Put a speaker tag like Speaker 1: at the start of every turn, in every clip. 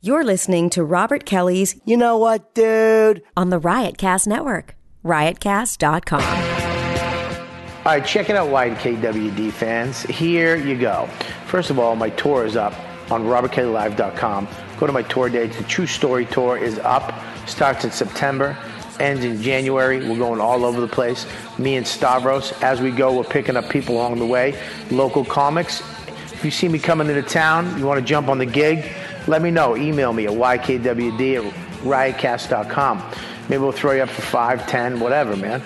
Speaker 1: You're listening to Robert Kelly's
Speaker 2: You know what, dude?
Speaker 1: on the Riotcast Network, riotcast.com.
Speaker 2: All right, check it out, wide KWD fans. Here you go. First of all, my tour is up on robertkellylive.com. Go to my tour dates. The True Story Tour is up. Starts in September, ends in January. We're going all over the place. Me and Stavros, as we go, we're picking up people along the way, local comics. If you see me coming into town, you want to jump on the gig, let me know. Email me at ykwd at riotcast.com. Maybe we'll throw you up for five, ten, whatever, man.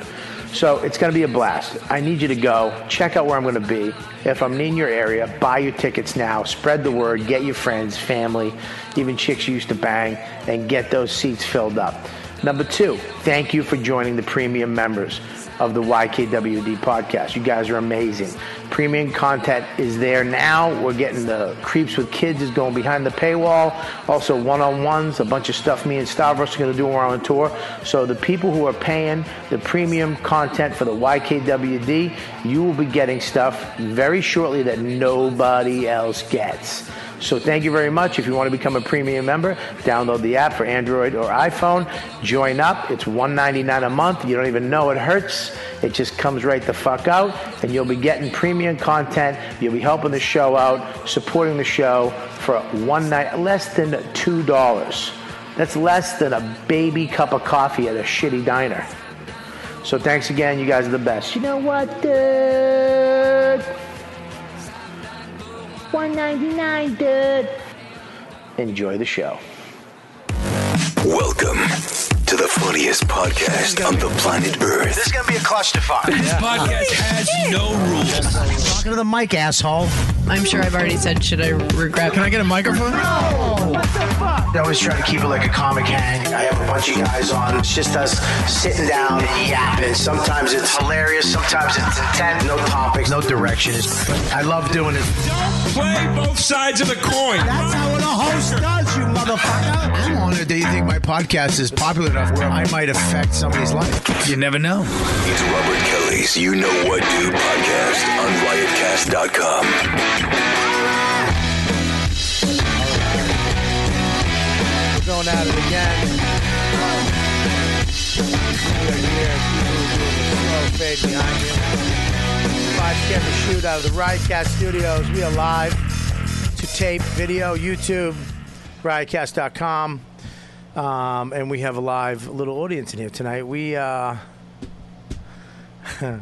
Speaker 2: So it's going to be a blast. I need you to go. Check out where I'm going to be. If I'm in your area, buy your tickets now. Spread the word. Get your friends, family, even chicks you used to bang, and get those seats filled up. Number two, thank you for joining the premium members of the YKWD podcast. You guys are amazing. Premium content is there now. We're getting the Creeps with Kids is going behind the paywall. Also, one on ones, a bunch of stuff me and Stavros are going to do when we're on tour. So, the people who are paying the premium content for the YKWD, you will be getting stuff very shortly that nobody else gets. So thank you very much. If you want to become a premium member, download the app for Android or iPhone. Join up. It's $1.99 a month. You don't even know it hurts. It just comes right the fuck out, and you'll be getting premium content. You'll be helping the show out, supporting the show for one night less than two dollars. That's less than a baby cup of coffee at a shitty diner. So thanks again. You guys are the best. You know what, dude? 199 dude enjoy the show
Speaker 3: Welcome to the funniest podcast on the planet Earth.
Speaker 4: This is gonna be a clusterfuck.
Speaker 5: This podcast has no rules.
Speaker 6: Talking to the mic, asshole.
Speaker 7: I'm sure I've already said, should I regret?
Speaker 5: Can I get a microphone?
Speaker 4: I always try to keep it like a comic hang. I have a bunch of guys on. It's just us sitting down and yapping. Sometimes it's hilarious. Sometimes it's intent. No topics. No direction. I love doing it.
Speaker 5: Play both sides of the coin.
Speaker 6: That's how a host does, you motherfucker.
Speaker 4: I'm honored that you think my podcast is popular enough where I might affect somebody's life.
Speaker 5: You never know.
Speaker 3: It's Robert Kelly's You Know What Do podcast on riotcast.com.
Speaker 2: we're going at it again we are here people are doing a slow fade behind you live camera shoot out of the riotcast studios we are live to tape video youtube riotcast.com um, and we have a live little audience in here tonight we uh,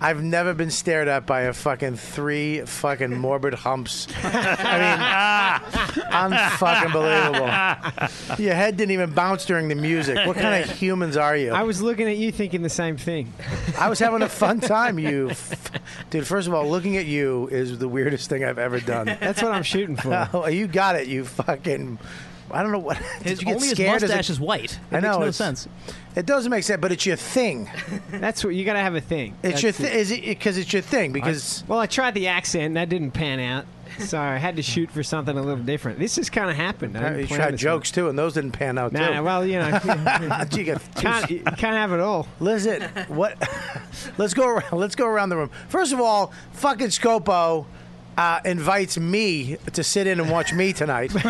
Speaker 2: I've never been stared at by a fucking three fucking morbid humps. I mean, unfucking believable. Your head didn't even bounce during the music. What kind of humans are you?
Speaker 8: I was looking at you thinking the same thing.
Speaker 2: I was having a fun time. You, f- dude. First of all, looking at you is the weirdest thing I've ever done.
Speaker 8: That's what I'm shooting for.
Speaker 2: Oh, you got it. You fucking. I don't know what.
Speaker 9: His,
Speaker 2: did you get
Speaker 9: only his
Speaker 2: scared? as a-
Speaker 9: mustache is white. It
Speaker 2: I
Speaker 9: makes
Speaker 2: know,
Speaker 9: no
Speaker 2: it's-
Speaker 9: sense.
Speaker 2: It doesn't make sense, but it's your thing.
Speaker 8: That's what you gotta have a thing.
Speaker 2: It's
Speaker 8: That's
Speaker 2: your.
Speaker 8: it.
Speaker 2: Th- is it because it's your thing? Because
Speaker 8: Well, I tried the accent and that didn't pan out, so I had to shoot for something a little different. This has kind of happened. I didn't
Speaker 2: you
Speaker 8: plan
Speaker 2: tried
Speaker 8: this
Speaker 2: jokes too, and those didn't pan out
Speaker 8: one.
Speaker 2: too.
Speaker 8: Nah, well, you know, can't,
Speaker 2: Gee, you got-
Speaker 8: you can't have it all.
Speaker 2: Listen, what? let's go. Around, let's go around the room. First of all, fucking Scopo uh, invites me to sit in and watch me tonight. Uh,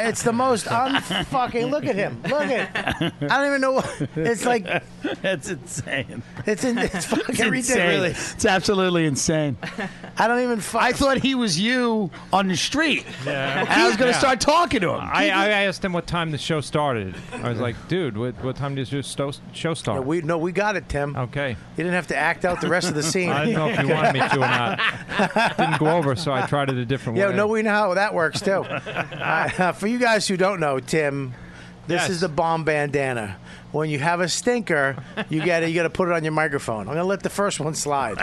Speaker 2: it's the most unfucking. Look at him. Look at. I don't even know. what- It's like
Speaker 10: That's insane.
Speaker 2: it's in, it's fucking
Speaker 10: It's insane.
Speaker 2: ridiculous.
Speaker 10: It's absolutely insane.
Speaker 2: I don't even. Fuck,
Speaker 10: I thought he was you on the street. And I was going to start talking to him.
Speaker 11: I, I asked him what time the show started. I was like, dude, what, what time does your sto- show start?
Speaker 2: we no. We got it, Tim.
Speaker 11: okay.
Speaker 2: You didn't have to act out the rest of the scene.
Speaker 11: I didn't know if you wanted me to or not. Didn't go over, so I tried it a different
Speaker 2: Yeah,
Speaker 11: way.
Speaker 12: Uh,
Speaker 2: no, we know how that works too. Uh, for you guys who don't know, Tim, this
Speaker 11: Yes.
Speaker 2: is the bomb bandana. When you have a stinker, you got to you got to put it on your microphone. I'm gonna let the first one slide.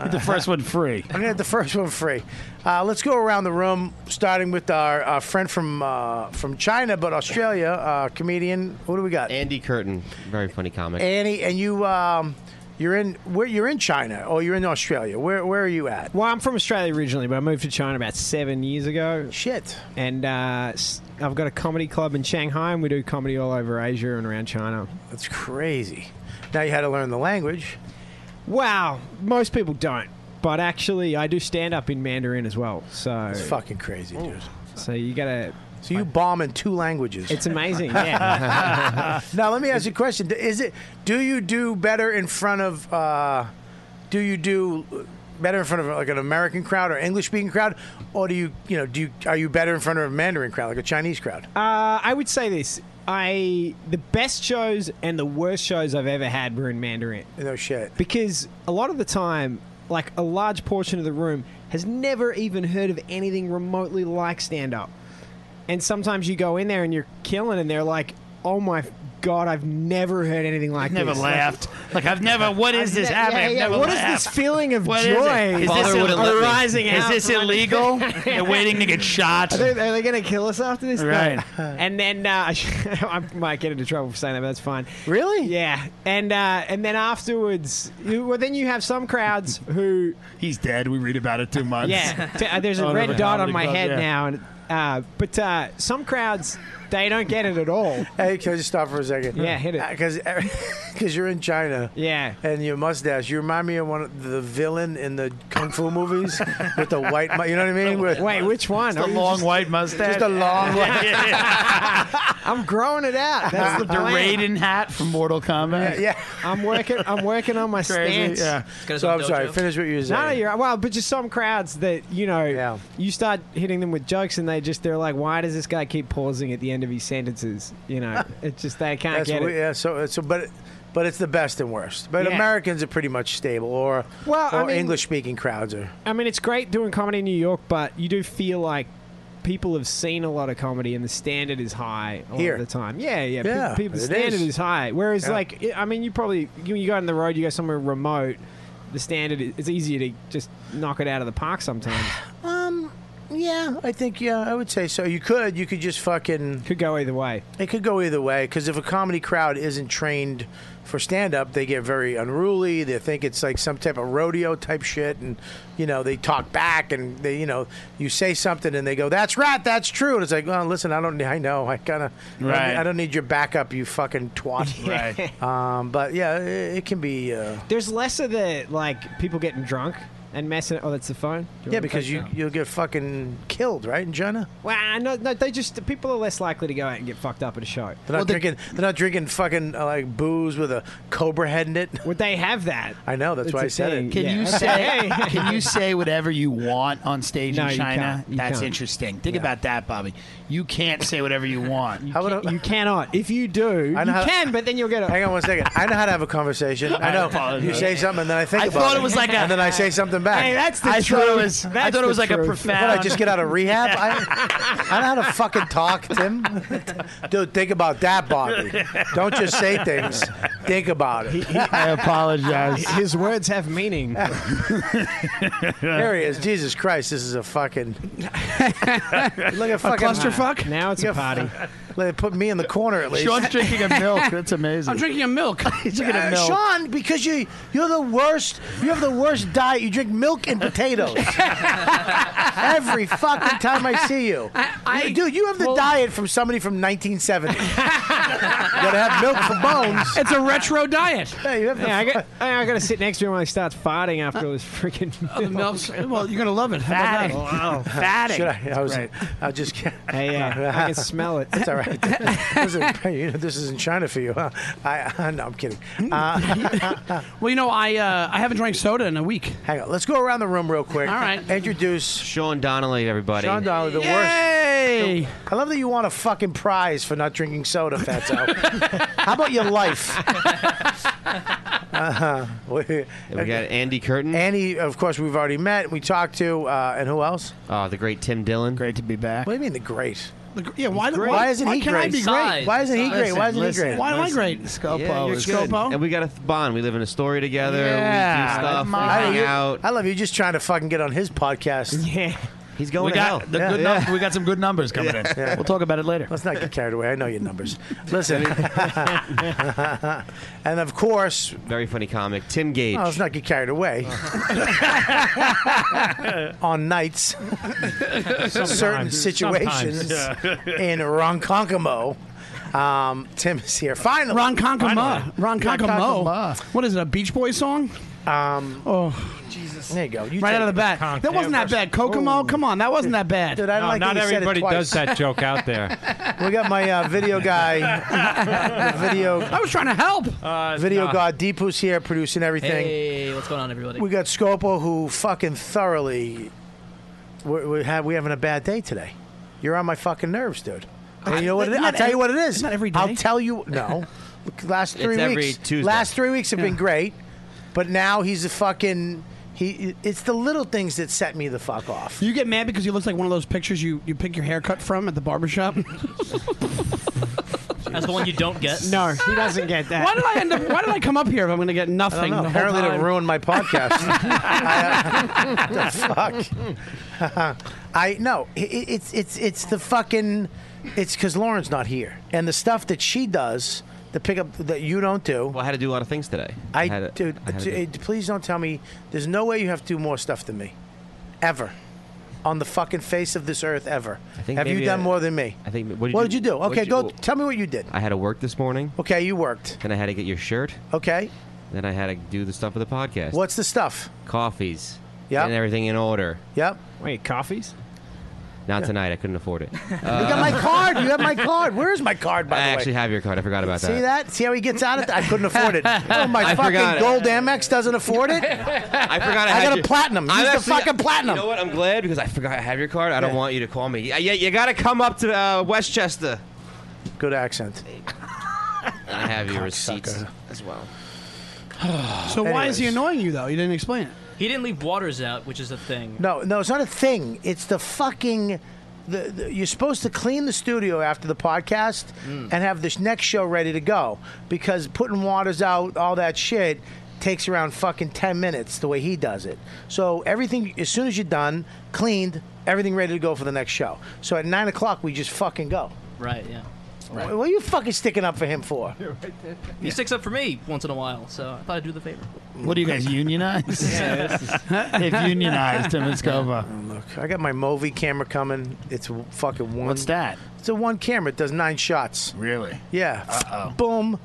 Speaker 2: I'm
Speaker 10: the first one free.
Speaker 2: gonna let the first one free. Uh, let's go around the room, starting with our, our friend from uh, from China but Australia, uh, comedian. What do we got?
Speaker 13: Andy Curtin, very funny comic.
Speaker 2: Annie, and you. Um, you're in where you're in China or you're in Australia. Where where are you at?
Speaker 8: Well, I'm from Australia originally, but I moved to China about seven years ago,
Speaker 2: Shit.
Speaker 8: and uh, s- I've got a comedy club in Shanghai, and we do comedy all over Asia and around China.
Speaker 2: That's crazy. Now you had to learn the language.
Speaker 8: Wow, most people don't. but actually, I do stand up in Mandarin as well. So
Speaker 2: It's fucking crazy, dude.
Speaker 8: So you gotta.
Speaker 2: So you bomb in two languages.
Speaker 8: It's amazing. Yeah.
Speaker 2: now let me ask you a question: Is it do you do better in front of uh, do you do better in front of like an American crowd or English speaking crowd, or do you you know do you are you better in front of a Mandarin crowd like a Chinese crowd?
Speaker 8: Uh, I would say this. I the best shows and the worst shows I've ever had were in Mandarin.
Speaker 2: No shit.
Speaker 8: Because a lot of the time, like a large portion of the room has never even heard of anything remotely like stand up. And sometimes you go in there and you're killing and they're like, "Oh my god, I've never heard anything like
Speaker 10: I've never
Speaker 8: this."
Speaker 10: laughed. Like I've never. What is
Speaker 8: I've
Speaker 10: this
Speaker 8: ne-
Speaker 10: happening?
Speaker 8: yeah,
Speaker 10: I've
Speaker 8: yeah,
Speaker 10: never
Speaker 8: what is
Speaker 10: laughed.
Speaker 8: this feeling of
Speaker 10: What is it?
Speaker 8: joy?
Speaker 10: Is this
Speaker 8: Father
Speaker 10: Ill-
Speaker 8: would've let me.
Speaker 10: arising? Is
Speaker 8: out
Speaker 10: this
Speaker 8: from-
Speaker 10: illegal? They're waiting to get shot.
Speaker 8: Are they, are they going to kill us after this?
Speaker 10: Right.
Speaker 8: and then uh, I might get into trouble for saying that, but that's fine. Really? Yeah. And uh, and then afterwards, you, well, then you have some crowds who
Speaker 10: he's dead. We read about it too much. Oh,
Speaker 8: Yeah. T- uh, there's a
Speaker 10: On
Speaker 8: red
Speaker 10: every
Speaker 8: dot on
Speaker 10: comedy
Speaker 8: my
Speaker 10: club,
Speaker 8: head
Speaker 10: yeah.
Speaker 8: now, and uh, but uh, some crowds they don't get it at all.
Speaker 2: Hey, can I just stop for a second? Uh,
Speaker 8: Yeah, hit it.
Speaker 2: Because because you're in China.
Speaker 8: Yeah.
Speaker 2: And your mustache, you remind me of one of the villain in the kung fu movies with the white. Mu- you know what I mean?
Speaker 8: Wait, which one?
Speaker 2: Just
Speaker 8: Are
Speaker 2: a
Speaker 8: you
Speaker 2: long
Speaker 8: just-
Speaker 2: white mustache. Just a long.
Speaker 8: I'm growing it out. That's the
Speaker 10: the
Speaker 8: plan.
Speaker 10: Raiden hat from Mortal Kombat.
Speaker 2: Yeah,
Speaker 8: I'm working. I'm working on my
Speaker 10: Crazy,
Speaker 8: stance.
Speaker 10: yeah.
Speaker 2: got his So own I'm sorry, dojo. finish what you were
Speaker 8: No, no,
Speaker 2: saying.
Speaker 8: you're right. Well, but just some crowds that you know, you start hitting them with jokes, and they just they're like, "Why does this guy keep pausing at the end of his sentences?" You know, it's just they can't
Speaker 2: That's
Speaker 8: get
Speaker 2: what-
Speaker 8: it.
Speaker 2: Yeah. So so but. But it's the best and worst. But
Speaker 8: Yeah.
Speaker 2: Americans are pretty much stable, or
Speaker 8: Well, I
Speaker 2: or
Speaker 8: mean-
Speaker 2: English speaking crowds are.
Speaker 8: I mean, it's great doing comedy in New York, but you do feel like people have seen a lot of comedy, and the standard is high a
Speaker 2: Here.
Speaker 8: lot of the time. Yeah, yeah.
Speaker 2: Yeah,
Speaker 8: people, the
Speaker 2: it
Speaker 8: standard
Speaker 2: is.
Speaker 8: is. high. Whereas,
Speaker 2: Yeah.
Speaker 8: like, I- I mean, you probably you, you go on the road, you go somewhere remote. The standard is it's easier to just knock it out of the park sometimes.
Speaker 2: Um, yeah, I think yeah, I would say so. You could, you could just fucking
Speaker 8: could go either way.
Speaker 2: It could go either way because if a comedy crowd isn't trained for stand up, they get very unruly. They think it's like some type of rodeo type shit, and you know they talk back and they, you know, you say something and they go, "That's right, that's true," and it's like, well, listen, I don't, I know, I kind of,
Speaker 10: Right.
Speaker 2: I don't need your backup, you fucking twat.
Speaker 10: Right.
Speaker 2: Um, but yeah, it, it can be. Uh,
Speaker 8: There's less of the like people getting drunk and messing. Oh, that's the phone. Do
Speaker 2: yeah,
Speaker 8: wanna
Speaker 2: because
Speaker 8: take
Speaker 2: you
Speaker 8: that?
Speaker 2: you'll get fucking killed, right, in China.
Speaker 8: Well, no, no, they just people are less likely to go out and get fucked up at a show.
Speaker 2: They're not drinking. They're not drinking fucking uh, like booze with a cobra head in it.
Speaker 8: Would they have that?
Speaker 2: I know. That's
Speaker 10: It's
Speaker 2: why
Speaker 10: a
Speaker 2: I said
Speaker 10: thing.
Speaker 2: it.
Speaker 10: Can you say? can you say whatever you want on stage
Speaker 2: No,
Speaker 10: in
Speaker 2: you
Speaker 10: China?
Speaker 2: can't. You
Speaker 10: That's
Speaker 2: can't.
Speaker 10: interesting. Think about that, Bobby. You can't say whatever you want. You,
Speaker 8: can't- you cannot. If you do,
Speaker 10: you can,
Speaker 8: but then you'll get. A-
Speaker 2: Hang on one second. I know how to have a conversation. I
Speaker 10: I
Speaker 2: know.
Speaker 10: apologize.
Speaker 2: you say something, and then I think
Speaker 10: I
Speaker 2: about
Speaker 10: thought
Speaker 2: it.
Speaker 10: it was like a-
Speaker 2: and then I say something back.
Speaker 10: Hey, that's the I thought it truth. was- I That's thought it the was like a truth. profound-
Speaker 2: What, I just get out of rehab. I, I know how to fucking talk, Tim. Dude, think about that, Bobby. Don't just say things. Think about it.
Speaker 10: I apologize.
Speaker 8: His words have meaning.
Speaker 2: There he is. Jesus Christ, this is a fucking. Look at fucking
Speaker 8: clusterfuck? Now it's a party.
Speaker 2: They put me in the corner at least.
Speaker 10: Sean's drinking a milk. That's amazing.
Speaker 2: I'm
Speaker 10: drinking a milk. He's drinking
Speaker 2: Uh,
Speaker 10: a milk.
Speaker 2: Sean, because you you're the worst. You have the worst diet. You drink milk and potatoes every fucking time I see you. You- dude, you have the diet from somebody from 1970. you gotta have milk for bones.
Speaker 14: It's a retro diet.
Speaker 2: Yeah, you have
Speaker 8: Yeah, I got. I got to sit next to him when he starts farting after all this freaking milk.
Speaker 14: Oh, Well, you're gonna love it. How about that?
Speaker 10: Fatty.
Speaker 2: Should I? I was.
Speaker 14: Right.
Speaker 2: I was just.
Speaker 8: Hey, yeah, I can smell it.
Speaker 2: It's all right. Listen, you know, this is in China for you. Huh? I, uh, no, I'm kidding. Uh,
Speaker 14: Well, you know, I uh, I haven't drank soda in a week.
Speaker 2: Hang on. Let's go around the room real quick.
Speaker 14: All right.
Speaker 2: Introduce
Speaker 13: Sean Donnelly, everybody.
Speaker 2: Sean Donnelly, the
Speaker 14: Yay!
Speaker 2: worst. I love that you want a fucking prize for not drinking soda, Fatso. How about your life? Uh-huh. We,
Speaker 13: We got Andy Curtin.
Speaker 2: Annie, of course, we've already met. We talked to, uh, and who else?
Speaker 13: Oh, the great Tim Dillon.
Speaker 10: Great to be back.
Speaker 2: What do you mean the great?
Speaker 14: The gr- yeah, why,
Speaker 2: great. Why
Speaker 14: why
Speaker 2: isn't
Speaker 14: why
Speaker 2: he
Speaker 14: can't I
Speaker 2: great?
Speaker 14: be
Speaker 2: Besides-
Speaker 14: great?
Speaker 2: Why isn't he great? Why isn't he great?
Speaker 14: Why am I
Speaker 2: Listen.
Speaker 14: great?
Speaker 10: Scopo
Speaker 13: Yeah, you're
Speaker 10: is
Speaker 13: good.
Speaker 10: good.
Speaker 13: And we got a th- bond. We live in a story together.
Speaker 10: Yeah,
Speaker 13: we do stuff. We
Speaker 10: my-
Speaker 13: hang
Speaker 2: you-
Speaker 13: out.
Speaker 2: I love you just trying to fucking get on his podcast.
Speaker 8: Yeah.
Speaker 13: He's going
Speaker 10: we
Speaker 13: to hell.
Speaker 10: got the
Speaker 2: Yeah.
Speaker 10: good
Speaker 2: Yeah.
Speaker 10: num- we got some good numbers coming in.
Speaker 2: Yeah.
Speaker 10: We'll talk about it later.
Speaker 2: Let's not get carried away. I know your numbers. Listen. and of course,
Speaker 13: Very funny comic. Tim Gage.
Speaker 2: Oh, let's not get carried away. On nights, certain
Speaker 13: Sometimes.
Speaker 2: situations
Speaker 13: Sometimes.
Speaker 2: in Ronkonkoma. Um, Tim is here. Finally.
Speaker 14: Ron Conkama.
Speaker 2: Finally.
Speaker 14: Ron Conkama. What is it? A Beach Boy song?
Speaker 2: Um,
Speaker 14: oh,
Speaker 2: Jesus. There you go. You
Speaker 14: right
Speaker 2: take
Speaker 14: out of the
Speaker 2: it.
Speaker 14: bat. That wasn't that bad. Kokomo, come on, that wasn't that bad.
Speaker 2: Dude, I don't like
Speaker 11: not
Speaker 2: that you said it
Speaker 11: everybody does
Speaker 2: twice.
Speaker 11: that joke out there.
Speaker 2: We got my uh, video guy, the video. I
Speaker 14: was trying to help.
Speaker 2: video
Speaker 9: nah.
Speaker 2: god Deepu's here producing everything.
Speaker 9: Hey, what's going on, everybody?
Speaker 2: We got Scopo, who fucking thoroughly. We're, we have, we having a bad day today. You're on my fucking nerves, dude. And you know what? It is?
Speaker 14: Not
Speaker 2: I'll tell you what it is.
Speaker 14: not every
Speaker 2: I'll
Speaker 14: day.
Speaker 2: tell you. No, Look, last
Speaker 14: It's
Speaker 2: three
Speaker 14: every
Speaker 2: weeks.
Speaker 14: Tuesday.
Speaker 2: Last three weeks have been
Speaker 14: Yeah.
Speaker 2: great, but now he's a fucking. He. It's the little things that set me the fuck off.
Speaker 14: You get mad because you look like one of those pictures you, you pick your haircut from at the barbershop.
Speaker 9: That's the one you don't get.
Speaker 15: No, he doesn't get that.
Speaker 14: why did I end up? Why did I come up here if I'm going to get nothing?
Speaker 2: I don't know.
Speaker 14: the whole
Speaker 2: Apparently,
Speaker 14: time?
Speaker 2: it ruined my podcast. the fuck? I no. i- i it's it's it's the fucking. It's because Lauren's not here, and the stuff that she does, the pickup that you don't do.
Speaker 13: Well, I had to do a lot of things today.
Speaker 2: I,
Speaker 13: had to-
Speaker 2: dude,
Speaker 13: I had to
Speaker 2: d-
Speaker 13: do-
Speaker 2: uh, please don't tell me. There's no way you have to do more stuff than me, ever, on the fucking face of this earth, ever.
Speaker 13: I think
Speaker 2: have you
Speaker 13: maybe
Speaker 2: done
Speaker 13: I-
Speaker 2: more than me?
Speaker 13: I think. What did,
Speaker 2: what
Speaker 13: you,
Speaker 2: did you do?
Speaker 13: what
Speaker 2: Okay,
Speaker 13: did
Speaker 2: go.
Speaker 13: you-
Speaker 2: tell me what you did.
Speaker 13: I had to work this morning.
Speaker 2: Okay, you worked.
Speaker 13: Then I had to get your shirt.
Speaker 2: Okay.
Speaker 13: Then I had to do the stuff for the podcast.
Speaker 2: What's the stuff?
Speaker 13: Coffees.
Speaker 2: Yeah.
Speaker 13: And everything in order.
Speaker 2: Yep.
Speaker 15: Wait, coffees?
Speaker 13: Not
Speaker 2: Yeah.
Speaker 13: tonight. I couldn't afford it. you
Speaker 2: you got my card. You have my card. Where is my card? By
Speaker 13: I
Speaker 2: the way.
Speaker 13: actually have your card. I forgot about
Speaker 2: See
Speaker 13: that.
Speaker 2: that? See how he gets out of that? I couldn't afford it. Oh, my
Speaker 13: I forgot
Speaker 2: fucking
Speaker 13: it.
Speaker 2: gold Amex doesn't afford it?
Speaker 13: I forgot. I,
Speaker 2: I
Speaker 13: had
Speaker 2: got a
Speaker 13: your-
Speaker 2: platinum. Use
Speaker 13: I'm
Speaker 2: the
Speaker 13: actually-
Speaker 2: fucking platinum.
Speaker 13: You know what? I'm glad because I forgot I have your card. I don't
Speaker 2: Yeah.
Speaker 13: want you to call me. Yeah, yeah, you got to come up to uh, Westchester.
Speaker 2: Good accent.
Speaker 13: I have your receipts as well.
Speaker 14: So why is he annoying you though? You didn't explain it.
Speaker 9: He didn't leave waters out, which is a thing.
Speaker 2: No, no, it's not a thing. It's the fucking. The, the, you're supposed to clean the studio after the podcast and have this next show ready to go because putting waters out, all that shit, takes around fucking 10 minutes the way he does it. So everything, as soon as you're done, cleaned, everything ready to go for the next show. So at 9 o'clock, we just fucking go.
Speaker 9: Right, yeah.
Speaker 2: What, what are you fucking sticking up for him for?
Speaker 9: He sticks up for me once in a while, so I thought I'd do the favor.
Speaker 3: What do you guys unionize? They've unionized him in Scova.
Speaker 2: Oh, Look, I got my Movi camera coming. It's w- fucking one. What's that? It's a one camera. It does nine shots.
Speaker 3: Really?
Speaker 2: Yeah. Boom.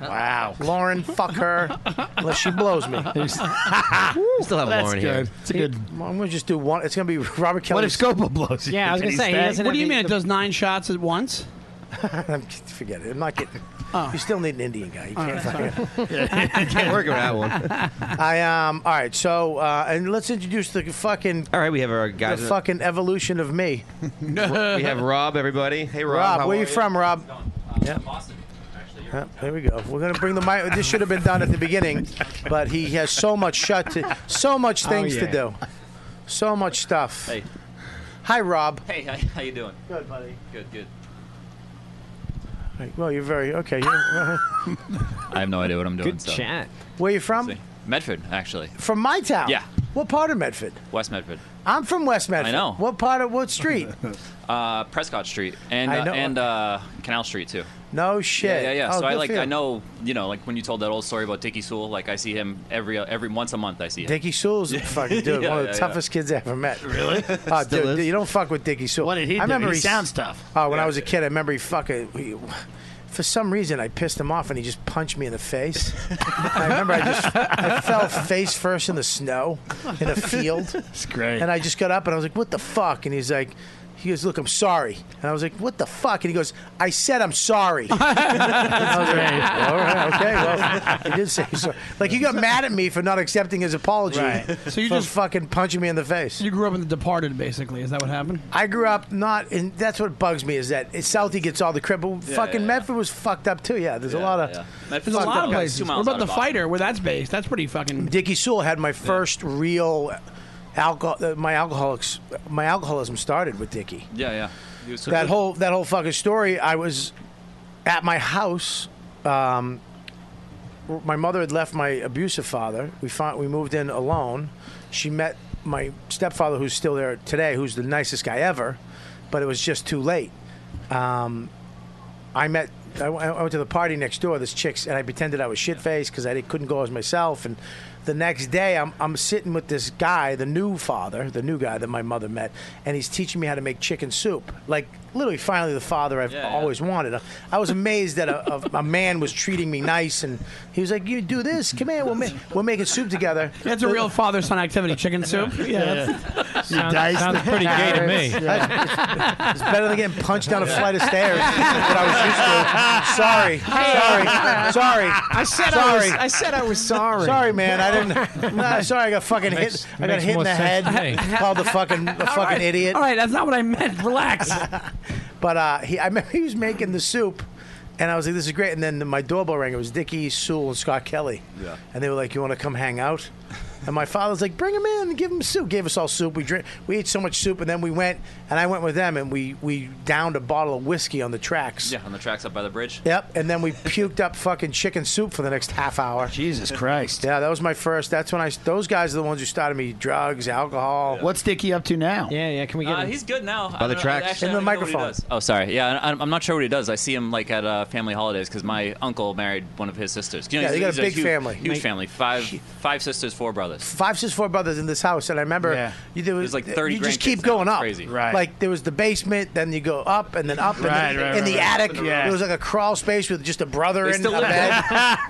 Speaker 2: Wow.
Speaker 3: Oh.
Speaker 2: Lauren, fuck her. Unless she blows me. we still have
Speaker 13: That's Lauren here. good.
Speaker 2: It's a good. I'm gonna just do one. It's gonna be Robert Kelly.
Speaker 13: blows
Speaker 14: What do you mean? It does nine shots at once? Oh.
Speaker 2: I'm, forget it. I'm not getting. You still need an Indian guy. You
Speaker 14: All
Speaker 2: can't,
Speaker 14: right,
Speaker 2: fucking-
Speaker 13: Can't work without one.
Speaker 2: I um. All right. So uh, and let's introduce the fucking
Speaker 13: All right, we have our guys.
Speaker 2: the fucking evolution of me.
Speaker 13: we have Rob. Everybody. Hey, Rob.
Speaker 2: Rob,
Speaker 13: how
Speaker 2: where
Speaker 13: are
Speaker 2: you from, Rob? Yeah. Yeah, there we go. We're gonna bring the mic. This should have been done at the beginning, but he has so much shut, to, so much
Speaker 12: Oh,
Speaker 2: things
Speaker 12: yeah.
Speaker 2: to do, so much stuff.
Speaker 12: Hey.
Speaker 2: Hi, Rob.
Speaker 12: Hey, how, how you doing?
Speaker 2: Good, buddy.
Speaker 12: Good, good.
Speaker 2: Hey, Well, you're very okay. You're,
Speaker 12: I have no idea what I'm doing. so.
Speaker 2: Where you from?
Speaker 12: Medford, actually.
Speaker 2: From my town.
Speaker 12: Yeah.
Speaker 2: What part of Medford?
Speaker 12: West Medford.
Speaker 2: I'm from West Medford.
Speaker 12: know.
Speaker 2: What part of what street?
Speaker 12: Uh, Prescott Street and
Speaker 2: I
Speaker 12: uh,
Speaker 2: know-
Speaker 12: and uh, Canal Street too.
Speaker 2: no shit.
Speaker 12: Yeah, yeah. yeah.
Speaker 2: Oh,
Speaker 12: so I
Speaker 2: good
Speaker 12: like
Speaker 2: for you.
Speaker 12: I know you know like when you told that old story about Dickie Sewell, like I see him every uh, every once a month. I see him.
Speaker 2: Dickie Sewell's a fucking dude,
Speaker 12: Yeah,
Speaker 2: one of the
Speaker 12: yeah, yeah.
Speaker 2: toughest kids I ever met.
Speaker 12: Really?
Speaker 2: Oh,
Speaker 12: Still
Speaker 2: dude,
Speaker 12: is?
Speaker 2: you don't fuck with Dickie Sewell. What did
Speaker 3: he
Speaker 2: I
Speaker 3: do?
Speaker 2: remember
Speaker 3: He
Speaker 2: s-
Speaker 3: sounds tough.
Speaker 2: Oh, when I was a kid, I remember he fucking. he- for some reason, I pissed him off and he just punched me in the face. I remember I just I fell face first in the snow in a field. It's
Speaker 3: great.
Speaker 2: And I just got up and I was like, "What the fuck?" And he's like, "He goes, look, I'm sorry." And I was like, "What the fuck?" And he goes, "I said I'm sorry." I was like, All right, okay. Well, he did say so. Like he got mad at me for not accepting his apology.
Speaker 14: Right. So you
Speaker 2: for
Speaker 14: just-
Speaker 2: fucking punching me in the face.
Speaker 14: You grew up in The Departed, basically. Is that what happened?
Speaker 2: I grew up not, and that's what bugs me is that Southie gets all the credit, but
Speaker 14: Yeah,
Speaker 2: fucking
Speaker 14: yeah,
Speaker 2: Medford was fucked up too. Yeah, there's a lot of
Speaker 14: There's a lot of places. What about the
Speaker 2: fighter?
Speaker 14: fighter? Where that's based? That's pretty fucking.
Speaker 2: Dickie Sewell had my first real alcohol. Uh, my alcoholics, my alcoholism started with Dickie.
Speaker 12: Yeah, yeah. He was so
Speaker 2: that
Speaker 12: good.
Speaker 2: whole that whole fucking story. I was at my house. Um, my mother had left my abusive father. We found, we moved in alone. She met my stepfather, who's still there today, who's the nicest guy ever. But it was just too late. Um, I met. I, w- I went to the party next door. This chick's, and I pretended I was shit faced because I didn't- couldn't go as myself, and the next day, I'm, I'm sitting with this guy, the new father, the new guy that my mother met, and he's teaching me how to make chicken soup. Like, literally, finally, the father I've
Speaker 7: Yeah, yeah.
Speaker 2: always wanted. I was amazed that a, a, a man was treating me nice, and he was like, You do this, come here, we'll, ma- we're making soup together.
Speaker 14: That's a real father son activity, chicken soup. Yeah. that's-
Speaker 2: You Sounds- diced sounds the pretty gay to me. carrots. It's better than getting punched down a flight of stairs. what I was used to. Sorry, sorry, sorry.
Speaker 8: I said I
Speaker 2: sorry.
Speaker 8: was- I said I was sorry.
Speaker 2: Sorry, man. I didn't. Nah, sorry, I got fucking
Speaker 8: Makes-
Speaker 2: hit. I got
Speaker 8: makes
Speaker 2: hit in
Speaker 8: more
Speaker 2: the head.
Speaker 8: sense to me.
Speaker 2: Called the fucking a fucking
Speaker 14: right,
Speaker 2: idiot.
Speaker 14: all right, that's not what I meant. Relax.
Speaker 2: but uh, he, I remember he was making the soup. And I was like, "This is great." And then my doorbell rang. It was Dickie, Sewell, and Scott Kelly.
Speaker 7: Yeah.
Speaker 2: And they were like, "You want to come hang out?" And my father's like, "Bring him in. Give him soup." Gave us all soup. We drink. We ate so much soup, and then we went. And I went with them, and we we downed a bottle of whiskey on the tracks.
Speaker 12: Yeah, on the tracks up by the bridge.
Speaker 2: Yep, and then we puked up fucking chicken soup for the next half hour.
Speaker 16: Jesus Christ!
Speaker 2: Yeah, that was my first. That's when I. Those guys are the ones who started me drugs, alcohol.
Speaker 16: What's Dickie up to now?
Speaker 8: Yeah, yeah. Can we
Speaker 12: Uh, he's good now. I
Speaker 2: By
Speaker 12: don't
Speaker 2: the
Speaker 12: know-
Speaker 2: tracks.
Speaker 12: actually, I
Speaker 2: In
Speaker 12: don't
Speaker 2: the
Speaker 12: even know what he
Speaker 2: microphone.
Speaker 12: does. Oh, sorry. Yeah, and I'm, I'm not sure what he does. I see him like at uh, family holidays because my uncle married one of his sisters. You know,
Speaker 2: Yeah,
Speaker 12: he's-
Speaker 2: they got a
Speaker 12: he's
Speaker 2: big
Speaker 12: huge,
Speaker 2: family.
Speaker 12: Huge
Speaker 2: Like-
Speaker 12: family. Five, five sisters, four brothers.
Speaker 2: Five sisters, four brothers in this house, and I remember you there was
Speaker 12: There's like 30
Speaker 2: You just
Speaker 12: grandkids
Speaker 2: keep
Speaker 12: now.
Speaker 2: going up,
Speaker 12: Crazy. Right.
Speaker 2: Like there was the basement, then you go up and then up, and then
Speaker 12: Right, right,
Speaker 2: in
Speaker 12: right,
Speaker 2: the
Speaker 12: right.
Speaker 2: attic
Speaker 12: Yeah.
Speaker 2: there was like a crawl space with just a brother
Speaker 12: They
Speaker 2: in
Speaker 12: still
Speaker 2: a
Speaker 12: live
Speaker 2: bed.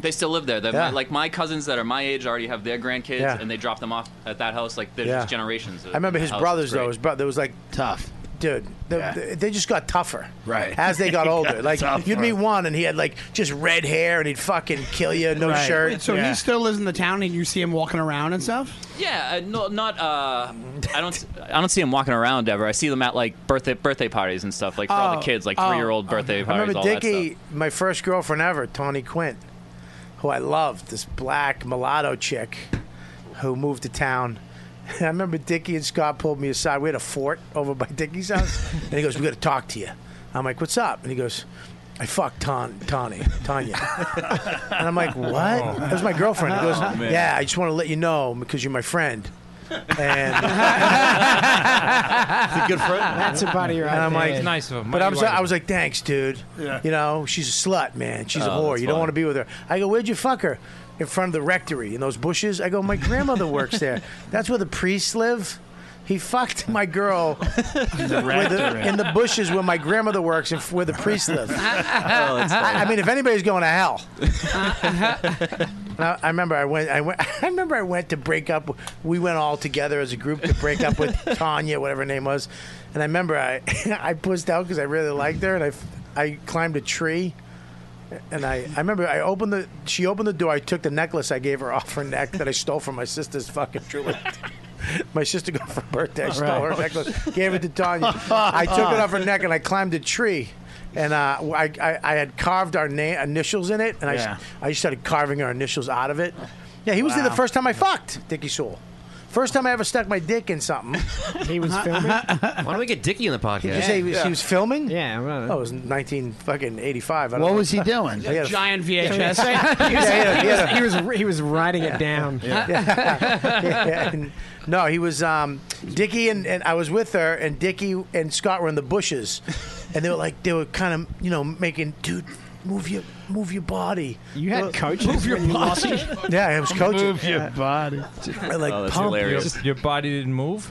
Speaker 12: They still live there. They're
Speaker 2: Yeah.
Speaker 12: My, like my cousins that are my age already have their grandkids,
Speaker 2: Yeah.
Speaker 12: and they drop them off at that house. Like there's
Speaker 2: Yeah.
Speaker 12: just generations. Of
Speaker 2: I remember
Speaker 12: that
Speaker 2: his
Speaker 12: house.
Speaker 2: brothers
Speaker 12: It's great.
Speaker 2: though. His brother was like
Speaker 16: tough.
Speaker 2: Dude, they, they- they just got tougher.
Speaker 16: Right.
Speaker 2: As they got
Speaker 16: Got
Speaker 2: older. like
Speaker 16: tougher.
Speaker 2: you'd meet one and he had like just red hair and he'd fucking kill you, no
Speaker 14: Right.
Speaker 2: shirt.
Speaker 14: So he still lives in the town, and you see him walking around and stuff.
Speaker 12: Yeah, uh, no, not. Uh,
Speaker 9: Um,
Speaker 12: I don't. I don't see them walking around ever. I see them at like birthday birthday parties and stuff, like for all
Speaker 2: Oh,
Speaker 12: the kids, like
Speaker 2: oh,
Speaker 12: three year old birthday
Speaker 2: I
Speaker 12: parties.
Speaker 2: remember
Speaker 12: all that
Speaker 2: Dickie,
Speaker 12: stuff.
Speaker 2: my first girlfriend ever, Tawny Quint, who I loved, this black mulatto chick who moved to town. And I remember Dickie and Scott pulled me aside. We had a fort over by Dickie's house. and he goes, We got to talk to you. I'm like, What's up? And he goes, I fucked Ton- Tawny, Tanya. and I'm like, What? That was my girlfriend. He goes,
Speaker 7: Oh, man.
Speaker 2: Yeah, I just want to let you know because you're my friend. And
Speaker 7: He's a good friend.
Speaker 8: That's a buddy right
Speaker 2: And I'm
Speaker 8: there.
Speaker 2: like,
Speaker 8: It's nice of him.
Speaker 2: But
Speaker 8: Mighty
Speaker 2: I'm so,
Speaker 8: white.
Speaker 2: I was like, thanks, dude.
Speaker 8: Yeah.
Speaker 2: You know, she's a slut, man. She's a
Speaker 7: Oh,
Speaker 2: whore.
Speaker 7: that's
Speaker 2: You don't
Speaker 7: funny.
Speaker 2: want to be with her. I go, where'd you fuck her? In front of the rectory in those bushes. I go, my grandmother works there. That's where the priests live. He fucked my girl where the-
Speaker 7: rectory. Oh,
Speaker 2: in the bushes where my grandmother works and f- where the priests live.
Speaker 7: that's funny.
Speaker 2: I, I mean, if anybody's going to hell. And I, I remember I went. I went. I remember I went to break up. We went all together as a group to break up with Tanya, whatever her name was. And I remember I I pushed out because I really liked her, and I I climbed a tree. And I, I remember I opened the she opened the door. I took the necklace I gave her off her neck that I stole from my sister's fucking jewelry. My sister got for her birthday. I stole her
Speaker 7: Right.
Speaker 2: necklace, gave it to Tanya. I took it off her neck and I climbed a tree. And uh, I, I, I had carved our na- initials in it, and I,
Speaker 7: Yeah.
Speaker 2: s- I just started carving our initials out of it. Yeah, he was there the
Speaker 7: Wow.
Speaker 2: first time I fucked Dickie Sewell. First time I ever stuck my dick in something.
Speaker 8: he was filming.
Speaker 13: Uh-huh. Why don't we get Dickie in the podcast?
Speaker 2: Did you say he was, he was filming?
Speaker 8: Yeah,
Speaker 2: Oh, it was nineteen fucking eighty five.
Speaker 16: What was he doing?
Speaker 2: I got a-
Speaker 14: Giant
Speaker 2: Yeah,
Speaker 14: VHS.
Speaker 2: yeah, yeah, yeah.
Speaker 8: He was he was writing it down.
Speaker 2: Yeah, and- no, he was um, Dickie and, and I was with her, and Dickie and Scott were in the bushes, and they were like they were kind of you know making dude move your move your body.
Speaker 8: You had
Speaker 2: Well,
Speaker 8: coaches when you lost it?
Speaker 2: yeah, it was coaching.
Speaker 11: Move your body.
Speaker 2: I, like
Speaker 11: oh, that's
Speaker 2: pumped.
Speaker 11: hilarious. Your, body didn't move.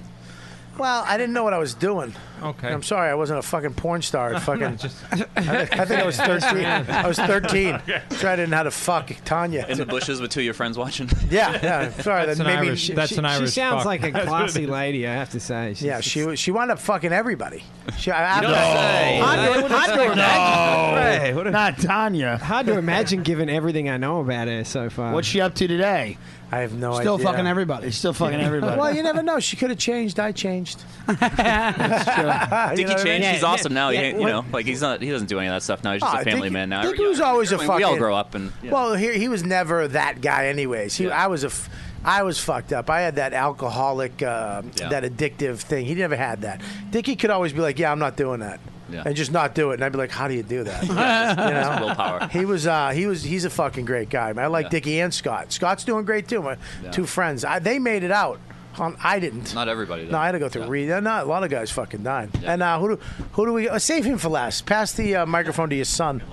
Speaker 2: Well, I didn't know what I was doing.
Speaker 11: Okay.
Speaker 2: And I'm sorry, I wasn't a fucking porn star. at Fucking, I, I think I was 13.
Speaker 12: Yeah.
Speaker 2: I was 13. So I didn't know how to fuck Tanya.
Speaker 12: In the bushes with two of your friends watching.
Speaker 2: Yeah, yeah. Sorry,
Speaker 12: That's
Speaker 2: that
Speaker 12: an
Speaker 2: made
Speaker 12: Irish-
Speaker 2: me.
Speaker 12: that's an
Speaker 8: She
Speaker 12: Irish
Speaker 8: sounds
Speaker 12: fuck.
Speaker 8: like a
Speaker 12: That's what
Speaker 8: classy
Speaker 12: it is.
Speaker 8: lady, I have to say. She's
Speaker 2: Yeah, she was- she wound up fucking everybody. She, I,
Speaker 8: You don't say.
Speaker 2: I,
Speaker 8: I wouldn't expect that.
Speaker 16: No. Not Tanya.
Speaker 8: Hard to imagine given everything I know about her so far. What's
Speaker 16: she up to today?
Speaker 2: I have no
Speaker 16: Still idea. fucking
Speaker 14: everybody. He's
Speaker 16: still fucking everybody.
Speaker 2: Well, you never know. She could have changed. I changed.
Speaker 12: Dickie
Speaker 2: ah, know what I
Speaker 12: changed.
Speaker 2: mean?
Speaker 12: He's
Speaker 2: Yeah,
Speaker 12: awesome now.
Speaker 2: yeah,
Speaker 12: he ain't, you know, like he's not. He doesn't do any of that stuff now. He's just
Speaker 2: Ah,
Speaker 12: a family
Speaker 2: Dickie-
Speaker 12: man now.
Speaker 2: Dickie was always a
Speaker 12: I mean,
Speaker 2: fucking.
Speaker 12: We all grow up and. you know.
Speaker 2: Well, he, he was never that guy, anyways. He, I was a, f- I was fucked up. I had that alcoholic, uh,
Speaker 7: Yeah.
Speaker 2: that addictive thing. He never had that. Dickie could always be like, "Yeah, I'm not doing that,"
Speaker 7: Yeah.
Speaker 2: and just not do it. And I'd be like, "How do you do that?" You know?
Speaker 7: It's willpower.
Speaker 2: He was, uh, he was, he's a fucking great guy. man. I like
Speaker 12: Yeah.
Speaker 2: Dickie and Scott. Scott's doing great too. My
Speaker 12: Yeah.
Speaker 2: two friends, I, they made it out. Um, I didn't.
Speaker 12: Not everybody. Does.
Speaker 2: No, I had to go through read. No, a lot of guys fucking died. And uh, who do who do we uh, save him for last? Pass the uh, microphone to your son.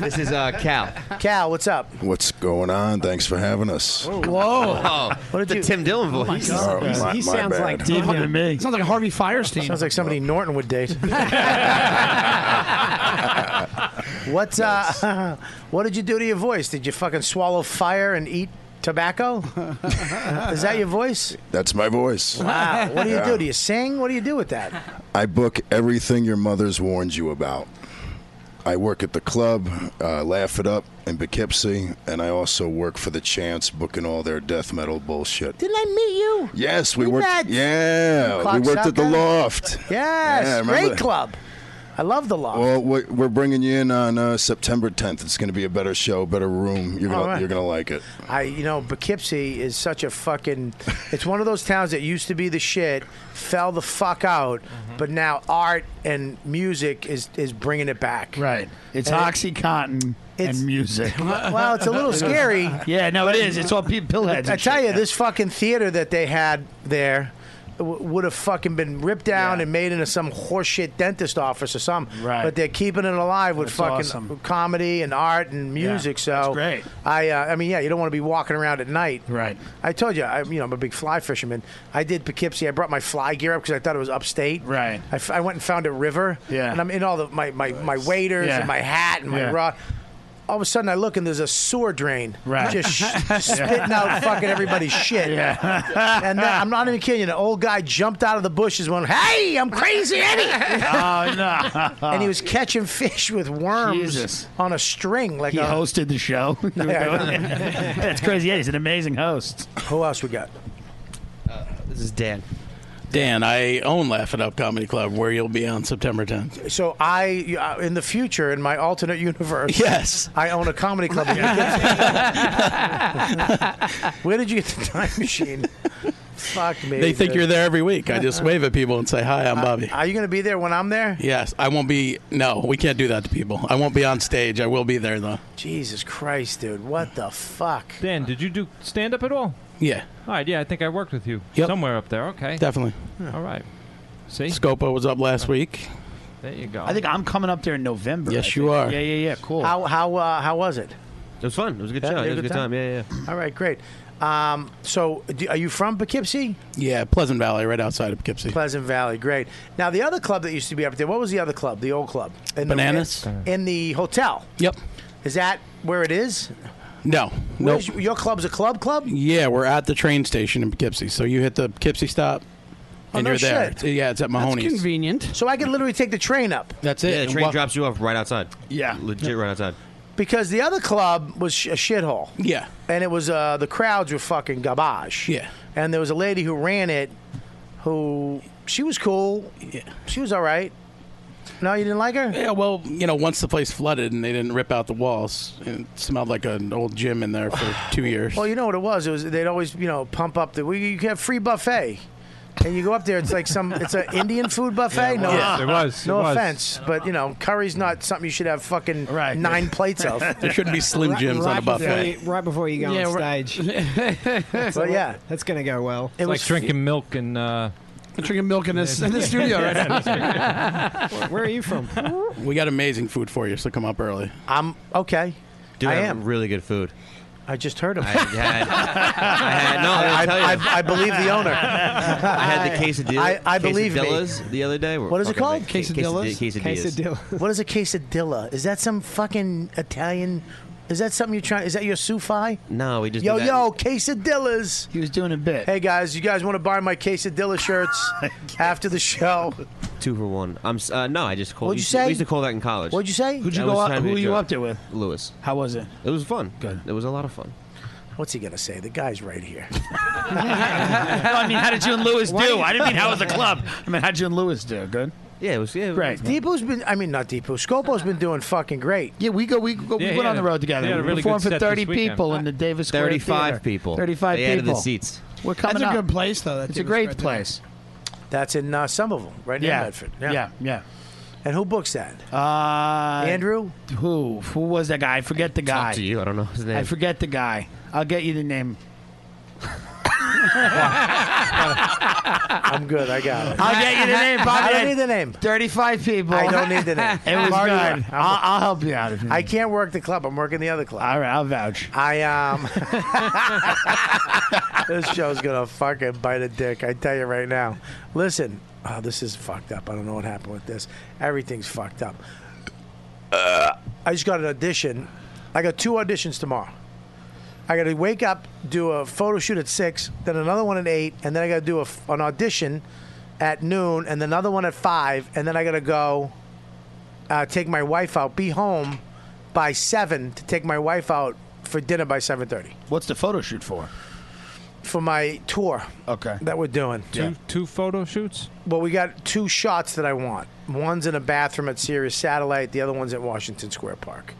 Speaker 13: This is uh, Cal.
Speaker 2: Cal, what's up?
Speaker 3: What's going on? Thanks for having us.
Speaker 13: Whoa!
Speaker 3: Whoa.
Speaker 13: What did the Tim Dillon voice?
Speaker 3: God. Oh, my- He my sounds bad. like Tim
Speaker 13: Hard-
Speaker 3: to me.
Speaker 14: Sounds like Harvey Firestein.
Speaker 2: Sounds like somebody Norton would date. what uh, What did you do to your voice? Did you fucking swallow fire and eat tobacco? Is that your voice?
Speaker 3: That's my voice.
Speaker 2: Wow. What do you
Speaker 3: Yeah.
Speaker 2: do? Do you sing? What do you do with that?
Speaker 3: I book everything your mother's warned you about. I work at the club, uh, Laugh It Up in Poughkeepsie, and I also work for The Chance, booking all their death metal bullshit.
Speaker 2: Didn't I meet you?
Speaker 3: Yes, we
Speaker 2: We
Speaker 3: worked.
Speaker 2: met.
Speaker 3: Yeah, we worked at the
Speaker 2: Cocksucker.
Speaker 3: loft.
Speaker 2: Yes,
Speaker 3: Yeah, remember
Speaker 2: great
Speaker 3: that?
Speaker 2: club. I love the loft.
Speaker 3: Well, we- we're bringing you in on uh, September 10th. It's going to be a better show, better room. You're
Speaker 2: All
Speaker 3: gonna
Speaker 2: right.
Speaker 3: you're gonna like it.
Speaker 2: I, you know, Poughkeepsie is such a fucking. It's one of those towns that used to be the shit, fell the fuck out,
Speaker 10: Mm-hmm.
Speaker 2: but now art and music is is bringing it back.
Speaker 10: Right. It's
Speaker 2: And it-
Speaker 10: OxyContin and music.
Speaker 2: Well, it's a little scary.
Speaker 10: yeah, no, it is. It's all pe- pill heads.
Speaker 2: I
Speaker 10: and
Speaker 2: tell
Speaker 10: shit
Speaker 2: you,
Speaker 10: now.
Speaker 2: this fucking theater that they had there w- would have fucking been ripped down and made into some horseshit dentist office or something. Right. But they're keeping it alive with
Speaker 10: That's
Speaker 2: fucking
Speaker 10: awesome.
Speaker 2: comedy and art and music. so great. I, uh, I mean, yeah, you don't want to be walking around at night. Right. I told you, I, you know, I'm a big fly fisherman. I did Poughkeepsie. I brought my fly gear up because I thought it was upstate. Right. I, f- I went and found a river. Yeah. And I'm in all the my my, my waders
Speaker 10: Yeah.
Speaker 2: and my hat and my
Speaker 10: Yeah.
Speaker 2: rod. All of a sudden, I look and there's a sewer drain
Speaker 10: Right.
Speaker 2: just sh-
Speaker 10: Yeah.
Speaker 2: spitting out fucking everybody's shit.
Speaker 10: Yeah.
Speaker 2: and then, I'm not even kidding you. The old guy jumped out of the bushes, went, "Hey, I'm crazy Eddie!"
Speaker 10: Oh, no.
Speaker 2: And he was catching fish with worms
Speaker 10: Jesus.
Speaker 2: on a string, like
Speaker 10: He
Speaker 2: a,
Speaker 10: hosted the show. it's crazy. Yeah, he's an amazing host.
Speaker 2: Who else we got?
Speaker 13: This is Dan.
Speaker 7: Dan, I own Laugh It Up Comedy Club, where you'll be on September 10th.
Speaker 2: So I, uh, in the future, in my alternate universe,
Speaker 7: Yes.
Speaker 2: I own a comedy club. in Poughkeepsie. Where did you get the time machine? Fuck me.
Speaker 7: They think
Speaker 2: dude.
Speaker 7: you're there every week. I just wave at people and say, "Hi, I'm Bobby."
Speaker 2: Are you going to be there when I'm there?
Speaker 7: Yes, I won't be. No, we can't do that to people. I won't be on stage. I will be there though.
Speaker 2: Jesus Christ, dude! What the fuck?
Speaker 11: Dan, did you do stand up at all?
Speaker 7: Yeah,
Speaker 11: All right, yeah, I think I worked with you somewhere up there. Okay,
Speaker 7: definitely.
Speaker 11: All right, see,
Speaker 7: Scopo was up last week.
Speaker 11: there you go.
Speaker 10: I think I'm coming up there in November.
Speaker 7: Yes,
Speaker 10: I
Speaker 7: you
Speaker 10: think.
Speaker 7: are.
Speaker 10: Yeah, yeah, yeah. Cool.
Speaker 2: How how uh, how was it?
Speaker 13: It was fun. It was a good
Speaker 2: Yeah,
Speaker 13: show.
Speaker 2: you
Speaker 13: It
Speaker 2: had
Speaker 13: was a good time. Yeah, yeah.
Speaker 2: All right, great. Um, so, do, are you from Poughkeepsie?
Speaker 7: Yeah, Pleasant Valley, right outside of Poughkeepsie.
Speaker 2: Pleasant Valley, great. Now, the other club that used to be up there, what was the other club? The old club? In
Speaker 7: Bananas?
Speaker 2: The, in the hotel?
Speaker 7: Yep.
Speaker 2: Is that where it is?
Speaker 7: No, no.
Speaker 2: Where's- Your club's a club club?
Speaker 7: Yeah, we're at the train station in Poughkeepsie. So you hit the Poughkeepsie stop,
Speaker 2: Oh,
Speaker 7: and
Speaker 2: no
Speaker 7: you're there.
Speaker 2: shit.
Speaker 7: Yeah, it's at Mahoney's.
Speaker 2: convenient. So I can literally take the train up.
Speaker 7: That's
Speaker 13: Yeah, the train drops you off right outside.
Speaker 10: Yeah.
Speaker 13: Legit right outside.
Speaker 2: Because the other club was sh- a shithole.
Speaker 7: Yeah.
Speaker 2: And it was, uh, the crowds were fucking garbage. Yeah. And there was a lady who ran it who, she was cool. Yeah. She was all right. No, you didn't like her?
Speaker 7: Yeah, well, you know, once the place flooded and they didn't rip out the walls, and it smelled like an old gym in there for two years.
Speaker 2: Well, you know what it was? It was they'd always you know pump up the we you can have free buffet. And you go up there, it's like some, it's an Indian food buffet.
Speaker 11: Yeah, it
Speaker 2: no,
Speaker 11: was. It was.
Speaker 2: No
Speaker 11: It was.
Speaker 2: offense, but you know, curry's not something you should have fucking nine plates of.
Speaker 7: There shouldn't be Slim
Speaker 2: Right-
Speaker 7: Jims on a
Speaker 2: right before
Speaker 7: buffet.
Speaker 2: you-
Speaker 17: Right before you go
Speaker 2: Yeah,
Speaker 17: on
Speaker 2: right-
Speaker 17: stage.
Speaker 2: But yeah.
Speaker 17: that's gonna go well.
Speaker 11: it's like drinking milk and. Uh,
Speaker 8: Drinking milk in this in this studio right now.
Speaker 17: Where are you from?
Speaker 7: We got amazing food for you, so come up early.
Speaker 2: I'm okay.
Speaker 13: Dude,
Speaker 2: I
Speaker 13: had
Speaker 2: am.
Speaker 13: Really good food.
Speaker 2: I just heard
Speaker 13: I
Speaker 2: him.
Speaker 13: had, I had no.
Speaker 2: I-
Speaker 13: I, tell you.
Speaker 2: I- I- I believe the owner.
Speaker 13: I had the quesadilla.
Speaker 2: I- I believe me.
Speaker 13: quesadillas the other day. were
Speaker 2: What is it
Speaker 13: fucking
Speaker 2: called?
Speaker 13: ama- quesadi- Quesadillas.
Speaker 2: What is a quesadilla? Is that some fucking Italian? Is that something you're trying? Is that your soufi?
Speaker 13: No, we just
Speaker 2: Yo,
Speaker 13: did that.
Speaker 2: yo, quesadillas.
Speaker 10: He was doing a bit.
Speaker 2: Hey guys, you guys want to buy my quesadilla shirts after the show?
Speaker 13: Two for one. I'm s- uh, no, I just called.
Speaker 2: What'd you
Speaker 13: used to-
Speaker 2: say?
Speaker 13: We used to call that in college.
Speaker 2: What'd you say? Who'd you
Speaker 13: That
Speaker 2: go
Speaker 13: was
Speaker 2: up-
Speaker 13: kind of
Speaker 2: who
Speaker 13: a
Speaker 2: were you
Speaker 13: joke.
Speaker 2: up there with?
Speaker 13: Lewis.
Speaker 10: How was it?
Speaker 13: It was fun. Good. It was a lot of fun.
Speaker 2: What's he gonna say? The guy's right here.
Speaker 10: I mean, how did you and Lewis do?
Speaker 2: Why do you-
Speaker 10: I didn't mean how was the club. I mean, how did you and Lewis do? Good.
Speaker 13: Yeah, it was yeah,
Speaker 10: great.
Speaker 2: Deepu's been. I mean, not Deepu. Scopo's been doing fucking great.
Speaker 10: Yeah, we go. We
Speaker 2: Yeah,
Speaker 10: go. we
Speaker 2: he
Speaker 10: went
Speaker 2: had
Speaker 10: on the
Speaker 2: a-
Speaker 10: road together.
Speaker 2: he had a
Speaker 10: we
Speaker 2: really good
Speaker 10: performed for
Speaker 2: set this
Speaker 10: thirty
Speaker 2: weekend.
Speaker 10: people in the Davis Square
Speaker 13: 35
Speaker 10: Theater.
Speaker 13: Uh, people.
Speaker 10: Thirty-five
Speaker 13: They
Speaker 10: people.
Speaker 13: added the seats.
Speaker 10: We're coming
Speaker 8: That's a
Speaker 10: up.
Speaker 8: good place, though. That
Speaker 10: It's a
Speaker 8: Davis
Speaker 10: great
Speaker 8: Square Theater.
Speaker 10: place.
Speaker 2: That's in uh, Somerville, right near
Speaker 10: Yeah.
Speaker 2: Medford.
Speaker 10: Yeah, yeah.
Speaker 2: And who books that?
Speaker 10: Uh,
Speaker 2: Andrew?
Speaker 10: Who? Who was that guy? I forget the guy.
Speaker 13: Talk to you. I don't know his name.
Speaker 10: I forget the guy. I'll get you the name.
Speaker 2: I'm good. I got it.
Speaker 10: I'll get you the name, Bobby.
Speaker 2: I don't need the name.
Speaker 10: Thirty-five people.
Speaker 2: I don't need the name.
Speaker 10: It was
Speaker 2: I'm already
Speaker 10: good.
Speaker 2: working. I'm-
Speaker 10: I'll, I'll help you out. If you
Speaker 2: I can't work the club. I'm working the other club.
Speaker 10: All right, I'll vouch.
Speaker 2: I um. this show's gonna fucking bite a dick. I tell you right now. Listen, oh, this is fucked up. I don't know what happened with this. Everything's fucked up. Uh, I just got an audition. I got two auditions tomorrow. I got to wake up, do a photo shoot at six, then another one at eight, and then I got to do a f an audition at noon, and another one at five, and then I got to go uh, take my wife out, be home by seven to take my wife out for dinner by seven thirty
Speaker 10: What's the photo shoot for?
Speaker 2: for my tour.
Speaker 10: Okay.
Speaker 2: That we're doing
Speaker 11: Two two photo shoots.
Speaker 2: Well, we got two shots that I want. One's in a bathroom at Sirius Satellite. The other one's at Washington Square Park.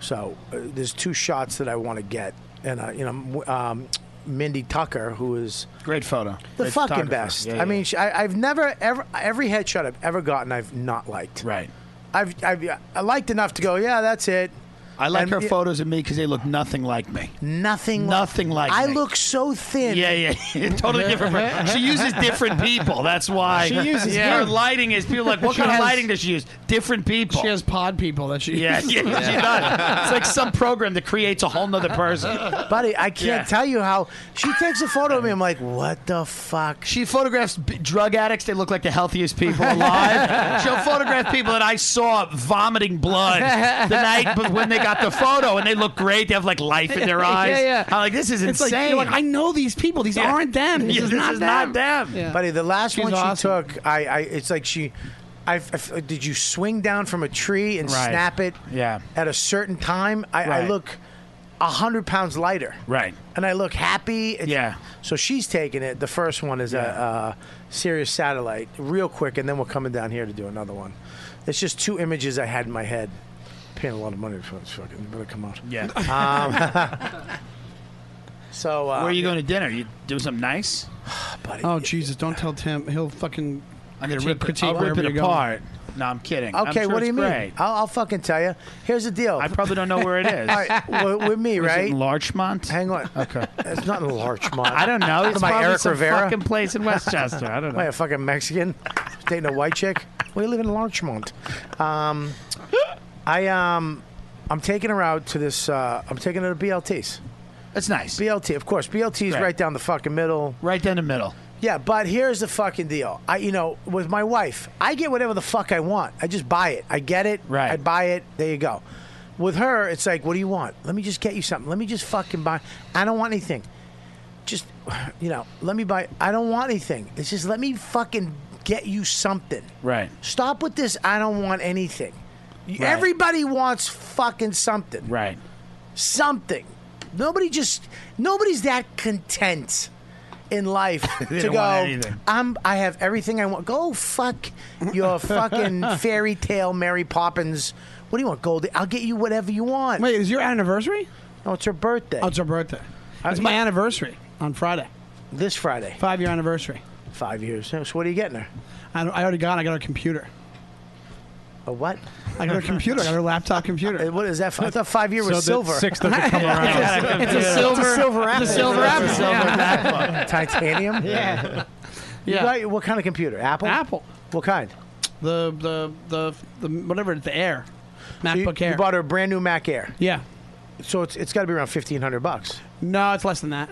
Speaker 2: So uh, there's two shots that I want to get, and uh, you know, m- um, Mindy Tucker, who is
Speaker 10: great photo,
Speaker 2: the
Speaker 10: Great
Speaker 2: fucking
Speaker 10: photographer.
Speaker 2: best.
Speaker 10: Yeah,
Speaker 2: I
Speaker 10: yeah.
Speaker 2: mean, she, I, I've never ever every headshot I've ever gotten, I've not liked.
Speaker 10: Right.
Speaker 2: I've, I've I liked enough to go, yeah, that's it.
Speaker 10: I like
Speaker 2: And
Speaker 10: her
Speaker 2: y-
Speaker 10: photos of me because they look nothing like me.
Speaker 2: Nothing.
Speaker 10: Nothing like.
Speaker 2: I
Speaker 10: me.
Speaker 2: look so thin.
Speaker 10: Yeah, yeah, totally different. per- She uses different people. That's why
Speaker 14: Uh-huh, She uses
Speaker 10: yeah. her
Speaker 14: him.
Speaker 10: lighting is people are like what
Speaker 14: She
Speaker 10: kind
Speaker 14: has-
Speaker 10: of lighting does she use? Different people.
Speaker 14: She has pod people that she.
Speaker 10: yeah,
Speaker 14: uses.
Speaker 10: yeah, she does. It's like some program that creates a whole nother person.
Speaker 14: Uh-huh.
Speaker 2: Buddy, I can't tell you how she takes a photo of me. I'm like, what the fuck?
Speaker 10: She photographs b- drug addicts. They look like the healthiest people alive. She'll photograph people that I saw vomiting blood the night b- when they got the photo, and they look great. They have like life in their
Speaker 14: Yeah,
Speaker 10: eyes.
Speaker 14: yeah.
Speaker 10: I'm like, this is
Speaker 14: It's like,
Speaker 10: insane.
Speaker 14: you're like, I know these people. These
Speaker 10: Yeah.
Speaker 14: aren't them. This
Speaker 10: Yeah,
Speaker 14: is
Speaker 10: this
Speaker 14: not
Speaker 10: is
Speaker 14: them.
Speaker 10: not them.
Speaker 2: Buddy, the last
Speaker 14: She's
Speaker 2: one she
Speaker 14: awesome.
Speaker 2: took, I, I, it's like she, I, I- did you swing down from a tree and
Speaker 10: Right.
Speaker 2: snap it?
Speaker 10: Yeah.
Speaker 2: At a certain time, I, I
Speaker 10: Right.
Speaker 2: look a hundred pounds lighter.
Speaker 10: Right.
Speaker 2: And I look happy. It's-
Speaker 10: Yeah.
Speaker 2: So she's taking it. The first one is a, a Sirius satellite, real quick, and then we're coming down here to do another one. It's just two images I had in my head. Paying a lot of money for this fucking better come out. Yeah. Um, so uh,
Speaker 10: Where are you going to dinner? You doing something nice?
Speaker 14: Oh Jesus! Don't tell Tim. He'll fucking.
Speaker 10: I'm gonna
Speaker 14: critique-
Speaker 10: rip,
Speaker 14: critique
Speaker 10: I'll rip
Speaker 14: wherever
Speaker 10: it
Speaker 14: you're going.
Speaker 10: apart. No, I'm kidding. I'm
Speaker 2: Okay,
Speaker 10: sure
Speaker 2: what do
Speaker 10: it's
Speaker 2: you mean?
Speaker 10: great.
Speaker 2: I'll, I'll fucking tell you. Here's the deal. I
Speaker 10: probably don't know where it is.
Speaker 2: All right, well, with me,
Speaker 10: Was it
Speaker 2: right?
Speaker 10: in Larchmont.
Speaker 2: Hang on. Okay. It's not in Larchmont.
Speaker 10: I don't know.
Speaker 2: What
Speaker 10: It's
Speaker 2: am I,
Speaker 10: probably
Speaker 2: Eric
Speaker 10: some
Speaker 2: Rivera?
Speaker 10: fucking place in Westchester. I don't
Speaker 2: Am I
Speaker 10: know.
Speaker 2: a fucking Mexican dating a white chick? We live in Larchmont. Um, I um, I'm taking her out to this. Uh, I'm taking her to BLTs.
Speaker 10: That's nice.
Speaker 2: BLT, of course. BLT is right.
Speaker 10: Right.
Speaker 2: down the fucking middle.
Speaker 10: Right down the middle.
Speaker 2: Yeah, but here's the fucking deal. I, you know, with my wife, I get whatever the fuck I want. I just buy it. I get it. Right. I buy it. There you go. With her, it's like, what do you want? Let me just get you something. Let me just fucking buy. I don't want anything. Just, you know, let me buy. I don't want anything. It's just let me fucking get you something.
Speaker 10: Right.
Speaker 2: Stop with this. I don't want anything. You-
Speaker 10: Right.
Speaker 2: Everybody wants fucking something.
Speaker 10: Right.
Speaker 2: Something. Nobody just. Nobody's that content in life
Speaker 10: They
Speaker 2: to
Speaker 10: don't
Speaker 2: go.
Speaker 10: want anything.
Speaker 2: I'm. I have everything I want. Go fuck your fucking fairy tale, Mary Poppins. What do you want, Goldie? I'll get you whatever you want.
Speaker 14: Wait, is your anniversary?
Speaker 2: No, it's her birthday.
Speaker 14: Oh, it's her birthday. It's my anniversary on Friday.
Speaker 2: This Friday.
Speaker 14: Five year anniversary.
Speaker 2: Five years. So what are you getting her?
Speaker 14: I, don't- I already got. it. I got her computer.
Speaker 2: A what? Uh,
Speaker 14: I got her computer. I got her laptop computer.
Speaker 2: What is that? I thought five year
Speaker 14: So
Speaker 2: was
Speaker 14: the
Speaker 2: silver.
Speaker 14: sixth doesn't come around.
Speaker 10: It's a silver-
Speaker 2: Apple.
Speaker 10: it's a silver Apple.
Speaker 2: It's a silver
Speaker 10: Yeah.
Speaker 2: Apple. Titanium.
Speaker 14: Yeah.
Speaker 2: You
Speaker 14: Yeah.
Speaker 2: got- what kind of computer? Apple.
Speaker 14: Apple.
Speaker 2: What kind?
Speaker 14: The the the the whatever the Air, MacBook
Speaker 2: You
Speaker 14: Air.
Speaker 2: bought her a brand new Mac Air.
Speaker 14: Yeah.
Speaker 2: So it's it's got to be around fifteen hundred bucks.
Speaker 14: No, it's less than that.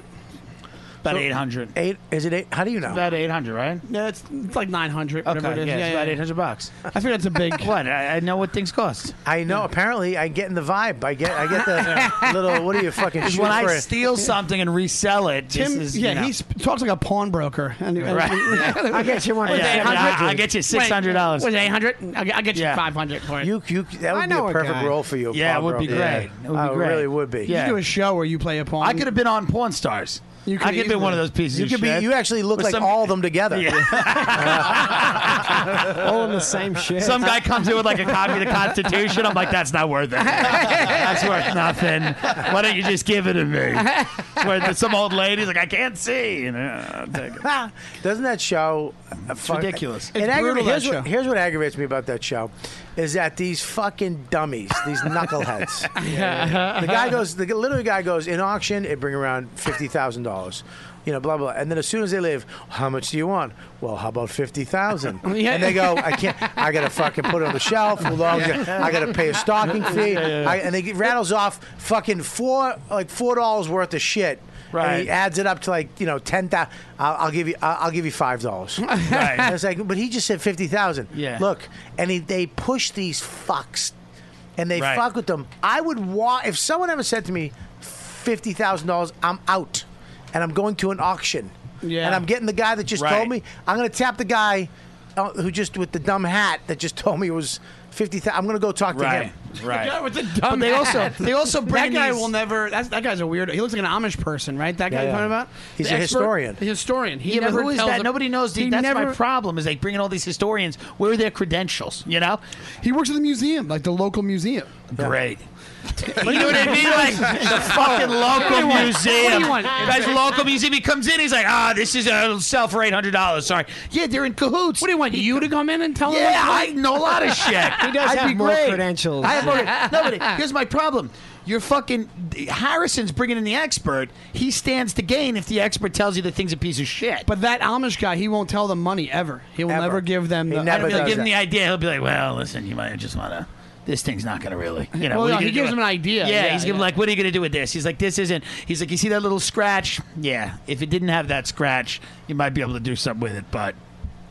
Speaker 10: About
Speaker 2: So-
Speaker 10: eight hundred.
Speaker 2: Eight? Is it eight? How do you know?
Speaker 10: About eight hundred, right?
Speaker 14: No, it's, it's like nine hundred.
Speaker 10: Okay,
Speaker 14: Whatever it is.
Speaker 10: yeah,
Speaker 14: Yeah,
Speaker 10: it's
Speaker 14: yeah,
Speaker 10: about
Speaker 14: yeah.
Speaker 10: eight hundred bucks.
Speaker 14: I figured it's a big.
Speaker 10: what? I, I know what things cost.
Speaker 2: I know. Apparently, I get in the vibe. I get I get the little. What are you fucking?
Speaker 10: Because
Speaker 2: shoot
Speaker 10: when
Speaker 2: for
Speaker 10: I
Speaker 2: it?
Speaker 10: steal something and resell it, this
Speaker 14: Tim,
Speaker 10: is, you
Speaker 14: yeah,
Speaker 10: know.
Speaker 14: he sp- talks like a pawnbroker. And, and-
Speaker 10: Right.
Speaker 2: I'll get you one
Speaker 14: Was
Speaker 10: Yeah,
Speaker 14: it
Speaker 10: I mean, I-
Speaker 14: 800?
Speaker 10: I'll get you $600.
Speaker 14: Was it eight hundred? I'll, get- I'll get you five hundred for it.
Speaker 2: You, you, that would
Speaker 14: I
Speaker 2: be
Speaker 14: know
Speaker 2: a
Speaker 14: a
Speaker 2: perfect
Speaker 14: guy.
Speaker 2: role for you.
Speaker 10: Yeah, it would be
Speaker 2: Paul
Speaker 10: great.
Speaker 2: Broker.
Speaker 10: It would be
Speaker 2: Uh,
Speaker 10: great.
Speaker 2: really would be.
Speaker 10: Yeah.
Speaker 14: You do a show where you play a pawn.
Speaker 10: I could have been on Porn Stars.
Speaker 14: You
Speaker 10: I could have been
Speaker 14: easily-
Speaker 10: one of those pieces.
Speaker 2: You
Speaker 10: of
Speaker 2: could be.
Speaker 10: shit.
Speaker 2: You actually look
Speaker 10: With
Speaker 2: like
Speaker 10: some-
Speaker 2: all of them together.
Speaker 13: All in the same shit.
Speaker 10: Some guy comes in with like a copy of the Constitution. I'm like, that's not worth it. That's worth nothing. Why don't you just give it to me? Where the- some old lady's like, I can't see. You know, I'll take it.
Speaker 2: Doesn't that show? It's
Speaker 10: ridiculous.
Speaker 2: It
Speaker 10: It's
Speaker 2: aggra-
Speaker 10: brutal, that
Speaker 2: here's,
Speaker 10: show.
Speaker 2: What, here's what aggravates me about that show, is that these fucking dummies, these knuckleheads. the guy goes. The literally guy goes in auction. It bring around fifty thousand dollars. You know, blah blah. And then as soon as they leave, how much do you want? Well, how about fifty thousand?
Speaker 7: Yeah.
Speaker 2: And they go, I can't. I gotta fucking put it on the shelf. Hold on,
Speaker 7: Yeah.
Speaker 2: I gotta pay a stocking fee.
Speaker 7: Yeah, yeah, yeah.
Speaker 2: I, and they rattles off fucking four like four dollars worth of shit. And
Speaker 7: Right.
Speaker 2: he adds it up to like you know ten thousand. I'll, I'll give you. I'll, I'll give you five dollars.
Speaker 7: Right.
Speaker 2: And it's like, but he just said fifty thousand.
Speaker 7: Yeah.
Speaker 2: Look, and he, they push these fucks, and they
Speaker 7: Right.
Speaker 2: fuck with them. I would want if someone ever said to me, fifty thousand dollars, I'm out, and I'm going to an auction.
Speaker 14: Yeah.
Speaker 2: And I'm getting the guy that just told
Speaker 14: Right.
Speaker 2: me. I'm gonna tap the guy uh, who just with the dumb hat that just told me it was fifty thousand. I'm gonna go talk to him.
Speaker 14: The guy with the dumb
Speaker 2: But they also-
Speaker 14: hat.
Speaker 2: they also bring
Speaker 14: that guy
Speaker 2: these-
Speaker 14: will never. That's, that guy's a weirdo. He looks like an Amish person, right? That guy
Speaker 10: Yeah,
Speaker 14: you're
Speaker 10: yeah.
Speaker 14: talking about.
Speaker 10: He's
Speaker 14: The
Speaker 10: a historian.
Speaker 14: The historian. He
Speaker 10: yeah,
Speaker 14: never
Speaker 10: but who is
Speaker 14: tells
Speaker 10: that?
Speaker 14: a-
Speaker 10: Nobody knows.
Speaker 14: He
Speaker 10: Dude, that's
Speaker 14: never,
Speaker 10: my problem. Is they bringing all these historians? Where are their credentials? You know.
Speaker 14: He works at the museum, like the local museum.
Speaker 10: Great. you know what I mean? Like the fucking local
Speaker 14: What do you want?
Speaker 10: museum.
Speaker 14: What do you want?
Speaker 10: Guys, local museum. He comes in. He's like, ah, this is a sell for eight hundred dollars. Sorry. Yeah, they're in cahoots. What do you want? You to come in and tell
Speaker 14: him
Speaker 10: Yeah,
Speaker 14: what-
Speaker 10: I know a lot of shit.
Speaker 14: He does
Speaker 10: I'd
Speaker 14: have
Speaker 10: be
Speaker 14: more
Speaker 10: great.
Speaker 14: credentials.
Speaker 10: I have more. No, but here's my problem. You're fucking Harrison's bringing in the expert. He stands to gain if the expert tells you the thing's a piece of shit.
Speaker 14: But that Amish guy, he won't tell them money ever. He will never give them. The,
Speaker 10: I feel like give him the idea. He'll be like, "Well, listen, you might just want to. This thing's not going to really, you know."
Speaker 14: Well,
Speaker 10: what are
Speaker 14: no,
Speaker 10: you
Speaker 14: he
Speaker 10: gonna
Speaker 14: gives
Speaker 10: do?
Speaker 14: him an idea.
Speaker 10: Yeah,
Speaker 14: Yeah,
Speaker 10: he's gonna be
Speaker 14: yeah.
Speaker 10: like, "What are you going to do with this?" He's like, "This isn't." He's like, "You see that little scratch? Yeah. If it didn't have that scratch, you might be able to do something with it, but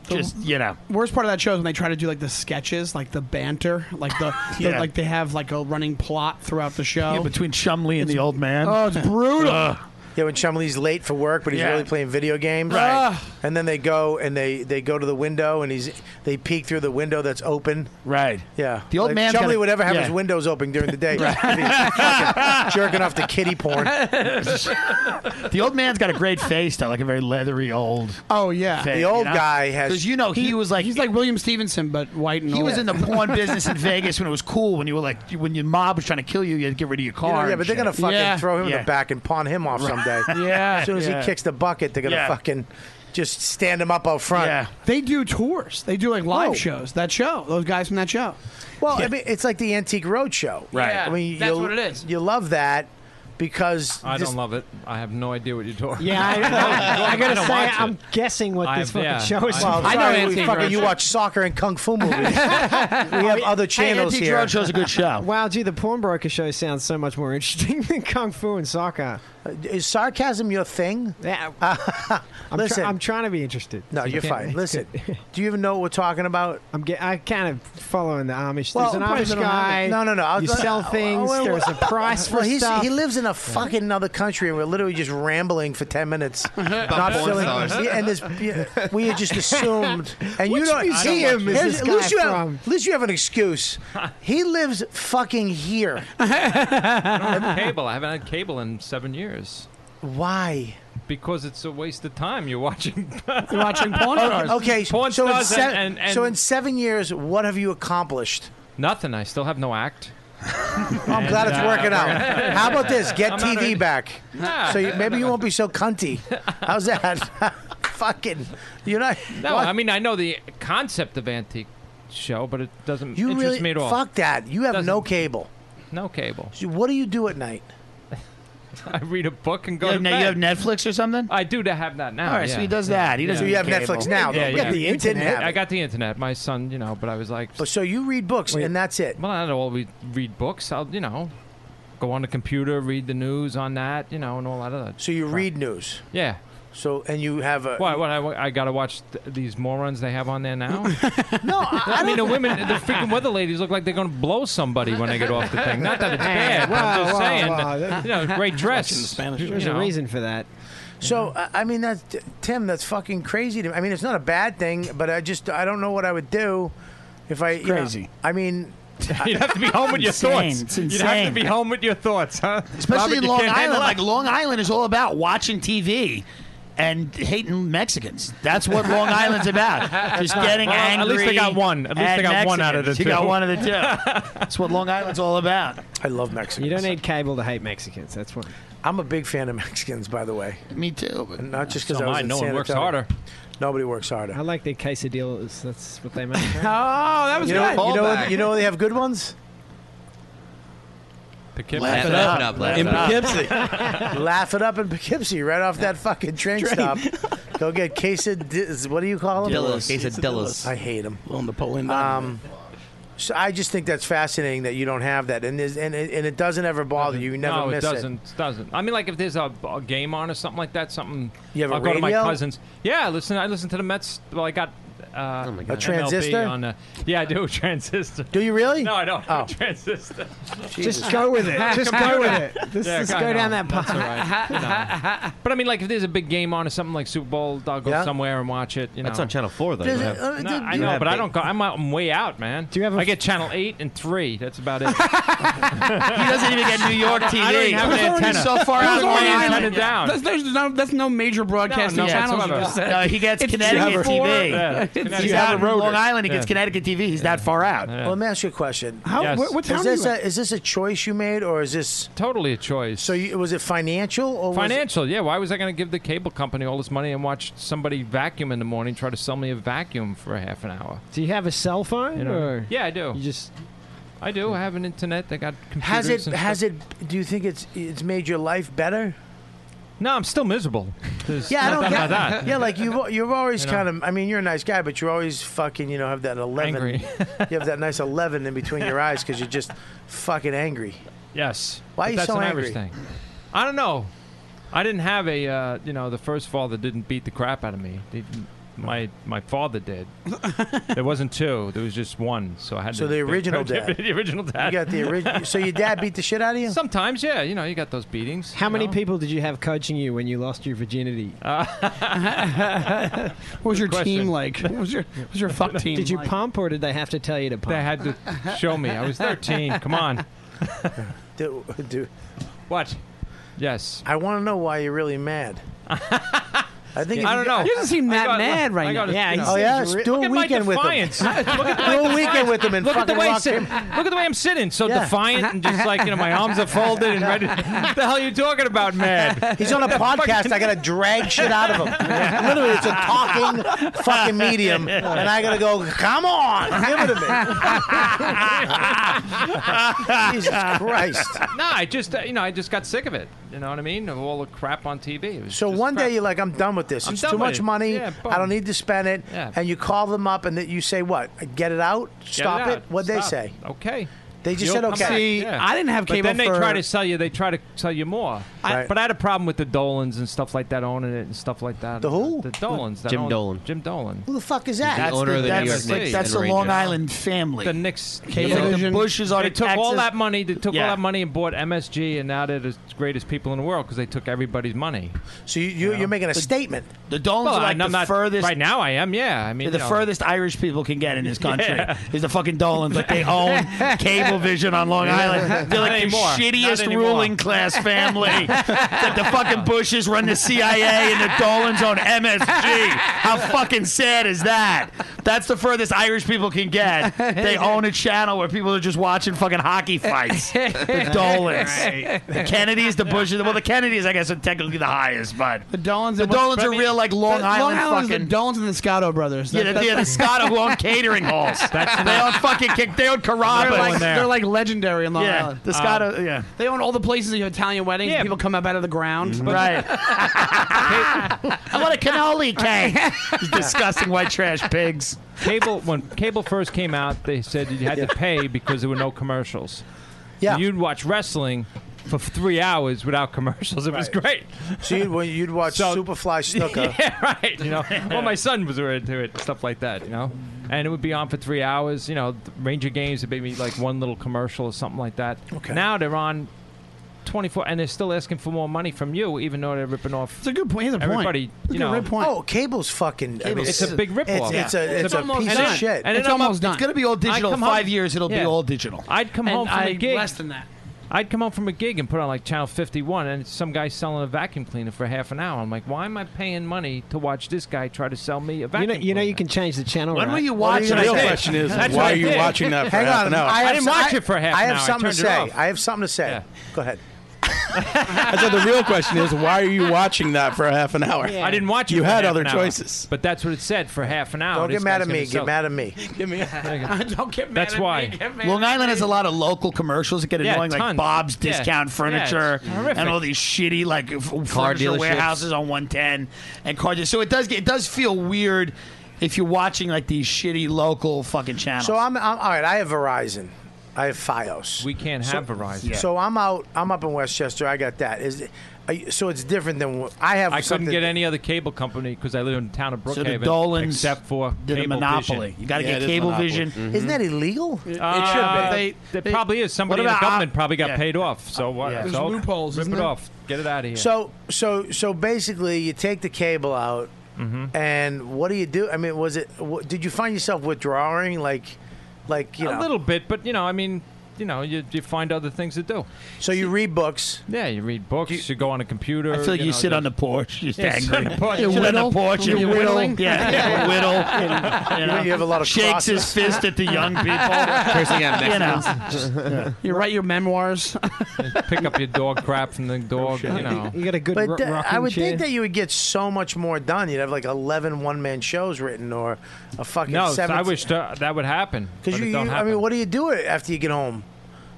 Speaker 10: just you know."
Speaker 14: Worst part of that show is when they try to do like the sketches, like the banter, like the, the-
Speaker 10: Yeah.
Speaker 14: like they have like a running plot throughout the show.
Speaker 10: Yeah, between Shumley and the old man.
Speaker 14: Oh, it's brutal.
Speaker 2: Yeah, when Chumley's late for work, but he's
Speaker 14: Yeah.
Speaker 2: really playing video games.
Speaker 14: Right.
Speaker 2: And then they go and they they go to the window and he's they peek through the window that's open.
Speaker 10: Right.
Speaker 2: Yeah.
Speaker 10: The old
Speaker 2: like,
Speaker 10: man's
Speaker 2: Chumley
Speaker 10: gotta-
Speaker 2: would ever have
Speaker 10: yeah.
Speaker 2: his windows open during the day. He's fucking jerking off the kitty porn.
Speaker 10: the old man's got a great face though, like a very leathery old.
Speaker 14: Oh yeah,
Speaker 10: Fake, The old you know? guy has- 'Cause you know he was like-
Speaker 14: he's like William Stevenson but white and
Speaker 10: He
Speaker 14: old.
Speaker 10: was in the porn business in Vegas when it was cool. When you were like, when your mob was trying to kill you, you had to get rid of your
Speaker 2: You know,
Speaker 10: car.
Speaker 2: yeah,
Speaker 10: and
Speaker 2: but they're
Speaker 10: shit.
Speaker 2: gonna fucking throw him in the back and pawn him off someday.
Speaker 10: Yeah,
Speaker 2: As soon as
Speaker 10: yeah.
Speaker 2: he kicks the bucket, they're gonna
Speaker 10: Yeah.
Speaker 2: fucking just stand him up out front. Oh.
Speaker 14: Yeah. They do tours. They do like live shows. That show, those guys from that show.
Speaker 2: Well, I mean, it's like the Antique Roadshow.
Speaker 11: Right. Yeah,
Speaker 2: I mean,
Speaker 11: that's
Speaker 2: you-
Speaker 11: what it is.
Speaker 2: You love that because
Speaker 11: I
Speaker 2: this-
Speaker 11: don't love it. I have no idea what you're talking.
Speaker 2: Yeah, I-
Speaker 11: about.
Speaker 2: I gotta
Speaker 11: don't
Speaker 2: say,
Speaker 11: watch it.
Speaker 2: I'm
Speaker 8: guessing what
Speaker 11: I
Speaker 8: this
Speaker 11: have-
Speaker 8: fucking
Speaker 11: yeah,
Speaker 8: show is.
Speaker 2: Well,
Speaker 8: about.
Speaker 2: sorry, we fucking, you watch soccer and kung fu movies. we have other channels here.
Speaker 8: Wow, gee, the pawnbroker show sounds so much more interesting than kung fu and soccer.
Speaker 2: Uh, Is sarcasm your thing?
Speaker 8: Yeah. I'm,
Speaker 2: Listen.
Speaker 8: try- I'm trying to be interested.
Speaker 2: No, you're
Speaker 8: Okay.
Speaker 2: fine. Listen, do you even know what we're talking about?
Speaker 8: I'm get, I kind of following the Amish.
Speaker 2: Well,
Speaker 8: There's an
Speaker 2: probably
Speaker 8: Amish
Speaker 2: don't have
Speaker 8: guy.
Speaker 2: it. No, no, no. I'll-
Speaker 8: You sell things.
Speaker 2: Well,
Speaker 8: there's a
Speaker 2: well,
Speaker 8: price for
Speaker 2: well, he's,
Speaker 8: stuff.
Speaker 2: He lives in a fucking another country, and we're literally just rambling for ten minutes, not
Speaker 7: porn
Speaker 2: filling.
Speaker 7: stars.
Speaker 2: Yeah, and this, yeah, we had just assumed. And you
Speaker 7: Which
Speaker 2: don't
Speaker 7: museum
Speaker 2: Here's-
Speaker 7: is this
Speaker 2: at least
Speaker 7: guy
Speaker 2: you have-
Speaker 7: from?
Speaker 2: At least you have an excuse. He lives fucking here.
Speaker 11: I don't have cable. I haven't had cable in seven years.
Speaker 2: Why?
Speaker 11: Because it's a waste of time. You're watching.
Speaker 14: You're watching porn
Speaker 2: Oh,
Speaker 14: stars.
Speaker 2: Okay,
Speaker 11: Porn
Speaker 2: so in
Speaker 11: stars
Speaker 2: seven,
Speaker 11: and- and-
Speaker 2: so in seven years, what have you accomplished?
Speaker 11: Nothing. I still have no act.
Speaker 2: I'm glad it's working out. How about this? Get
Speaker 11: uh, I'm not
Speaker 2: TV
Speaker 11: ready.
Speaker 2: back.
Speaker 11: Nah.
Speaker 2: So you, maybe you won't be so cunty. How's that? Fucking, you're not.
Speaker 11: No,
Speaker 2: what?
Speaker 11: I mean I know the concept of antique show, but it doesn't
Speaker 2: you
Speaker 11: interest
Speaker 2: really
Speaker 11: me at all.
Speaker 2: fuck that. You have no cable.
Speaker 11: No cable.
Speaker 2: So what do you do at night?
Speaker 11: I read a book and go
Speaker 10: You
Speaker 11: to
Speaker 10: have,
Speaker 11: bed.
Speaker 10: you have Netflix or something?
Speaker 11: I do to have that now.
Speaker 10: All right, so
Speaker 11: yeah.
Speaker 10: he does that. He
Speaker 11: Yeah.
Speaker 10: doesn't. need cable.
Speaker 11: Yeah, yeah.
Speaker 2: You didn't have
Speaker 11: I
Speaker 2: it.
Speaker 11: got the internet. My son, you know, but I was like.
Speaker 2: But so you read books and that's it.
Speaker 11: Well, I don't always read books. I'll, you know, go on the computer, read the news on that, you know, and all that other.
Speaker 2: So you read news.
Speaker 11: Yeah.
Speaker 2: So and you have a.
Speaker 11: What? What? I, I got to watch th- these morons they have on there now. no, I, mean the
Speaker 2: don't-
Speaker 11: women, the freaking weather ladies look like they're going to blow somebody when they get off the thing. Not that it's
Speaker 8: Hey,
Speaker 11: bad. but I'm
Speaker 8: wow,
Speaker 11: just
Speaker 8: wow,
Speaker 11: saying,
Speaker 8: wow. That-
Speaker 11: you know, great dress. you
Speaker 8: There's a
Speaker 11: know.
Speaker 8: reason for that.
Speaker 2: So I- I mean that's Tim. That's fucking crazy to me. I mean it's not a bad thing, but I just I don't know what I would do if I you know,
Speaker 10: crazy.
Speaker 2: I mean.
Speaker 11: You'd have to be home with your
Speaker 10: Insane. It's
Speaker 11: thoughts. You'd have to
Speaker 10: insane.
Speaker 11: be home with your thoughts, huh? Robert,
Speaker 10: Especially in
Speaker 11: you
Speaker 10: Long
Speaker 11: can't handle
Speaker 10: Island.
Speaker 11: it?
Speaker 10: Like Long Island is all about watching TV and hating Mexicans. That's what Long Island's about. Just
Speaker 11: Well,
Speaker 10: getting angry.
Speaker 11: at least they got one. At least they got one out of the
Speaker 10: Mexicans. You got
Speaker 11: two.
Speaker 10: one of the two. That's what Long Island's all about.
Speaker 2: I love Mexicans.
Speaker 8: You don't need cable to hate Mexicans. That's what.
Speaker 2: I'm a big fan of Mexicans, by the way.
Speaker 10: Me too. But
Speaker 2: not just because
Speaker 11: So
Speaker 2: I
Speaker 11: am
Speaker 2: was
Speaker 11: I.
Speaker 2: in
Speaker 11: No one
Speaker 2: San
Speaker 11: works
Speaker 2: Antonio.
Speaker 11: harder.
Speaker 2: Nobody works harder.
Speaker 8: I like the quesadillas. That's what they make.
Speaker 2: that
Speaker 8: was
Speaker 11: Oh,
Speaker 2: you know,
Speaker 8: good.
Speaker 2: You know,
Speaker 8: Callback.
Speaker 2: you know they have good ones.
Speaker 11: Poughkeepsie.
Speaker 2: Laugh it
Speaker 11: Laugh
Speaker 2: up,
Speaker 11: it up, laugh
Speaker 2: in
Speaker 11: it up.
Speaker 2: Poughkeepsie. laugh it up in Poughkeepsie, right off that fucking train, stop. Go get quesadillas. What do you call them?
Speaker 13: Dillas. Quesadillas.
Speaker 2: I hate them.
Speaker 14: Little Napoleon.
Speaker 2: Um, so I just think that's fascinating that you don't have that, and there's- and it, and it doesn't ever bother you. You never
Speaker 11: no,
Speaker 2: miss
Speaker 11: it doesn't. Doesn't. I mean, like if there's a, a game on or something like that, something.
Speaker 2: You have a
Speaker 11: I'll go to my
Speaker 2: radio?
Speaker 11: cousins. Yeah, I listen. I listen to the Mets. Well, I got. Uh, oh my
Speaker 2: God. A transistor?
Speaker 11: On a, yeah, I do a transistor.
Speaker 2: Do you really?
Speaker 11: No, I don't. have a transistor.
Speaker 8: Just go with it. Just go with it. This
Speaker 11: Yeah,
Speaker 8: just
Speaker 11: God,
Speaker 8: go
Speaker 11: no,
Speaker 8: down that
Speaker 11: that's
Speaker 8: path.
Speaker 11: all right. No. But I mean, like if there's a big game on or something like Super Bowl, I'll go
Speaker 8: Yeah?
Speaker 11: somewhere and watch it. You know,
Speaker 13: That's on Channel 4, though.
Speaker 11: No,
Speaker 13: Does it- uh, do-
Speaker 11: I
Speaker 13: do-
Speaker 11: know,
Speaker 13: have
Speaker 11: but I
Speaker 13: big-
Speaker 11: don't go. I'm, out, I'm way out, man. Do you have? I get Channel Eight and Three. That's about it.
Speaker 14: he
Speaker 10: doesn't even get New York
Speaker 11: I don't even have an antenna.
Speaker 14: so far
Speaker 11: I
Speaker 14: out
Speaker 11: don't
Speaker 14: of my
Speaker 11: have an
Speaker 14: island.
Speaker 11: antenna down.
Speaker 14: That's, there's no, that's no major broadcasting
Speaker 10: No, no,
Speaker 14: channels.
Speaker 10: whatsoever.
Speaker 14: you just said.
Speaker 10: No, he gets
Speaker 14: It's
Speaker 10: Connecticut
Speaker 14: four-
Speaker 10: TV.
Speaker 14: Yeah.
Speaker 10: He's
Speaker 14: It's
Speaker 10: out
Speaker 14: Java
Speaker 10: in
Speaker 14: Roder.
Speaker 10: Long Island. He gets
Speaker 14: Yeah.
Speaker 10: Connecticut TV. He's that far out.
Speaker 2: Well, let me ask you a question.
Speaker 10: How- Yes. what- what town
Speaker 2: is
Speaker 10: are
Speaker 2: this?
Speaker 10: you
Speaker 2: A, is this a choice you made, or is this
Speaker 11: totally a choice?
Speaker 2: So you, was it financial or was it-
Speaker 11: Financial, yeah. Why was I going to give the cable company all this money and watch somebody vacuum in the morning try to sell me a vacuum for a half an hour?
Speaker 8: Do you have a cell phone?
Speaker 11: You know?
Speaker 8: or?
Speaker 11: Yeah, I do. You
Speaker 8: just,
Speaker 11: I do. I have an internet. I got computers.
Speaker 2: Has it?
Speaker 11: and
Speaker 2: Has
Speaker 11: stuff.
Speaker 2: it? Do you think it's it's made your life better?
Speaker 11: No, I'm still miserable. There's
Speaker 2: Yeah, I
Speaker 11: no
Speaker 2: don't
Speaker 11: doubt
Speaker 2: get
Speaker 11: about that.
Speaker 2: Yeah, like you've you've always
Speaker 11: You know?
Speaker 2: kind of. I mean, you're a nice guy, but you're always fucking. You know, have that eleven. you have that nice eleven in between your eyes because you're just fucking angry.
Speaker 11: Yes.
Speaker 2: Why
Speaker 11: But
Speaker 2: are you
Speaker 11: that's
Speaker 2: so
Speaker 11: an
Speaker 2: angry?
Speaker 11: Irish thing. I don't know. I didn't have a uh, you know the first father didn't beat the crap out of me. They- my my father did. there wasn't two. There was just one. So I had.
Speaker 2: So
Speaker 11: to
Speaker 2: the original dad.
Speaker 11: the original dad.
Speaker 2: You got the original. so your dad beat the shit out of you.
Speaker 11: Sometimes, yeah. You know, you got those beatings.
Speaker 8: How
Speaker 11: you
Speaker 8: many
Speaker 11: know?
Speaker 8: people did you have coaching you when you lost your virginity?
Speaker 11: what was your team like? What was your what was your fuck team?
Speaker 8: Did you
Speaker 11: like?
Speaker 8: pump or did they have to tell you to pump?
Speaker 11: They had to show me. I was 13. Come on.
Speaker 2: Do, do-
Speaker 11: What? Yes.
Speaker 2: I want to know why you're really mad. I think
Speaker 11: I
Speaker 2: if
Speaker 11: don't know.
Speaker 2: you
Speaker 11: You doesn't seem I that got- mad right I got now. a-
Speaker 2: Yeah,
Speaker 11: you
Speaker 2: he's
Speaker 11: know.
Speaker 2: oh yeah,
Speaker 11: Look
Speaker 2: do a
Speaker 11: at my
Speaker 2: weekend with him.
Speaker 11: defiance. Look at
Speaker 2: do a weekend with him and
Speaker 11: Look at the
Speaker 2: fucking
Speaker 11: way I'm
Speaker 2: rock
Speaker 11: sitting.
Speaker 2: him.
Speaker 11: Look at the way I'm sitting. So
Speaker 2: Yeah.
Speaker 11: defiant and just like you know, my arms are folded and ready. What the hell are you talking about, man?
Speaker 2: He's on a podcast. I gotta drag shit out of him. Literally, it's a talking fucking medium, and I gotta go. Come on, give it to me. Jesus Christ.
Speaker 11: Nah, I just uh, you know I just got sick of it. You know what I mean? Of all the crap on TV. It was
Speaker 2: So one day you're like, I'm done with this.
Speaker 11: I'm
Speaker 2: It's
Speaker 11: done
Speaker 2: too
Speaker 11: with
Speaker 2: much
Speaker 11: it.
Speaker 2: money.
Speaker 11: Yeah, boom.
Speaker 2: I don't need to spend it.
Speaker 11: Yeah.
Speaker 2: And you call them up, and that you say what? Get it out. Stop it.
Speaker 11: out.
Speaker 2: What'd they
Speaker 11: Stop.
Speaker 2: say?
Speaker 11: Okay.
Speaker 2: They just
Speaker 11: You'll
Speaker 2: said
Speaker 11: come
Speaker 2: okay.
Speaker 11: back. Yeah. but then they try to sell you. They try to sell you more. I, but I had a problem with the Dolans and stuff like that owning it and stuff like that. The who? The Dolans. that
Speaker 13: Jim
Speaker 11: own-
Speaker 13: Dolan.
Speaker 11: Jim Dolan.
Speaker 2: Who the fuck is that?
Speaker 13: The owner of the New York Knicks
Speaker 10: That's
Speaker 13: and
Speaker 10: the Long
Speaker 13: Rangers.
Speaker 10: Island family.
Speaker 11: The Knicks.
Speaker 10: The Bushes
Speaker 11: they
Speaker 10: already
Speaker 11: took all that money. They took all
Speaker 10: Yeah.
Speaker 11: that money and bought MSG, and now they're the greatest people in the world because they took everybody's money.
Speaker 2: So you, you, you're making a statement.
Speaker 10: The Dolans
Speaker 11: Well,
Speaker 10: are like
Speaker 11: I'm
Speaker 10: the
Speaker 11: not-
Speaker 10: furthest.
Speaker 11: Right now, I am. Yeah, I mean
Speaker 10: They're the
Speaker 11: you know.
Speaker 10: furthest Irish people can get in this country
Speaker 11: Yeah.
Speaker 10: is the fucking Dolans. Like they own Cablevision on Long
Speaker 11: Yeah.
Speaker 10: Island. They're
Speaker 11: Not
Speaker 10: like
Speaker 11: anymore.
Speaker 10: the
Speaker 11: Not
Speaker 10: shittiest
Speaker 11: anymore.
Speaker 10: ruling class family. that the fucking Bushes run the CIA and the Dolans own MSG. How fucking sad is that? That's the furthest Irish people can get. They own a channel where people are just watching fucking hockey fights. The Dolans,
Speaker 14: Right.
Speaker 10: the Kennedys, the Bushes. Well, the Kennedys, I guess, are technically the highest, but the
Speaker 14: Dolans,
Speaker 10: the
Speaker 14: and what-
Speaker 10: Dolans
Speaker 14: but I
Speaker 10: are
Speaker 14: mean,
Speaker 10: real like Long
Speaker 14: the-
Speaker 10: Island
Speaker 14: Long Island's
Speaker 10: fucking
Speaker 14: The Dolans and the Scotto brothers.
Speaker 10: yeah, the, yeah, the Scott who own catering halls. they own fucking kick. They own Carrabba's.
Speaker 14: They're like, they're like Um, legendary in Long
Speaker 10: Yeah,
Speaker 14: Island. Uh,
Speaker 10: the Scotto- yeah.
Speaker 14: They own all the places you have Italian weddings. and people come up out of the ground.
Speaker 10: Right. I want a cannoli cake. These disgusting white trash pigs.
Speaker 11: Cable when cable first came out, they said you had to pay because there were no commercials.
Speaker 2: Yeah,
Speaker 11: you'd watch wrestling for three hours without commercials. It was great.
Speaker 2: So you'd, well, you'd watch Superfly Snooker.
Speaker 11: yeah, right. You know, well, my son was into it, stuff like that. You know, and it would be on for three hours. You know, the Ranger games would be like one little commercial or something like that. Okay. Now they're on. 24 and they're still asking for more money from you even though they're ripping off it's
Speaker 14: a good point
Speaker 11: everybody you know
Speaker 2: Oh, cable's fucking. I mean,
Speaker 11: It's a big ripoff.
Speaker 2: It's, it's a it's, a piece
Speaker 11: and
Speaker 2: of
Speaker 11: then-
Speaker 2: shit.
Speaker 11: and then I'm up-
Speaker 10: It's gonna be all
Speaker 11: I'd
Speaker 10: digital.
Speaker 11: come home-
Speaker 10: Five years, it'll
Speaker 11: Yeah.
Speaker 10: be all digital.
Speaker 11: I'd come
Speaker 10: And
Speaker 11: home from
Speaker 10: I-
Speaker 11: a gig.
Speaker 10: less than that.
Speaker 11: I'd come home from a gig and put on like Channel 51, and some guy selling a vacuum cleaner for half an hour. I'm like, why am I paying money to watch this guy try to sell me a
Speaker 8: You
Speaker 11: vacuum?
Speaker 8: know, you know, you can change the channel.
Speaker 11: When
Speaker 8: right?
Speaker 11: were you Well, watching the it? real
Speaker 8: I did.
Speaker 11: question is, That's why what I are you did. watching that for
Speaker 2: Hang
Speaker 11: half
Speaker 2: on,
Speaker 11: an hour? I
Speaker 2: have
Speaker 11: didn't
Speaker 2: some-
Speaker 11: watch it for half
Speaker 2: I
Speaker 11: an
Speaker 2: have
Speaker 11: hour. I
Speaker 2: something to
Speaker 11: turned it
Speaker 2: say.
Speaker 11: off.
Speaker 2: I have something to say. Go ahead.
Speaker 7: I said the real question is why are you watching that for half an hour?
Speaker 11: I didn't watch it.
Speaker 7: You
Speaker 11: for
Speaker 7: had
Speaker 11: half
Speaker 7: other
Speaker 11: an hour,
Speaker 7: choices.
Speaker 11: but that's what it said for half an hour.
Speaker 7: Don't get
Speaker 11: This
Speaker 7: mad
Speaker 11: guy's
Speaker 7: at me.
Speaker 11: gonna
Speaker 7: Get
Speaker 11: sell-
Speaker 7: mad
Speaker 2: at me.
Speaker 7: Give me a, don't get
Speaker 11: That's why.
Speaker 10: Long Island has a lot of local commercials that get
Speaker 11: Yeah,
Speaker 10: annoying, like
Speaker 11: tons.
Speaker 10: Bob's
Speaker 11: Yeah.
Speaker 10: Discount
Speaker 11: Yeah,
Speaker 10: Furniture
Speaker 11: it's horrific.
Speaker 10: and all these shitty like f- furniture
Speaker 11: dealerships.
Speaker 10: warehouses on 110 and car. dealers. So it does get, it does feel weird if you're watching like these shitty local fucking channels.
Speaker 2: So I'm, I'm all right. I have Verizon. I have FiOS. We
Speaker 11: can't
Speaker 2: so,
Speaker 11: have Verizon.
Speaker 2: So I'm out. I'm up in Westchester. I got that. Is it, are you- so it's different than what I have.
Speaker 11: I couldn't
Speaker 2: something-
Speaker 11: get any other cable company because I live in the town of
Speaker 2: So the
Speaker 11: Brookhaven,
Speaker 2: Dolans
Speaker 11: except for
Speaker 2: did a
Speaker 11: Cablevision.
Speaker 2: monopoly. You gotta Yeah, get it is Cablevision. monopoly. Isn't that illegal? It- it
Speaker 11: Uh,
Speaker 2: should be. They-
Speaker 11: It
Speaker 2: they-
Speaker 11: probably is. Somebody in
Speaker 2: What
Speaker 11: the
Speaker 2: about
Speaker 11: government
Speaker 2: op-
Speaker 11: probably got
Speaker 2: yeah.
Speaker 11: paid off. So what?
Speaker 2: Yeah. There's
Speaker 11: So
Speaker 2: loopholes,
Speaker 11: Rip
Speaker 2: isn't
Speaker 11: it
Speaker 2: there?
Speaker 11: off. Get it out of here.
Speaker 2: So so so basically, you take the cable out, and what do you do? I mean, was it? wha- did you find yourself withdrawing? Like, like you
Speaker 11: a
Speaker 2: know,
Speaker 11: little bit, but you know, I mean, you know, you, you find other things to do.
Speaker 2: So you read books.
Speaker 11: Yeah, you read books. You, go on a computer.
Speaker 10: I feel like you,
Speaker 11: know,
Speaker 10: sit on the porch, you're just
Speaker 11: Yeah, sit on
Speaker 10: angry.
Speaker 11: the porch.
Speaker 10: You
Speaker 11: You
Speaker 10: sit on the
Speaker 11: whittle.
Speaker 10: porch, you
Speaker 11: You
Speaker 10: whittle.
Speaker 11: whittling.
Speaker 10: Yeah,
Speaker 11: Yeah.
Speaker 10: you whittle.
Speaker 11: You- you have a lot of
Speaker 10: shakes his
Speaker 11: crosses.
Speaker 10: fist at the young people.
Speaker 11: Cursing at
Speaker 10: You know.
Speaker 11: Mexicans.
Speaker 10: Just- yeah.
Speaker 14: You write your memoirs.
Speaker 11: pick up your dog crap from the dog. you know,
Speaker 8: You got a good
Speaker 2: But
Speaker 8: ro-
Speaker 2: th- I
Speaker 8: rocking
Speaker 2: would
Speaker 8: chair.
Speaker 2: think that you would get so much more done. You'd have like 11 one man shows written or a fucking
Speaker 11: no,
Speaker 2: seven.
Speaker 11: I wish that, that would happen.
Speaker 2: Because
Speaker 11: but
Speaker 2: you,
Speaker 11: it
Speaker 2: you
Speaker 11: don't
Speaker 2: I
Speaker 11: happen.
Speaker 2: mean, what do you do after you get home?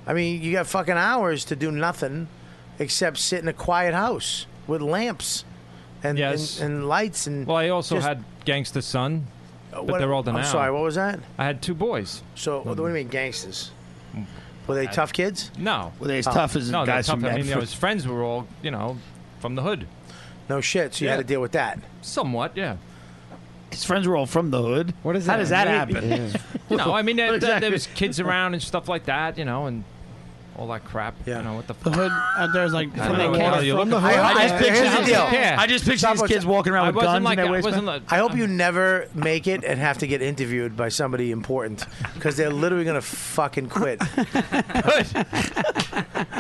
Speaker 2: I mean, you got fucking hours to do nothing except sit in a quiet house with lamps and
Speaker 11: Yes.
Speaker 2: and, and lights and.
Speaker 11: Well, I also
Speaker 2: just- Uh,
Speaker 11: had Gangsta Son, but
Speaker 2: what-
Speaker 11: they're older
Speaker 2: I'm
Speaker 11: now.
Speaker 2: sorry, what was that?
Speaker 11: I had two boys.
Speaker 2: So, what do you mean gangsters? Were they tough kids? Oh.
Speaker 11: No.
Speaker 2: Were they as tough as
Speaker 11: no, they're
Speaker 2: guys
Speaker 11: tough.
Speaker 2: from
Speaker 11: I mean,
Speaker 2: Medford?
Speaker 11: you know, his friends were all, you know, from the hood.
Speaker 2: No shit. So you had to deal with that.
Speaker 11: Somewhat, yeah.
Speaker 10: His friends were all from the hood. What is How does that happen?
Speaker 11: you know, I mean, there, there-
Speaker 10: Exactly.
Speaker 11: there was kids around and stuff like that, you know, and all that crap. You know what the
Speaker 14: The
Speaker 11: fuck.
Speaker 14: hood out there is like
Speaker 11: I
Speaker 14: when
Speaker 11: don't
Speaker 14: they
Speaker 11: know
Speaker 14: came
Speaker 11: what
Speaker 14: from
Speaker 11: you're
Speaker 14: the
Speaker 11: looking for.
Speaker 14: hood.
Speaker 11: I- I-
Speaker 2: Here's
Speaker 11: picture-
Speaker 2: the deal.
Speaker 11: Yeah. I just picture
Speaker 2: Stop
Speaker 11: these
Speaker 2: what
Speaker 11: kids
Speaker 2: you-
Speaker 11: walking around I with wasn't guns in like- their I waistband. wasn't like-
Speaker 2: I hope you never make it and have to get interviewed by somebody important because they're literally gonna fucking quit.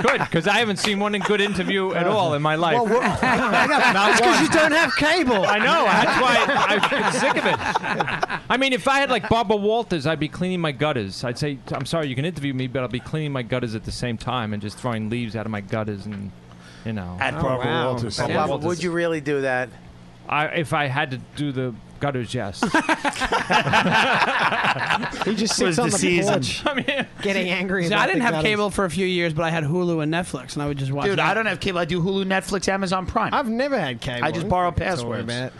Speaker 11: Good, because I haven't seen one good interview at all in my life.
Speaker 2: Well, we're- I got-
Speaker 11: Not
Speaker 2: That's 'cause
Speaker 11: one.
Speaker 2: you don't have cable.
Speaker 11: I know. That's why I, I'm sick of it. I mean, if I had like Barbara Walters, I'd be cleaning my gutters. I'd say, "I'm sorry, you can interview me, but I'll be cleaning my gutters at the same time and just throwing leaves out of my gutters and, you know."
Speaker 10: At Oh, Barbara wow. Walters.
Speaker 2: Now, Bob, would you really do that?
Speaker 11: I, if I had to do the gutters, yes.
Speaker 8: He just
Speaker 11: Was
Speaker 8: sits on
Speaker 11: the
Speaker 8: the
Speaker 11: season.
Speaker 8: porch, getting angry.
Speaker 14: See,
Speaker 8: about
Speaker 14: I didn't
Speaker 8: the
Speaker 14: have
Speaker 8: gutters.
Speaker 14: cable for a few years, but I had Hulu and Netflix, and I would just watch.
Speaker 10: Dude, I don't have cable. I do Hulu, Netflix, Amazon Prime.
Speaker 8: I've never had cable.
Speaker 10: I just borrow
Speaker 8: Don't worry
Speaker 10: passwords.
Speaker 8: about it.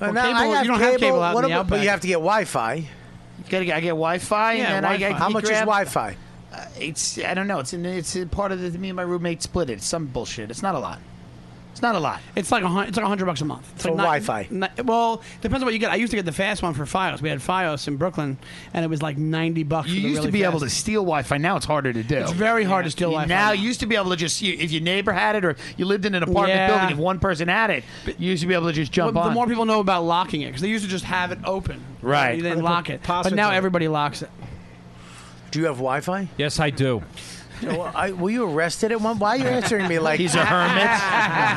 Speaker 2: Well,
Speaker 10: Well,
Speaker 2: now
Speaker 10: cable-
Speaker 2: I
Speaker 10: you don't have cable out in
Speaker 2: what
Speaker 10: the
Speaker 2: about- but you
Speaker 10: outback.
Speaker 2: have to get Wi-Fi. You
Speaker 10: gotta get, I get Wi-Fi,
Speaker 2: Yeah,
Speaker 10: and then I
Speaker 2: Wi-Fi.
Speaker 10: get.
Speaker 2: How much is Wi-Fi?
Speaker 10: Uh, it's I don't know. It's in, it's a part of the, me and my roommate split it. It's some bullshit. It's not a lot. It's not a lot.
Speaker 14: It's like a hun- it's like hundred bucks a month It's
Speaker 10: For
Speaker 14: like
Speaker 10: Wi-Fi.
Speaker 14: ni- well, depends on what you get. I used to get the fast one for FiOS. We had FiOS in Brooklyn, and it was like ninety bucks.
Speaker 10: You used to be able to steal Wi-Fi. Now it's harder to do.
Speaker 14: It's very hard to steal
Speaker 10: You
Speaker 14: Wi-Fi.
Speaker 10: Now you used to be able to just you, if your neighbor had it or you lived in an apartment
Speaker 14: Yeah.
Speaker 10: building, if one person had it, you used to be able to just jump
Speaker 14: Well,
Speaker 10: on.
Speaker 14: the more people know about locking it, because they used to just have it open.
Speaker 10: Right.
Speaker 14: You
Speaker 10: Or they
Speaker 14: didn't
Speaker 10: put
Speaker 14: lock it, but
Speaker 10: passwords
Speaker 14: now
Speaker 10: on it.
Speaker 14: everybody locks it.
Speaker 2: Do you have Wi-Fi?
Speaker 11: Yes, I do.
Speaker 2: know, I, were you arrested at one? Why are you answering me like
Speaker 11: He's a hermit?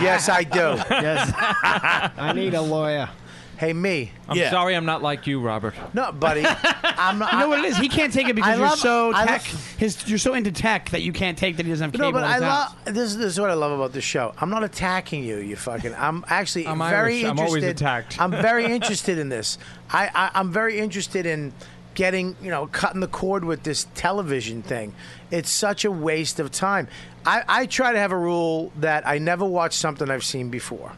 Speaker 2: yes, I do.
Speaker 10: Yes,
Speaker 2: I
Speaker 8: need a lawyer.
Speaker 2: Hey, me.
Speaker 11: I'm sorry, I'm not like you, Robert.
Speaker 2: No, buddy. I'm not.
Speaker 14: You know what it is? He can't take it because
Speaker 2: I love-
Speaker 14: you're so
Speaker 2: I
Speaker 14: tech. his, you're so into tech that you can't take that he doesn't have cable.
Speaker 2: No, but
Speaker 14: in
Speaker 2: I
Speaker 14: his house.
Speaker 2: love this. This is what I love about the show. I'm not attacking you. You fucking. I'm actually
Speaker 11: I'm
Speaker 2: very
Speaker 11: Irish. I'm
Speaker 2: interested.
Speaker 11: always attacked.
Speaker 2: I'm very interested in this. I, I I'm very interested in getting you know cutting the cord with this television thing. It's such a waste of time. I I try to have a rule that I never watch something I've seen before.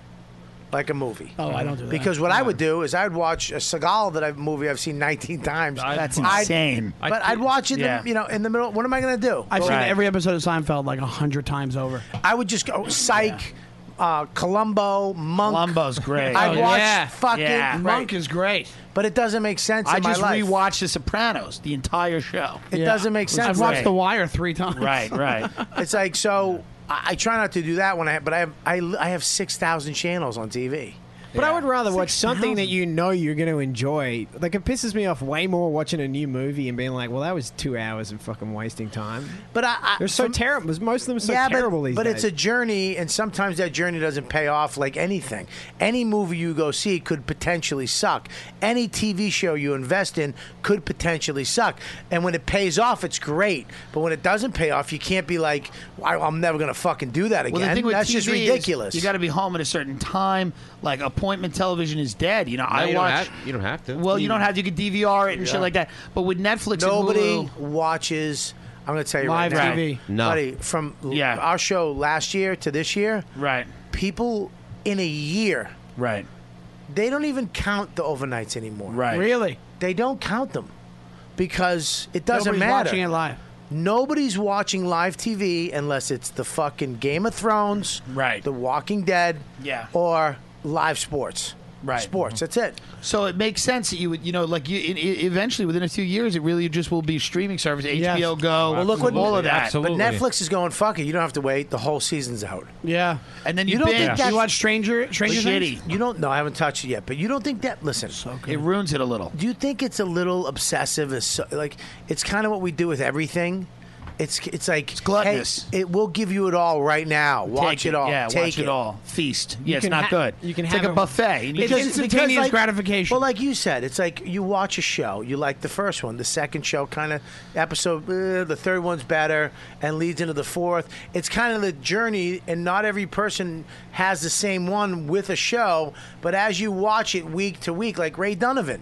Speaker 2: Like a movie.
Speaker 14: Oh, I don't do that.
Speaker 2: Because what I would do is I would watch a Seagal that I movie I've seen 19 times.
Speaker 14: That's
Speaker 2: I'd-
Speaker 14: insane.
Speaker 2: but I'd watch it, in
Speaker 14: Yeah.
Speaker 2: the, you know, in the middle. What am I going to do?
Speaker 14: I've
Speaker 2: Go-
Speaker 14: seen every episode of Seinfeld like a hundred times over.
Speaker 2: I would just go Psych, uh, Columbo, Monk.
Speaker 10: Columbo's great.
Speaker 2: I
Speaker 10: Oh,
Speaker 2: watched
Speaker 10: yeah.
Speaker 2: fucking
Speaker 10: Yeah.
Speaker 2: Monk,
Speaker 10: Monk is great,
Speaker 2: but it doesn't make sense.
Speaker 10: I
Speaker 2: in my
Speaker 10: just
Speaker 2: life.
Speaker 10: rewatched The Sopranos, the entire show.
Speaker 2: It doesn't make sense.
Speaker 14: I've watched The Wire three times.
Speaker 10: Right, right.
Speaker 2: it's like so. I, I try not to do that when I, but I have I, I have six thousand channels on TV.
Speaker 8: But I would rather watch something that you know you're going to enjoy. Like it pisses me off way more watching a new movie and being like, "Well, that was two hours of fucking wasting time."
Speaker 2: But I, I
Speaker 8: they're so
Speaker 2: from-
Speaker 8: terrible. Most of them are so
Speaker 2: yeah,
Speaker 8: terrible
Speaker 2: but,
Speaker 8: these
Speaker 2: but
Speaker 8: days.
Speaker 2: it's a journey, and sometimes that journey doesn't pay off like anything. Any movie you go see could potentially suck. Any TV show you invest in could potentially suck. And when it pays off, it's great. But when it doesn't pay off, you can't be like, I, I'm never going to fucking do that again.
Speaker 10: Well, the thing with
Speaker 2: That's
Speaker 10: TV
Speaker 2: just
Speaker 10: is
Speaker 2: ridiculous.
Speaker 10: you got to be home at a certain time. Like appointment television is dead. You know,
Speaker 13: No,
Speaker 10: I
Speaker 13: you don't
Speaker 10: watch.
Speaker 13: have- you don't have to.
Speaker 10: Well, you don't have. to. You can DVR it and
Speaker 2: Yeah.
Speaker 10: shit like that. But with Netflix,
Speaker 2: Nobody
Speaker 10: and Hulu,
Speaker 2: watches. I'm going to tell you
Speaker 10: Live
Speaker 2: right now,
Speaker 10: TV. No.
Speaker 2: buddy. From l- our show last year to this year,
Speaker 10: right?
Speaker 2: People in a year,
Speaker 10: right?
Speaker 2: They don't even count the overnights anymore,
Speaker 10: right?
Speaker 2: Really? They don't count them because it doesn't
Speaker 14: Nobody's
Speaker 2: matter.
Speaker 14: watching it live.
Speaker 2: Nobody's watching live TV unless it's the fucking Game of Thrones, right? The Walking Dead,
Speaker 10: Yeah.
Speaker 2: or live sports,
Speaker 10: Right. Mm-hmm.
Speaker 2: Sports. That's it.
Speaker 10: So it makes sense that you would, you know, like you it, it- eventually within a few years, it really just will be streaming service, HBO Go.
Speaker 2: Well, look what
Speaker 10: all of that.
Speaker 2: But Netflix is going fuck it. You don't have to wait. The whole season's out.
Speaker 14: Yeah,
Speaker 10: and then
Speaker 14: you, don't think that you watch Stranger Stranger Things?
Speaker 2: You don't. No, I haven't touched it yet. But you don't think that? Listen,
Speaker 10: it ruins it a little.
Speaker 2: Do you think it's a little obsessive? Is so, like it's kind of what we do with everything. It's it's like it's
Speaker 10: gluttonous.
Speaker 2: Hey, it will give you it all right now. Watch
Speaker 10: Take
Speaker 2: it, all.
Speaker 10: Yeah,
Speaker 2: Take
Speaker 10: watch it. all. Feast.
Speaker 2: You
Speaker 10: Yeah, it's
Speaker 2: can
Speaker 10: not
Speaker 2: ha-
Speaker 10: good.
Speaker 2: you can
Speaker 10: it's
Speaker 2: have
Speaker 10: like
Speaker 2: it-
Speaker 10: a buffet. You
Speaker 2: Because-
Speaker 10: just-
Speaker 2: because, like-
Speaker 14: gratification.
Speaker 2: Well, like you said, it's like you watch a show, you like the first one, the second show kind of episode, eh, the third one's better, and leads into the fourth. It's kind of the journey, and not every person has the same one with a show. But as you watch it week to week, like Ray Donovan,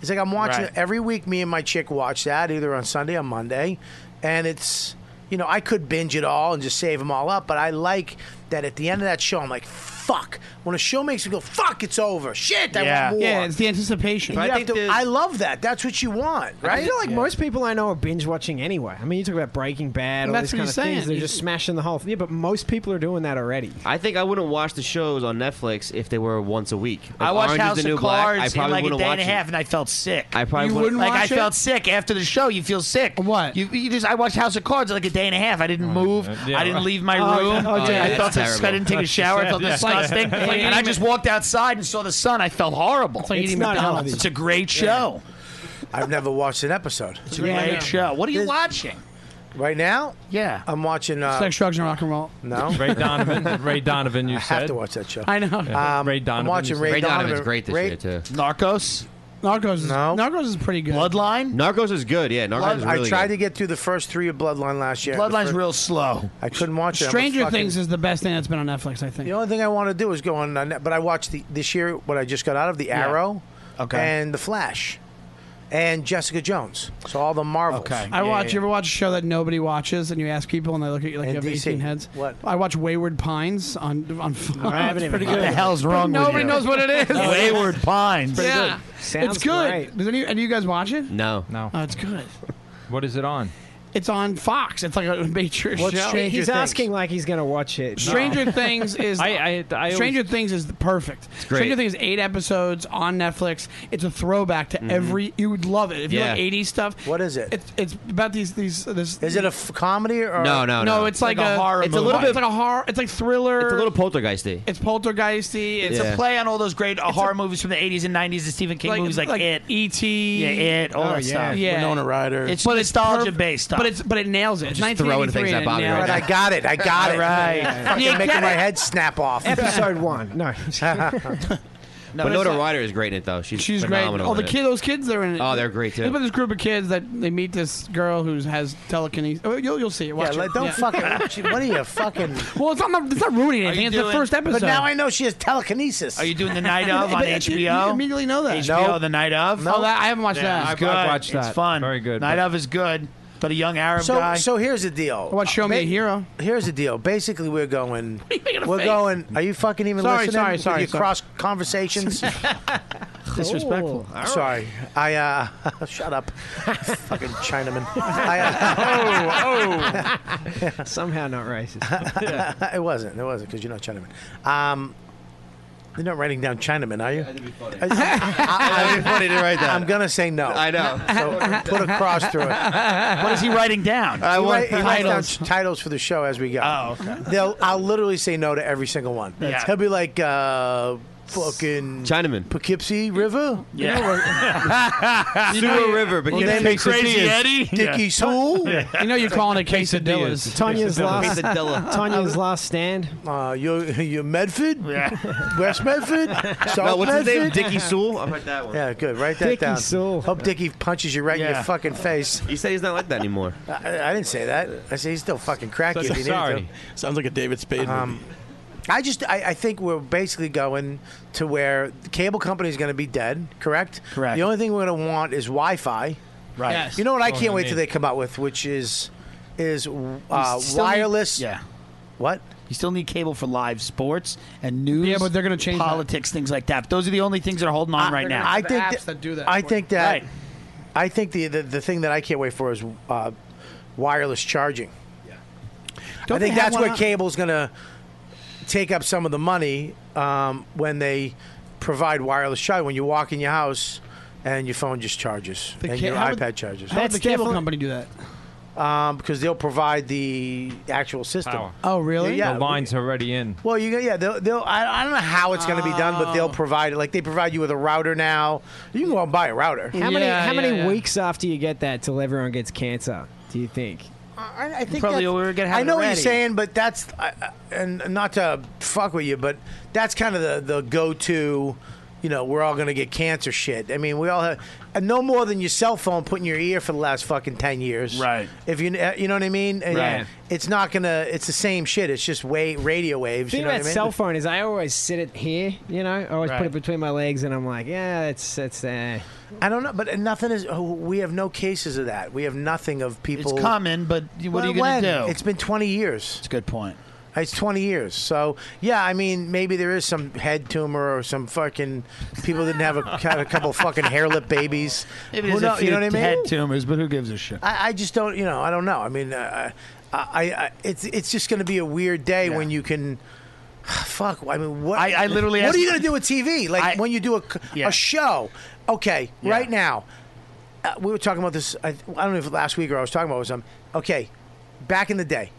Speaker 2: it's like I'm watching
Speaker 10: Right.
Speaker 2: it every week. Me and my chick watch that either on Sunday or Monday, and it's. You know, I could binge it all and just save them all up, but I like that at the end of that show, I'm like, fuck. When a show makes me go, fuck, it's over. Shit, I
Speaker 14: yeah.
Speaker 2: want more.
Speaker 14: Yeah, it's the anticipation.
Speaker 2: You have to- I love that. That's what you want, right?
Speaker 8: I feel like most people I know are binge watching anyway. I mean, you talk about Breaking Bad, all
Speaker 14: That's
Speaker 8: these kind
Speaker 14: what
Speaker 8: of
Speaker 14: he's
Speaker 8: things.
Speaker 14: saying.
Speaker 8: They're
Speaker 14: You-
Speaker 8: just smashing the whole. Yeah, but most people are doing that already.
Speaker 13: I think I wouldn't watch the shows on Netflix if they were once a week. Like
Speaker 10: I watched
Speaker 13: Orange is
Speaker 10: House
Speaker 13: the New
Speaker 10: of
Speaker 13: Black,
Speaker 10: Cards
Speaker 13: I
Speaker 10: in
Speaker 13: probably
Speaker 10: like a
Speaker 13: wouldn't
Speaker 10: day
Speaker 13: watch
Speaker 10: and a
Speaker 13: it.
Speaker 10: half, and I felt sick.
Speaker 13: I probably
Speaker 10: You
Speaker 13: wouldn't-
Speaker 10: like
Speaker 13: watch
Speaker 10: I
Speaker 13: it?
Speaker 10: felt sick after the show. You feel sick. What? You, you just I watched House of Cards like a day and a half. I didn't move.
Speaker 11: Oh, yeah.
Speaker 10: I didn't leave my
Speaker 11: Oh,
Speaker 10: room.
Speaker 11: yeah. Oh, yeah,
Speaker 10: I
Speaker 11: that's
Speaker 10: felt dis- I
Speaker 11: terrible.
Speaker 10: didn't take a shower. I felt
Speaker 11: Yeah.
Speaker 10: disgusting,
Speaker 11: It's like
Speaker 10: and I
Speaker 11: eating-
Speaker 10: just walked outside and saw the sun. I felt horrible.
Speaker 14: like It's eating not McDonald's. healthy.
Speaker 10: It's a great show.
Speaker 2: I've never watched an episode.
Speaker 10: It's a great show. What are you watching?
Speaker 2: Right now?
Speaker 10: Yeah.
Speaker 2: I'm watching. Uh,
Speaker 14: Sex, drugs, and rock and roll.
Speaker 2: no.
Speaker 11: Ray Donovan. Ray Donovan. You
Speaker 2: I
Speaker 11: said
Speaker 2: have to watch that show.
Speaker 14: I know.
Speaker 11: Yeah. Ray Donovan.
Speaker 2: um, I'm watching
Speaker 11: you
Speaker 2: Ray,
Speaker 11: said.
Speaker 2: Donovan. Ray-
Speaker 13: too.
Speaker 10: Narcos.
Speaker 14: Narcos is Narcos is pretty good.
Speaker 10: Bloodline.
Speaker 13: Narcos is good. Yeah, Narcos is really
Speaker 2: I tried to get through the first three of Bloodline last year.
Speaker 14: Bloodline's
Speaker 2: The fir-
Speaker 10: real slow.
Speaker 2: I couldn't watch it. I'm a
Speaker 14: Stranger
Speaker 2: fucking-
Speaker 14: Things is the best thing that's been on Netflix. I think.
Speaker 2: The only thing I want to do is go on, uh, but I watched the, this year what I just got out of the Arrow,
Speaker 14: Okay.
Speaker 2: and the Flash, and Jessica Jones. So all the Marvels. Okay,
Speaker 14: I watch. You ever watch a show that nobody watches, and you ask people, and they look at you like you have
Speaker 2: NBC.
Speaker 14: eighteen heads?
Speaker 2: What?
Speaker 14: I watch Wayward Pines on on. Fox.
Speaker 10: I haven't
Speaker 14: It's
Speaker 10: even-
Speaker 14: pretty
Speaker 10: What
Speaker 14: good.
Speaker 10: the hell's
Speaker 14: But
Speaker 10: wrong with
Speaker 14: Nobody
Speaker 10: you?
Speaker 14: knows what it is.
Speaker 10: Wayward Pines.
Speaker 14: It's pretty
Speaker 10: Yeah.
Speaker 14: good.
Speaker 10: Sounds
Speaker 14: it's good.
Speaker 10: great.
Speaker 14: Does any? And you guys watch it?
Speaker 13: No.
Speaker 11: No.
Speaker 8: Uh,
Speaker 14: Oh, it's good.
Speaker 11: What is it on?
Speaker 14: It's on Fox. It's like a major show.
Speaker 8: He's asking like he's going to watch it.
Speaker 14: Stranger Things is
Speaker 11: I- I- I
Speaker 14: Stranger Things is the perfect.
Speaker 8: great.
Speaker 14: Stranger Things is eight episodes on Netflix. It's a throwback to every. You would love it if you
Speaker 13: Yeah.
Speaker 14: like '80s stuff.
Speaker 2: What is it?
Speaker 14: It's, it's about these these. This,
Speaker 2: Is it a f- comedy or
Speaker 13: No, no, no.
Speaker 14: No, it's like, a,
Speaker 13: horror
Speaker 14: It's a little
Speaker 13: movie.
Speaker 14: bit. It's like a horror. It's like thriller.
Speaker 13: It's a little poltergeisty.
Speaker 14: It's poltergeisty. It's
Speaker 10: It's
Speaker 14: a
Speaker 10: a
Speaker 13: Yeah.
Speaker 10: play on all those great uh, horror movies from the 80s and 90s, the Stephen King
Speaker 14: Like-
Speaker 10: movies like,
Speaker 14: like
Speaker 10: It,
Speaker 14: E.T.,
Speaker 10: yeah, It, all
Speaker 14: Oh,
Speaker 10: that
Speaker 14: yeah.
Speaker 10: stuff.
Speaker 14: Yeah. Winona
Speaker 18: Ryder.
Speaker 10: It's
Speaker 14: But it's
Speaker 10: nostalgia
Speaker 14: perf-
Speaker 10: based stuff.
Speaker 14: But it's but it nails it. It's
Speaker 10: just throwing things
Speaker 14: 1983
Speaker 10: at
Speaker 14: and it
Speaker 10: Bobby
Speaker 14: nailed
Speaker 10: right
Speaker 14: it.
Speaker 10: now.
Speaker 2: I got it. I got it.
Speaker 10: All right.
Speaker 2: Fucking
Speaker 10: You
Speaker 2: making
Speaker 10: get
Speaker 2: my
Speaker 10: it.
Speaker 2: head snap off.
Speaker 8: Episode one. No.
Speaker 13: No, but
Speaker 14: But it's
Speaker 13: Noda
Speaker 14: like-
Speaker 13: Ryder is great in it though. She's
Speaker 14: She's great.
Speaker 13: phenomenal.
Speaker 14: Oh, the
Speaker 13: in it.
Speaker 14: kid, those kids, they're in it.
Speaker 13: Oh, they're great, too.
Speaker 14: There's about this group of kids that they meet this girl who has telekinesis. Oh, you'll, you'll see it. Watch
Speaker 2: Yeah, like,
Speaker 14: it.
Speaker 2: don't
Speaker 14: Yeah.
Speaker 2: fucking. Watch it. What are you fucking?
Speaker 14: Well, it's not, it's not ruining anything. It's the
Speaker 10: doing-
Speaker 14: first episode.
Speaker 2: But now I know she has telekinesis.
Speaker 10: Are you doing the night of on
Speaker 14: But you- You
Speaker 10: HBO?
Speaker 14: immediately know that.
Speaker 10: HBO, the night of?
Speaker 2: Oh,
Speaker 14: No, that- I haven't watched
Speaker 10: Yeah,
Speaker 14: that.
Speaker 10: It's good. It's fun. Very good. Night of is good. Got a young Arab
Speaker 2: So,
Speaker 10: guy.
Speaker 2: so here's the deal.
Speaker 14: What, Show Me a
Speaker 2: Ba-
Speaker 14: Hero?
Speaker 2: Here's the deal. Basically, we're going.
Speaker 14: making a
Speaker 2: We're
Speaker 14: face?
Speaker 2: going. Are you fucking even
Speaker 14: Sorry,
Speaker 2: listening?
Speaker 14: sorry,
Speaker 2: with
Speaker 14: sorry,
Speaker 2: Your
Speaker 14: sorry.
Speaker 2: cross conversations. uh,
Speaker 14: Disrespectful.
Speaker 2: Oh, Sorry, I uh, shut up, fucking Chinaman. I, oh, oh.
Speaker 8: Somehow not racist.
Speaker 2: it wasn't. It wasn't because you're not Chinaman. Um, you're not writing down Chinaman, are you?
Speaker 13: That'd be funny to write that.
Speaker 2: I'm gonna say no. I
Speaker 13: know.
Speaker 2: So put a cross through it.
Speaker 10: what is he writing down?
Speaker 2: I want he writes down
Speaker 10: titles.
Speaker 2: t- titles for the show as we go.
Speaker 10: Oh, okay.
Speaker 2: They'll, I'll literally say no to every single one.
Speaker 10: Yeah.
Speaker 2: He'll be like, uh, fucking
Speaker 13: Chinaman.
Speaker 2: Poughkeepsie River.
Speaker 13: Yeah.
Speaker 2: You
Speaker 13: Sewer
Speaker 2: know, you-
Speaker 13: River,
Speaker 2: well,
Speaker 13: Poughkeepsie.
Speaker 2: then-
Speaker 13: Crazy Eddie?
Speaker 2: Dickie
Speaker 13: Yeah.
Speaker 2: Sewell.
Speaker 13: Yeah. You know you're calling it quesadillas.
Speaker 8: Tanya's last,
Speaker 2: Quesadilla.
Speaker 8: Tanya's last stand.
Speaker 2: Uh, you you Medford, yeah. West Medford, South
Speaker 8: No, what's his
Speaker 2: Medford.
Speaker 8: name? Dickie Sewell? I've heard
Speaker 2: that one. Yeah, good. Write that
Speaker 13: Dickie
Speaker 2: down.
Speaker 13: Sewell.
Speaker 2: Hope Dickie punches you right in
Speaker 13: Yeah.
Speaker 2: your fucking face.
Speaker 13: You said he's not like that anymore.
Speaker 2: I, I didn't say that. I said he's still fucking cracky. if you need to.
Speaker 7: Sounds like a David Spade
Speaker 2: Um, I just I, I think we're basically going to where the cable company is going to be dead. Correct. Correct. The only thing we're going to want is Wi-Fi.
Speaker 7: Right. Yes.
Speaker 2: You know what I
Speaker 7: That's
Speaker 2: can't
Speaker 7: what I
Speaker 2: wait till
Speaker 7: mean.
Speaker 2: they come out with, which is is
Speaker 7: You
Speaker 2: uh,
Speaker 7: still need-
Speaker 2: wireless.
Speaker 10: yeah.
Speaker 2: What?
Speaker 10: You still need cable for live sports and news. Yeah,
Speaker 14: but they're gonna change that.
Speaker 10: politics, things like that. Those are the only things that are holding on right now.
Speaker 2: I think that, I think that. I think the, the the thing that I can't wait for is uh, wireless charging. I
Speaker 14: Don't
Speaker 2: think
Speaker 14: they have
Speaker 2: that's
Speaker 14: one
Speaker 2: where
Speaker 14: out-
Speaker 2: cable's going to take up some of the money um, when they provide wireless charging. When you walk in your house and your phone just charges and
Speaker 14: ca-
Speaker 2: your
Speaker 14: how would-
Speaker 2: iPad charges.
Speaker 14: How would the cable company do that?
Speaker 2: Um, because they'll provide the actual system.
Speaker 11: Power.
Speaker 14: Oh, really?
Speaker 2: Yeah.
Speaker 11: The line's already in.
Speaker 2: Well, you yeah, they'll, they'll I, I don't know how it's going to be done, but
Speaker 14: Oh.
Speaker 2: they'll provide it. Like they provide you with a router now. You can go out and buy a router.
Speaker 8: How many how many weeks after you get that till everyone gets cancer? Do you think?
Speaker 2: I, I think
Speaker 8: Probably
Speaker 2: that's-
Speaker 8: we were gonna have
Speaker 2: I know
Speaker 8: it
Speaker 2: what you're
Speaker 8: ready.
Speaker 2: saying, but that's I- I- and not to fuck with you, but that's kind of the the go to. You know, we're all gonna get cancer shit. I mean, we all have and no more than your cell phone put in your ear for the last fucking ten years. Right. If you eh, you know what I mean. And
Speaker 8: Right.
Speaker 2: It's not gonna. It's the same shit. It's just way radio waves.
Speaker 8: The thing
Speaker 2: you know
Speaker 8: about
Speaker 2: what I mean?
Speaker 8: cell phone is I always sit it here, you know. I always
Speaker 2: Right.
Speaker 8: put it between my legs, and I'm like, yeah, it's it's. Uh,
Speaker 2: I don't know, but nothing is. Oh, we have no cases of that. We have nothing of people.
Speaker 10: It's coming, but what are you
Speaker 2: When?
Speaker 10: going to do?
Speaker 2: It's been 20 years. It's
Speaker 10: a good point.
Speaker 2: It's 20 years. So, yeah, I mean, maybe there is some head tumor or some fucking people didn't have a, had a couple fucking hairlip babies.
Speaker 10: Maybe
Speaker 2: Who
Speaker 10: there's a
Speaker 2: know- you know
Speaker 10: few
Speaker 2: what I mean?
Speaker 10: Head tumors, but who gives a shit?
Speaker 2: I, I just don't, you know, I don't know. I mean, uh, I, I, I, it's it's just going to be a weird day when you can. Fuck. I mean, what?
Speaker 10: I literally
Speaker 2: What
Speaker 10: asked-
Speaker 2: are you going to do with TV? Like when you do a, c- a show? Okay, right now, uh, we were talking about this. I, I don't know if last week or I was talking about it or something. Okay, back in the day,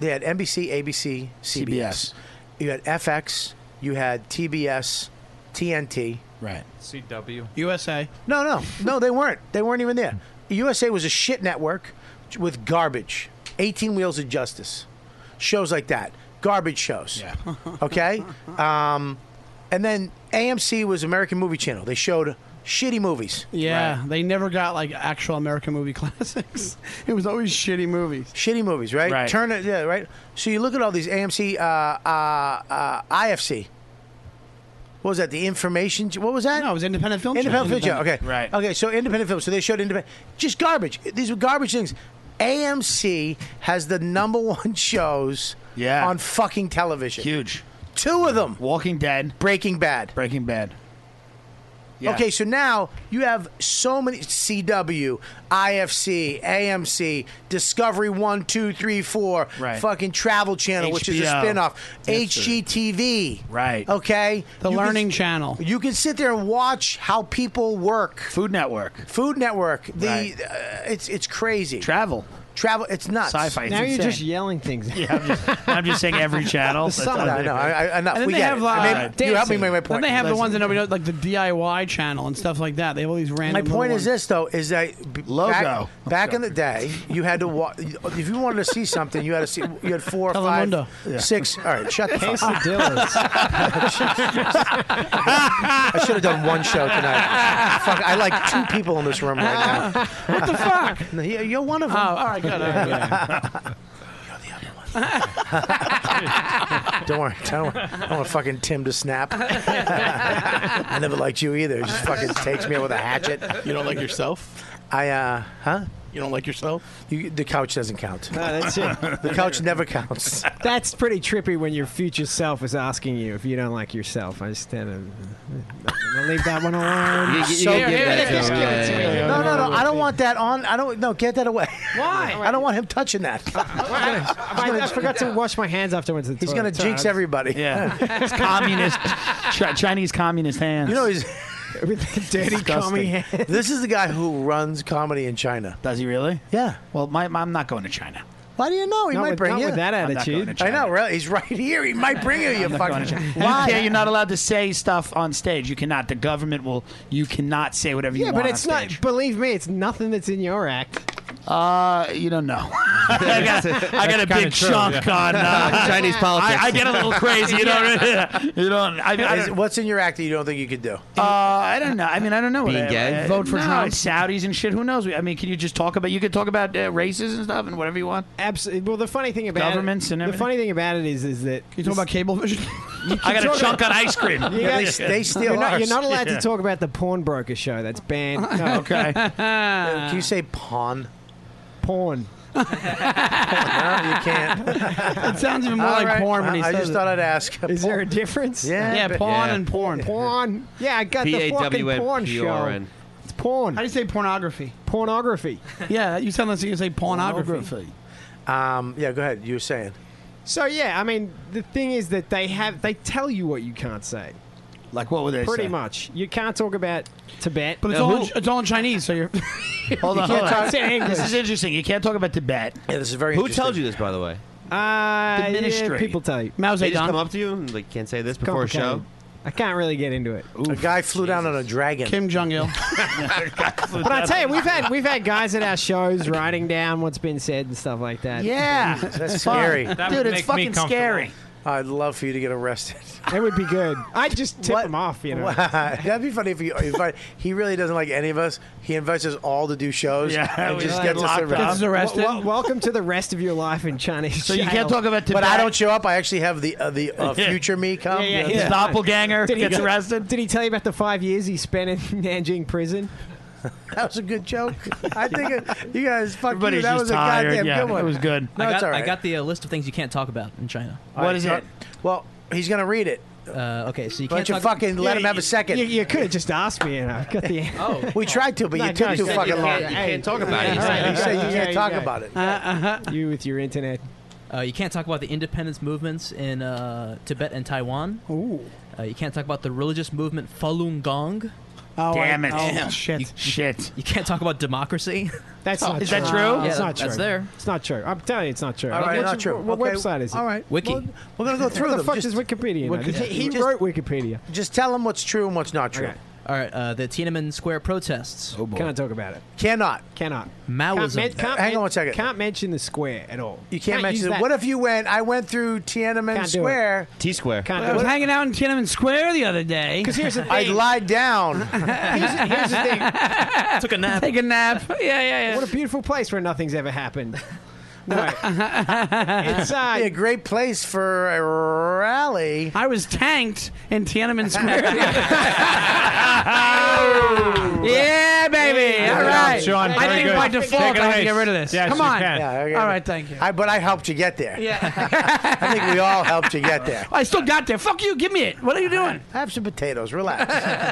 Speaker 2: they had NBC, ABC, CBS. You had FX. You had TBS, TNT.
Speaker 10: Right.
Speaker 11: CW.
Speaker 14: USA.
Speaker 2: No, no, no. They weren't. They weren't even there. USA was a shit network with garbage. Eighteen Wheels of Justice, shows like that, garbage shows. Yeah. okay. Um, and then AMC was American Movie Channel. They showed shitty movies.
Speaker 14: Yeah, they never got like actual American movie classics. It was always shitty movies.
Speaker 2: Shitty movies, right?
Speaker 14: Right.
Speaker 2: Turn it, yeah, right. So you look at all these AMC, uh, uh, uh, IFC. What was that? The information? What was that? No,
Speaker 14: it was independent film.
Speaker 2: Independent
Speaker 14: channel.
Speaker 2: film channel. Okay, right. Okay, so independent film. So they showed independent, just garbage. These were garbage things. AMC has the number one shows.
Speaker 10: Yeah.
Speaker 2: On fucking television.
Speaker 10: Huge.
Speaker 2: Two of them.
Speaker 10: Walking Dead.
Speaker 2: Breaking Bad.
Speaker 10: Breaking Bad. Yeah.
Speaker 2: Okay, so now you have so many CW, IFC, AMC, Discovery One, Two, Three, Four,
Speaker 14: Right.
Speaker 2: fucking Travel Channel, which is a
Speaker 14: HBO.
Speaker 2: spinoff,
Speaker 14: That's true.
Speaker 2: HGTV.
Speaker 10: Right.
Speaker 2: Okay.
Speaker 14: The
Speaker 2: You can-
Speaker 14: Learning Channel.
Speaker 2: You can sit there and watch how people work.
Speaker 10: Food Network.
Speaker 2: Food Network. The
Speaker 10: Right.
Speaker 2: uh, it's it's crazy.
Speaker 10: Travel.
Speaker 2: Travel. It's nuts.
Speaker 10: Sci-fi, it's Now you're insane. just
Speaker 8: yelling things.
Speaker 10: Yeah, I'm just, I'm just saying every channel.
Speaker 2: The summer.
Speaker 10: all
Speaker 2: I know, I- I- enough.
Speaker 14: And then
Speaker 2: We
Speaker 14: they
Speaker 2: get
Speaker 14: have
Speaker 2: it.
Speaker 14: like
Speaker 2: I mean, you help me make my point.
Speaker 14: Then they have the
Speaker 2: Listen.
Speaker 14: ones that nobody knows, like the DIY channel and stuff like that. They have all these random.
Speaker 2: My point
Speaker 14: little
Speaker 2: is
Speaker 14: ones.
Speaker 2: this, though, is that b-
Speaker 14: Logo.
Speaker 2: Back, back in the day, you had to wa- if you wanted to see something, you had to see you had four, five,
Speaker 14: Telemundo.
Speaker 10: Yeah.
Speaker 2: six- All right, shut the fuck up.
Speaker 8: Quesadillas.
Speaker 2: I should have done one show tonight. fuck, I like two people in this room right now.
Speaker 14: What the fuck?
Speaker 2: No, you- You're one of
Speaker 14: Oh,
Speaker 2: them.
Speaker 14: all right, good. All right, good.
Speaker 2: Don't worry. Don't worry. I don't want fucking Tim to snap. I never liked you either. He just fucking takes me out with a hatchet.
Speaker 7: You don't like yourself?
Speaker 2: I, uh, huh?
Speaker 7: You don't like yourself?
Speaker 2: You, the couch doesn't count.
Speaker 8: No, that's it.
Speaker 2: The couch never counts.
Speaker 8: That's pretty trippy when your future self is asking you if you don't like yourself. I just tend to I'm gonna leave that one alone.
Speaker 2: You- you- you give that to him.
Speaker 8: give it to me.
Speaker 2: No, no, no. I don't want that on. I don't. No, get that away.
Speaker 8: Why?
Speaker 2: I don't want him touching that.
Speaker 8: I, I forgot to wash my hands afterwards.
Speaker 2: He's gonna jinx everybody.
Speaker 10: Yeah. It's communist, chi- Chinese communist hands.
Speaker 2: You know, he's
Speaker 8: dirty
Speaker 10: Disgusting. commie hands.
Speaker 2: This is the guy who runs comedy in China.
Speaker 10: Does he really?
Speaker 2: Yeah.
Speaker 10: Well, my, my- I'm not going to China.
Speaker 2: Why do you know? He
Speaker 8: Not
Speaker 2: might
Speaker 8: with-
Speaker 2: bring
Speaker 8: not
Speaker 2: you.
Speaker 8: with that I'm not attitude. going to
Speaker 2: I know, really. He's right here. He might bring you. You fucking.
Speaker 10: Why? you're not allowed to say stuff on stage. You cannot. The government will. You cannot say whatever you
Speaker 8: Yeah,
Speaker 10: want.
Speaker 8: but it's not. Believe me, it's nothing that's in your act.
Speaker 10: Uh, you don't know. I got, I got a
Speaker 8: That's
Speaker 10: big
Speaker 8: kinda true,
Speaker 10: chunk
Speaker 8: yeah.
Speaker 10: on uh,
Speaker 8: Chinese politics.
Speaker 10: I, I get a little crazy. You don't. you don't. I, I
Speaker 2: Is-
Speaker 10: don't
Speaker 2: what's in your act that you don't think you could do?
Speaker 10: uh, I don't know. I mean, I don't know. what
Speaker 2: Being
Speaker 10: I-
Speaker 2: gay?
Speaker 10: I-
Speaker 2: Vote for
Speaker 10: no,
Speaker 2: Trump.
Speaker 10: Saudis and shit. Who knows? I mean, can you just talk about? You could talk about uh, races and stuff and whatever you want.
Speaker 8: Absolutely. Well, the funny thing about
Speaker 10: Governments
Speaker 8: it,
Speaker 10: and
Speaker 8: the funny thing about it is, is that you talk about
Speaker 14: cable vision.
Speaker 10: I got a chunk on ice cream.
Speaker 8: You
Speaker 10: At
Speaker 8: got-
Speaker 10: least they steal
Speaker 8: you're not,
Speaker 10: ours.
Speaker 8: You're not allowed
Speaker 10: Yeah.
Speaker 8: to talk about the pawnbroker show. That's banned. No.
Speaker 10: Okay.
Speaker 2: Can you say pawn?
Speaker 8: Porn.
Speaker 2: No, you can't.
Speaker 14: it sounds even more
Speaker 2: All
Speaker 14: like
Speaker 2: right.
Speaker 14: porn when he
Speaker 2: I, I
Speaker 14: says
Speaker 2: just
Speaker 14: it.
Speaker 2: thought I'd ask.
Speaker 8: Is there a difference?
Speaker 2: Yeah,
Speaker 14: Yeah,
Speaker 2: but-
Speaker 14: porn and porn.
Speaker 8: Porn. Yeah, I got the fucking porn show.
Speaker 14: P-A-W-N-P-O-R-N.
Speaker 8: It's porn.
Speaker 14: How do you say pornography?
Speaker 8: Pornography.
Speaker 14: yeah, you sound like you say pornography.
Speaker 2: Um, yeah, go ahead. You were saying.
Speaker 8: So yeah, I mean, the thing is that they have they tell you what you can't say.
Speaker 10: Like what would they
Speaker 8: Pretty
Speaker 10: say?
Speaker 8: much, you can't talk about Tibet.
Speaker 14: But it's all in, it's all in Chinese, so you're.
Speaker 10: Hold
Speaker 8: You
Speaker 10: on,
Speaker 8: can't
Speaker 10: hold
Speaker 8: talk-
Speaker 10: on.
Speaker 8: It's in English.
Speaker 10: This is interesting. You can't talk about Tibet.
Speaker 2: Yeah, this is very.
Speaker 13: Who tells you this, by the way?
Speaker 8: Uh,
Speaker 13: The ministry.
Speaker 8: Yeah, people tell you.
Speaker 14: Mao
Speaker 13: They just come up to you and like can't say this before a show.
Speaker 8: I can't really get into it.
Speaker 2: A guy flew down on a dragon.
Speaker 14: Kim Jong Il.
Speaker 8: But I tell you, we've had we've had guys at our shows writing down what's been said and stuff like that.
Speaker 10: Yeah.
Speaker 2: That's scary.
Speaker 10: Dude, it's fucking scary.
Speaker 2: I'd love for you to get arrested.
Speaker 8: It would be good. I'd just tip him off, you know.
Speaker 2: That'd be funny if you invite. He really doesn't like any of us. He invites us all to do shows
Speaker 10: Yeah,
Speaker 2: and
Speaker 10: we
Speaker 2: just
Speaker 10: like
Speaker 2: gets us
Speaker 10: locked up.
Speaker 2: arrested.
Speaker 10: Gets us arrested.
Speaker 8: Wel- welcome to the rest of your life in Chinese.
Speaker 10: So you can't
Speaker 8: jail.
Speaker 10: talk about Tibet.
Speaker 2: But I don't show up. I actually have the uh, the uh,
Speaker 8: Yeah.
Speaker 2: future me come.
Speaker 8: Yeah, yeah,
Speaker 10: His doppelganger
Speaker 8: Did he
Speaker 10: gets
Speaker 8: go-
Speaker 10: arrested.
Speaker 8: Did he tell you about the five years he spent in Nanjing prison?
Speaker 2: That was a good joke. I think it, you guys fuck you.
Speaker 9: Everybody's
Speaker 2: That
Speaker 9: just
Speaker 2: was a
Speaker 9: tired,
Speaker 2: goddamn
Speaker 9: yeah,
Speaker 2: good one.
Speaker 9: it was
Speaker 10: good.
Speaker 2: No,
Speaker 9: I,
Speaker 2: it's
Speaker 9: got,
Speaker 2: all
Speaker 9: I
Speaker 2: right.
Speaker 9: got the uh, list of things you can't talk about in China.
Speaker 2: All right, so- Well, he's gonna read it.
Speaker 9: Uh, okay, so you
Speaker 2: Why
Speaker 9: can't
Speaker 2: don't you
Speaker 9: talk-
Speaker 2: fucking let him have a second?
Speaker 8: You, you could have just asked me, and I got the.
Speaker 2: Oh, we tried to, but
Speaker 8: No,
Speaker 2: you took
Speaker 8: no,
Speaker 2: too
Speaker 8: said
Speaker 2: fucking
Speaker 8: you
Speaker 2: long.
Speaker 8: can't- you can't
Speaker 9: talk about it.
Speaker 2: He said, he said you can't talk about it.
Speaker 8: Uh-huh. You with your internet.
Speaker 9: Uh, you can't talk about the independence movements in uh, Tibet and Taiwan.
Speaker 14: Ooh.
Speaker 9: Uh, you can't talk about the religious movement Falun Gong.
Speaker 14: Oh, Damn I- it. oh, shit.
Speaker 9: You,
Speaker 10: shit.
Speaker 9: You can't talk about democracy.
Speaker 8: That's not true.
Speaker 9: Yeah,
Speaker 8: it's not
Speaker 9: Oh, that-
Speaker 8: true.
Speaker 9: That's there.
Speaker 8: It's not true. I'm telling you, it's not true.
Speaker 2: All right,
Speaker 8: What's
Speaker 2: not
Speaker 8: your-
Speaker 2: true.
Speaker 8: What,
Speaker 2: Okay,
Speaker 8: website is it?
Speaker 2: all right.
Speaker 9: Wiki.
Speaker 2: Well, we're gonna go through
Speaker 8: What the
Speaker 2: them.
Speaker 8: fuck
Speaker 2: Just-
Speaker 8: is Wikipedia? know?
Speaker 2: Wikipedia.
Speaker 8: He
Speaker 2: Just-
Speaker 8: wrote Wikipedia.
Speaker 2: Just tell him what's true and what's not true.
Speaker 9: All right, uh, the Tiananmen Square protests. Oh
Speaker 8: boy. Can't talk about it.
Speaker 2: Cannot.
Speaker 8: Cannot.
Speaker 9: Maoism.
Speaker 8: Can't men- can't
Speaker 2: Hang on
Speaker 8: men-
Speaker 2: one second.
Speaker 8: Can't mention the square at all.
Speaker 2: You can't,
Speaker 8: use
Speaker 2: mention it.
Speaker 8: that.
Speaker 2: What if you went? I went through Tiananmen
Speaker 8: Can't do it.
Speaker 2: Square.
Speaker 13: T square.
Speaker 8: Can't
Speaker 14: I
Speaker 8: do
Speaker 14: was
Speaker 8: it.
Speaker 14: hanging out in Tiananmen Square the other day.
Speaker 8: 'Cause here's the thing.
Speaker 2: I lied down.
Speaker 8: here's, here's the thing.
Speaker 9: Took a nap.
Speaker 14: Take a nap. Yeah, yeah, yeah.
Speaker 8: What a beautiful place where nothing's ever happened. No. it's uh,
Speaker 2: Be a great place for a rally.
Speaker 14: I was tanked in Tiananmen Square.
Speaker 8: Oh.
Speaker 14: yeah, baby.
Speaker 2: Yeah,
Speaker 14: All right.
Speaker 2: Sean,
Speaker 14: I
Speaker 2: very
Speaker 14: think
Speaker 2: good.
Speaker 14: by
Speaker 2: Take it
Speaker 14: default I have
Speaker 2: away.
Speaker 14: to get rid of this.
Speaker 2: Yes,
Speaker 14: Come
Speaker 2: you
Speaker 14: on.
Speaker 2: can. Yeah, okay.
Speaker 14: All right, thank you.
Speaker 2: I, but I helped you get there.
Speaker 14: Yeah.
Speaker 2: I think we all helped you get there.
Speaker 14: I still got there. Fuck you. Give me it. What are you doing?
Speaker 2: Have some potatoes. Relax.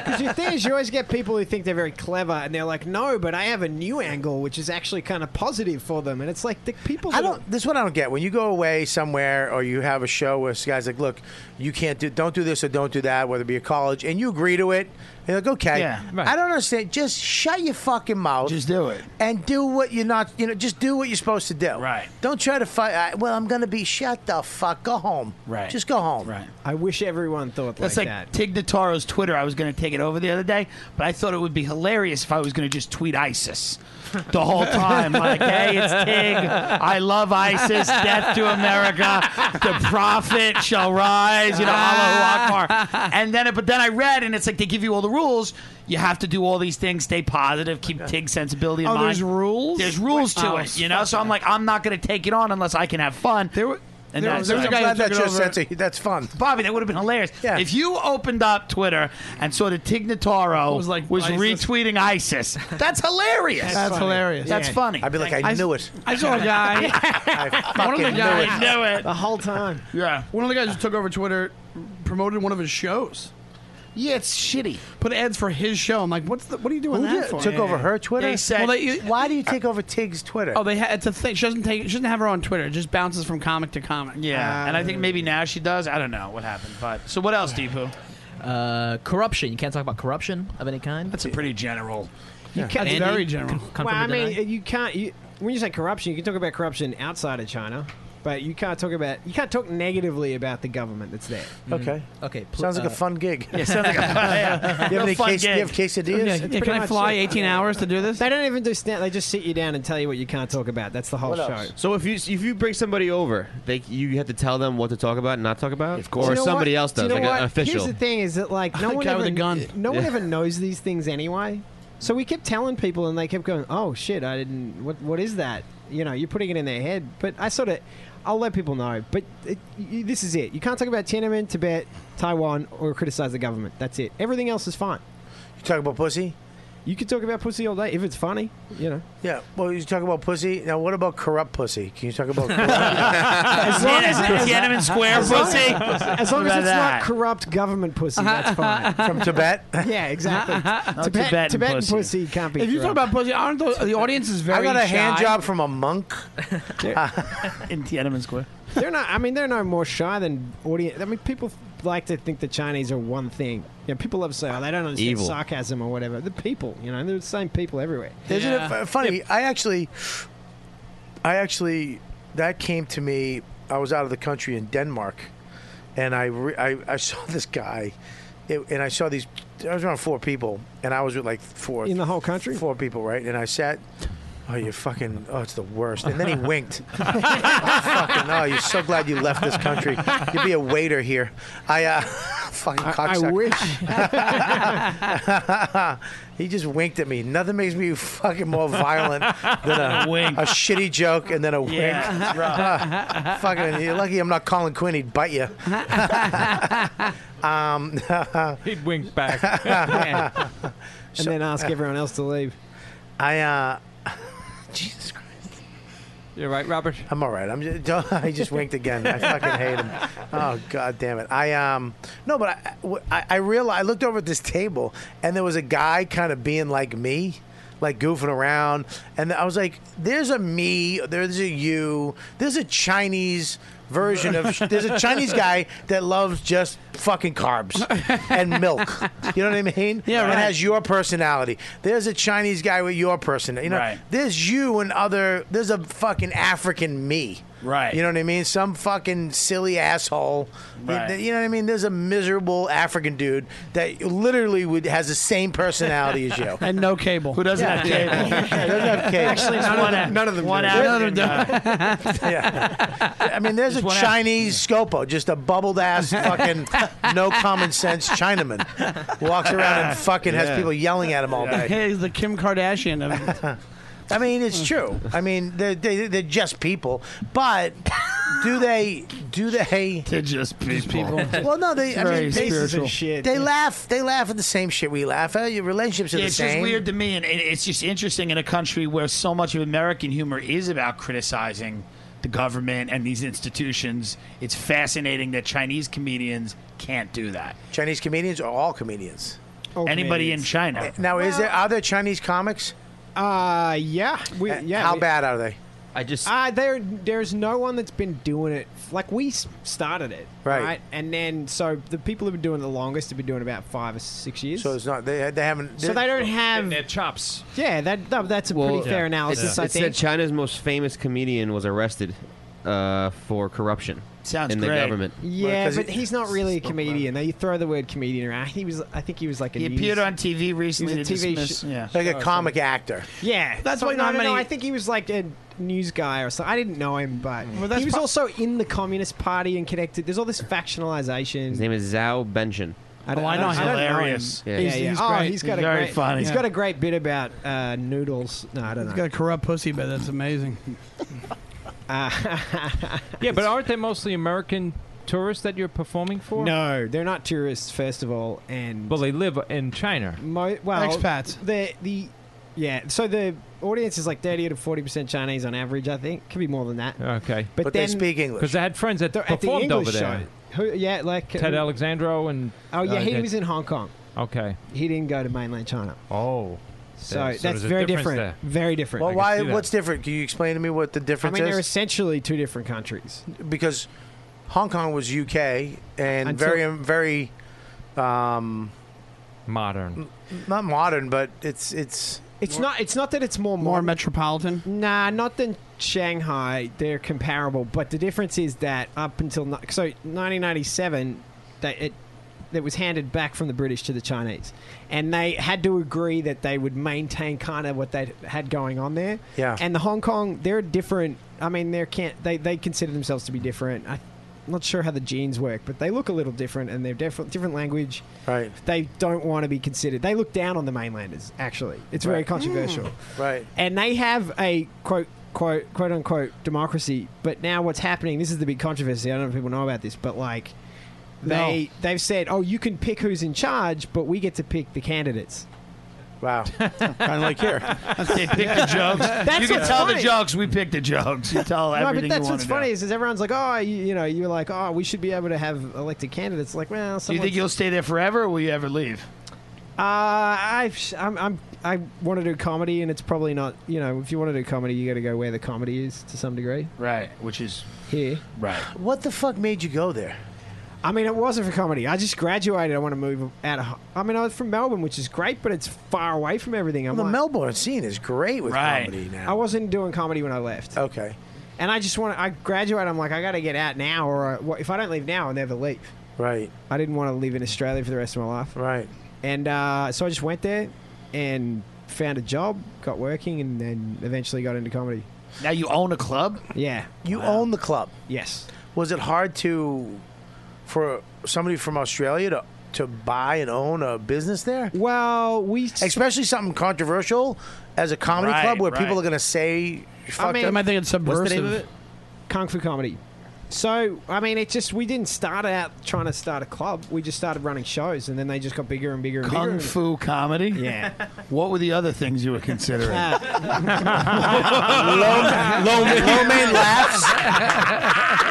Speaker 8: Because your thing is, you always get people who think they're very clever, and they're like, "No, but I have a new angle, which is actually kind of positive for them." And it's like the people.
Speaker 2: I
Speaker 8: that-
Speaker 2: don't. This is what I don't get. When you go away somewhere or you have a show where this guy's like, "Look, you can't do, don't do this or don't do that," whether it be a college, and you agree to it, and you're like, "Okay,
Speaker 10: Yeah, right.
Speaker 2: I don't understand. Just shut your fucking mouth.
Speaker 10: Just do it.
Speaker 2: and do what you're not. You know, just do what you're supposed to do.
Speaker 10: Right.
Speaker 2: Don't try to fight. I, well, I'm gonna be shut the fuck. Go home.
Speaker 10: Right.
Speaker 2: Just go home.
Speaker 10: Right.
Speaker 8: I wish everyone thought
Speaker 10: That's
Speaker 8: like,
Speaker 10: like,
Speaker 8: that.
Speaker 10: Tig Notaro's Twitter. I was going to take it over the other day, but I thought it would be hilarious if I was going to just tweet ISIS the whole time. like, hey, it's Tig. I love ISIS. Death to America. The prophet shall rise. You know, Allahu Akbar. And then, it, but then I read, and it's like they give you all the rules. You have to do all these things. Stay positive. Keep Tig's sensibility in
Speaker 14: Oh,
Speaker 10: mind.
Speaker 14: there's rules?
Speaker 10: There's rules to
Speaker 14: Oh,
Speaker 10: it. You know, so I'm like, I'm not going to take it on unless I can have fun. There were. And
Speaker 2: There
Speaker 10: that's-
Speaker 2: was- there was a
Speaker 10: I'm
Speaker 2: guy
Speaker 10: glad
Speaker 2: who took
Speaker 10: that's
Speaker 2: it
Speaker 10: your
Speaker 2: over-
Speaker 10: sense of
Speaker 2: That's fun.
Speaker 10: Bobby, that would have been hilarious. If you opened up Twitter and saw that Tig Notaro was,
Speaker 14: Was like ISIS.
Speaker 10: retweeting ISIS, that's hilarious.
Speaker 14: That's That's funny. hilarious.
Speaker 10: That's
Speaker 14: Yeah.
Speaker 10: funny.
Speaker 2: I'd be like, I, knew it.
Speaker 14: I saw a guy. one of the
Speaker 2: fucking knew
Speaker 14: guys.
Speaker 2: it.
Speaker 10: knew it.
Speaker 8: the whole time.
Speaker 10: Yeah.
Speaker 14: One of the guys who took over Twitter promoted one of his shows.
Speaker 10: Yeah, it's shitty.
Speaker 14: Put ads for his show. I'm like, what's the? What are you doing
Speaker 2: Who
Speaker 14: that
Speaker 2: did-
Speaker 14: for?
Speaker 2: took over her Twitter?
Speaker 10: They said-
Speaker 14: Well, they-
Speaker 2: Why do you take over Tig's Twitter?
Speaker 14: Oh, they ha- it's a thing. She doesn't take. She doesn't have her on Twitter. It just bounces from comic to comic.
Speaker 10: Yeah, and I think maybe now she does. I don't know what happened, but so what else, Deepu?
Speaker 9: Uh, corruption. You can't talk about corruption of any kind.
Speaker 10: That's a pretty general.
Speaker 8: You can't,
Speaker 14: That's very general.
Speaker 8: well, I
Speaker 9: Confirm or
Speaker 8: mean, you can't. You, when you say corruption, you can talk about corruption outside of China, but you can't talk about you can't talk negatively about the government that's there.
Speaker 2: Okay.
Speaker 9: Okay.
Speaker 2: Sounds like a fun gig.
Speaker 8: Yeah, uh, sounds like a fun- yeah.
Speaker 2: you,
Speaker 8: Real
Speaker 2: have any
Speaker 8: fun
Speaker 2: case, you
Speaker 8: gig.
Speaker 2: have quesadillas?
Speaker 8: Yeah, yeah,
Speaker 14: can I fly 18 hours
Speaker 8: to do this? They don't even do stand. They just sit you down and tell you what you can't talk about. That's the whole show.
Speaker 13: So if you if you bring somebody over, they you have to tell them what to talk about and not talk about, of
Speaker 8: Do
Speaker 13: or
Speaker 8: you know
Speaker 13: somebody
Speaker 8: what?
Speaker 13: else does,
Speaker 8: Do you know
Speaker 13: like
Speaker 8: what?
Speaker 13: an official.
Speaker 8: Here's the thing: is that like no
Speaker 13: The
Speaker 8: one
Speaker 13: guy
Speaker 8: ever,
Speaker 13: with the gun.
Speaker 8: no one
Speaker 13: Yeah.
Speaker 8: ever knows these things anyway. So we kept telling people, and they kept going, "Oh shit, I didn't. What what is that? You know, you're putting it in their head." But I sort of, I'll let people know. But it, you, this is it. You can't talk about Tiananmen, Tibet, Taiwan, or criticize the government. That's it. Everything else is fine.
Speaker 2: You talk about pussy.
Speaker 8: You can talk about pussy all day if it's funny. You know.
Speaker 2: Yeah. Well, you talk about pussy. Now, what about corrupt pussy? Can you talk about corrupt?
Speaker 8: As long as-
Speaker 2: Tiananmen-
Speaker 8: as-
Speaker 2: Tiananmen Square
Speaker 8: as long-
Speaker 2: pussy?
Speaker 8: As long
Speaker 2: What
Speaker 8: as
Speaker 2: about
Speaker 8: it's
Speaker 2: that?
Speaker 8: not corrupt government pussy, that's fine.
Speaker 2: From Tibet?
Speaker 8: Yeah, exactly.
Speaker 14: Not
Speaker 8: Tibet,
Speaker 14: Tibetan
Speaker 8: Tibetan pussy.
Speaker 14: pussy.
Speaker 8: can't be.
Speaker 14: If you talk about pussy, aren't the, the audience is very
Speaker 8: I got a hand
Speaker 14: shy.
Speaker 8: job
Speaker 2: from a monk.
Speaker 8: in Tiananmen Square, they're not. I mean, they're no more shy than audience. I mean, people like to think the Chinese are one thing. You know, people love to say, "Oh, they don't understand
Speaker 2: Evil.
Speaker 8: sarcasm or whatever." The people, you know, they're the same people everywhere.
Speaker 2: Isn't it uh, fu- funny? I actually, I actually, that came to me. I was out of the country in Denmark, and I re- I, I saw this guy, it, and I saw these. I was around four people, and I was with like four
Speaker 8: in the whole country.
Speaker 2: Four people, right? And I sat. Oh, you fucking! Oh, it's the worst. And then he winked. fucking! Oh, you're so glad you left this country. You'd be a waiter here. I uh, fucking
Speaker 8: I, I
Speaker 2: cocksucker.
Speaker 8: wish.
Speaker 2: he just winked at me. Nothing makes me fucking more violent than a,
Speaker 14: A wink.
Speaker 2: a shitty joke and then a
Speaker 14: Yeah. It's rough.
Speaker 2: wink. fucking, you're lucky I'm not calling Quinn. He'd bite you. um,
Speaker 11: He'd wink back.
Speaker 8: and then ask everyone else to leave.
Speaker 2: I uh, Jesus Christ.
Speaker 11: You're right, Robert.
Speaker 2: I'm all right. I'm just, I just winked again. I fucking hate him. Oh god damn it. I um no, but I I, I realized I looked over at this table and there was a guy kind of being like me, like goofing around, and I was like, "There's a me. There's a you. There's a Chinese." Version of there's a Chinese guy that loves just fucking carbs and milk. You know what I mean? Yeah,
Speaker 14: right.
Speaker 2: And has your personality. There's a Chinese guy with your personality. You know,
Speaker 14: Right.
Speaker 2: there's you and other. There's a fucking African me.
Speaker 14: Right.
Speaker 2: You know what I mean? Some fucking silly asshole.
Speaker 14: Right.
Speaker 2: You, you know what I mean? There's a miserable African dude that literally would has the same personality as you.
Speaker 14: and no cable. Who
Speaker 2: doesn't have cable? Yeah, doesn't have cable. Actually, none of them- none of them
Speaker 14: One
Speaker 2: do.
Speaker 14: out.
Speaker 2: None of them I mean, there's a Chinese scopo, just a bubbled ass fucking no common sense Chinaman walks around and fucking
Speaker 14: Yeah.
Speaker 2: has people yelling at him all day.
Speaker 14: He's the Kim Kardashian of.
Speaker 2: I mean, it's true. I mean, they're, they, they're just people, but do they? Do they? They're
Speaker 10: just people.
Speaker 2: Well, no, they. I
Speaker 10: Very
Speaker 2: mean, they,
Speaker 10: spiritual.
Speaker 2: They laugh. They laugh at the same shit we laugh at. Your relationships are
Speaker 10: Yeah,
Speaker 2: the
Speaker 10: it's
Speaker 2: same.
Speaker 10: just weird to me, and it, it's just interesting in a country where so much of American humor is about criticizing the government and these institutions. It's fascinating that Chinese comedians can't do that.
Speaker 2: Chinese comedians or all comedians?
Speaker 10: Anybody in China?
Speaker 2: Now, is there are there Chinese comics?
Speaker 8: Uh, yeah. We, yeah.
Speaker 2: How
Speaker 8: we-
Speaker 2: bad are they?
Speaker 13: I just
Speaker 8: Uh, there, there's no one that's been doing it. Like we s- started it,
Speaker 2: Right.
Speaker 8: And then, so the people who've been doing it the longest have been doing it about five or six years.
Speaker 2: So it's not they. They haven't.
Speaker 8: So they don't have.
Speaker 11: Their chops.
Speaker 8: Yeah, that, that- that's a pretty fair analysis.
Speaker 13: It,
Speaker 8: I
Speaker 13: said
Speaker 8: think.
Speaker 13: China's most famous comedian was arrested uh, for corruption
Speaker 10: Sounds
Speaker 13: in the government.
Speaker 8: Yeah, but he's not really a comedian. Now you throw the word comedian around. He was, I think he was like a.
Speaker 10: He
Speaker 8: news-
Speaker 10: appeared on TV recently.
Speaker 8: He was a
Speaker 10: to
Speaker 8: TV
Speaker 10: dismiss-
Speaker 8: sh-
Speaker 10: yeah.
Speaker 2: Like a
Speaker 8: show or
Speaker 2: comic actor.
Speaker 8: Yeah,
Speaker 14: That's
Speaker 8: So-
Speaker 14: why
Speaker 8: no,
Speaker 14: not
Speaker 8: no,
Speaker 14: many-
Speaker 8: no. I think he was like a news guy or something. I didn't know him, but he was also in the Communist Party and connected. There's all this factionalization.
Speaker 13: His name is Zhao Benjin.
Speaker 8: don't- Oh, I don't- I don't know him.
Speaker 13: Yeah.
Speaker 8: Yeah, yeah. Oh, he's got a
Speaker 14: very
Speaker 8: great,
Speaker 14: funny.
Speaker 8: He's
Speaker 14: Yeah.
Speaker 8: got a great bit about uh, noodles. No, I don't
Speaker 14: He's
Speaker 8: know.
Speaker 14: got a corrupt pussy, but that's amazing.
Speaker 11: Yeah, but aren't they mostly American tourists that you're performing for?
Speaker 8: No, they're not tourists. First of all, and
Speaker 11: well, they live in China.
Speaker 8: Mo- well,
Speaker 11: Expats.
Speaker 8: The the yeah. So the audience is like thirty to forty percent Chinese on average. I think could be more than that.
Speaker 11: Okay,
Speaker 8: But But they then- speak English.
Speaker 11: because I had friends that
Speaker 8: At the
Speaker 11: performed
Speaker 8: English
Speaker 11: over there.
Speaker 8: show, who, yeah, like
Speaker 11: Ted
Speaker 8: who-
Speaker 11: Alexandro and
Speaker 8: Oh yeah,
Speaker 11: uh,
Speaker 8: he
Speaker 11: that-
Speaker 8: was in Hong Kong.
Speaker 11: Okay.
Speaker 8: He didn't go to mainland China.
Speaker 11: Oh,
Speaker 8: So that's very different. Very different.
Speaker 2: Well, why? What's different? Can you explain to me what the
Speaker 8: I
Speaker 2: difference
Speaker 8: mean,
Speaker 2: is?
Speaker 8: they're essentially two different countries.
Speaker 2: because Hong Kong was UK and
Speaker 8: Until-
Speaker 2: very very um,
Speaker 11: modern.
Speaker 2: Not modern, but it's it's
Speaker 8: It's not. It's not that it's more more
Speaker 14: metropolitan.
Speaker 8: Nah, not than Shanghai. They're comparable, but the difference is that up until ni- so 1997, they, it that was handed back from the British to the Chinese, and they had to agree that they would maintain kind of what they had going on there.
Speaker 2: Yeah.
Speaker 8: And the Hong Kong, they're different. I mean, they can't. They they consider themselves to be different. I, I'm not sure how the genes work, but they look a little different, and they're different different language.
Speaker 2: Right.
Speaker 8: They don't want to be considered. They look down on the mainlanders. Actually, it's very
Speaker 2: Right. Mm.
Speaker 8: controversial.
Speaker 10: Mm.
Speaker 2: Right.
Speaker 8: And they have a quote, quote, quote unquote democracy. But now what's happening? This is the big controversy. I don't know if people know about this, but like they they've said, oh, you can pick who's in charge, but we get to pick the candidates.
Speaker 2: Wow,
Speaker 8: kind
Speaker 7: of like here.
Speaker 10: They pick the jokes.
Speaker 8: That's
Speaker 10: you can
Speaker 8: what's
Speaker 10: tell
Speaker 8: funny.
Speaker 10: the jokes. We pick the jokes. You tell
Speaker 8: No,
Speaker 10: everything
Speaker 8: but that's
Speaker 10: you
Speaker 8: what's
Speaker 10: want
Speaker 8: funny is, is everyone's like, oh, you, you know, you're like, oh, we should be able to have elected candidates. Like, well,
Speaker 10: Do you think
Speaker 8: someone's-
Speaker 10: you'll stay there forever, or will you ever leave?
Speaker 8: Uh, I've, I'm, I'm, I want to do comedy, and it's probably not. You know, if you want to do comedy, you got to go where the comedy is to some degree.
Speaker 10: Right, which is
Speaker 8: here.
Speaker 10: Right.
Speaker 2: What the fuck made you go there?
Speaker 8: I mean, it wasn't for comedy. I just graduated. I want to move out of. Ho- I mean, I was from Melbourne, which is great, but it's far away from everything. I'm
Speaker 2: Well, the
Speaker 8: like-
Speaker 2: Melbourne scene is great with comedy now.
Speaker 8: I wasn't doing comedy when I left.
Speaker 2: Okay.
Speaker 8: And I just want to. I graduate. I'm like, I got to get out now, or I, what- if I don't leave now, I'll never leave.
Speaker 2: Right.
Speaker 8: I didn't want to live in Australia for the rest of my life.
Speaker 2: Right.
Speaker 8: And uh, so I just went there and found a job, got working, and then eventually got into comedy.
Speaker 10: Now you own a club.
Speaker 8: Yeah.
Speaker 2: You own the club.
Speaker 8: Yes.
Speaker 2: Was it hard to for somebody from Australia to to buy and own a business there?
Speaker 8: Well, we
Speaker 2: especially something controversial as a comedy
Speaker 14: Right,
Speaker 2: club where
Speaker 14: right.
Speaker 2: people are going to say fucked up.
Speaker 14: I think it's subversive.
Speaker 8: Kung Fu Comedy. So, I mean, it just, we didn't start out trying to start a club. We just started running shows, and then they just got bigger and bigger and bigger.
Speaker 10: Kung
Speaker 8: and-
Speaker 10: Fu comedy.
Speaker 8: Yeah.
Speaker 10: What were the other things you were considering?
Speaker 8: Uh,
Speaker 10: low, low main laughs.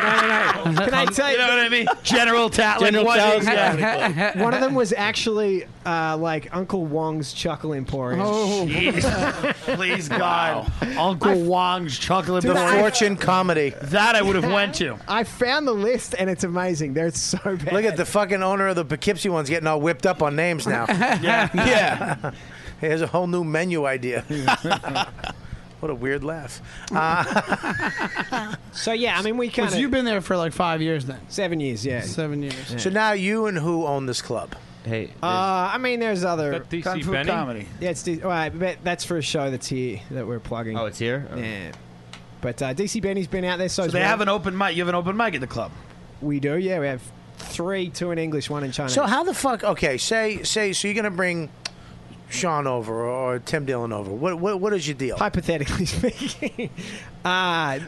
Speaker 8: no, no, no. Can I tell you?
Speaker 10: know what I mean? General Tatlin. what is that?
Speaker 8: One of them was actually uh, like Uncle Wong's Chuckle Emporium.
Speaker 10: Oh, Jeez. Please God, Uncle Wong's chocolate.
Speaker 8: Dude, I-
Speaker 2: Fortune comedy.
Speaker 10: That I would have went to.
Speaker 8: I found the list and it's amazing. They're so bad.
Speaker 2: Look at the fucking owner of the Poughkeepsie one's getting all whipped up on names now.
Speaker 10: yeah.
Speaker 2: Yeah. Here's a whole new menu idea. what a weird laugh. Uh,
Speaker 8: so yeah, I mean we
Speaker 14: Because you've been there for like five years then.
Speaker 8: Seven years, yeah.
Speaker 14: Seven years.
Speaker 2: So now you and who own this club?
Speaker 13: Hey.
Speaker 8: Uh, I mean, there's other
Speaker 13: that DC Kung Fu Benny? comedy.
Speaker 8: Yeah, it's D- all right, but that's for a show that's here that we're plugging.
Speaker 13: Oh, it's here.
Speaker 8: Yeah, but uh, DC Benny's been out there, so,
Speaker 10: So they have an open mic. You have an open mic at the club.
Speaker 8: We do, yeah. We have three, two in English, one in Chinese.
Speaker 2: So how the fuck? Okay, say say so you're gonna bring Sean over or Tim Dillon over. What what what is your deal?
Speaker 8: Hypothetically speaking, uh,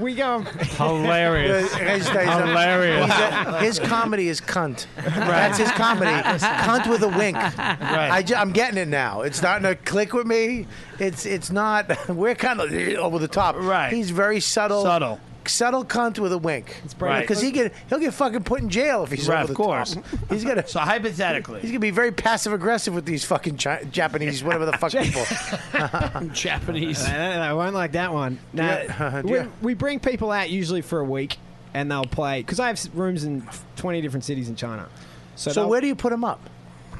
Speaker 8: we go
Speaker 2: His- his- his- he's- His comedy is cunt. That's his comedy. cunt with a wink. I ju- I'm getting it now. It's starting to click with me. It's it's not. We're kind of over the top. Right. He's very subtle.
Speaker 10: Subtle.
Speaker 2: Subtle cunt with a wink. It's
Speaker 10: Brandon
Speaker 2: Because he get he'll get fucking put in jail if he's
Speaker 10: Right,
Speaker 2: over the
Speaker 10: of course.
Speaker 2: top. He's gonna.
Speaker 10: So hypothetically,
Speaker 2: He's gonna be very passive aggressive with these fucking Chi- Japanese, whatever the fuck people.
Speaker 14: Japanese.
Speaker 8: I, don't know, I won't like that Uh, one. No,
Speaker 2: Yeah.
Speaker 8: we,
Speaker 2: Yeah.
Speaker 8: we bring people out usually for a week, and they'll play because I have s- rooms in twenty different cities in China. So,
Speaker 2: So where do you put them up?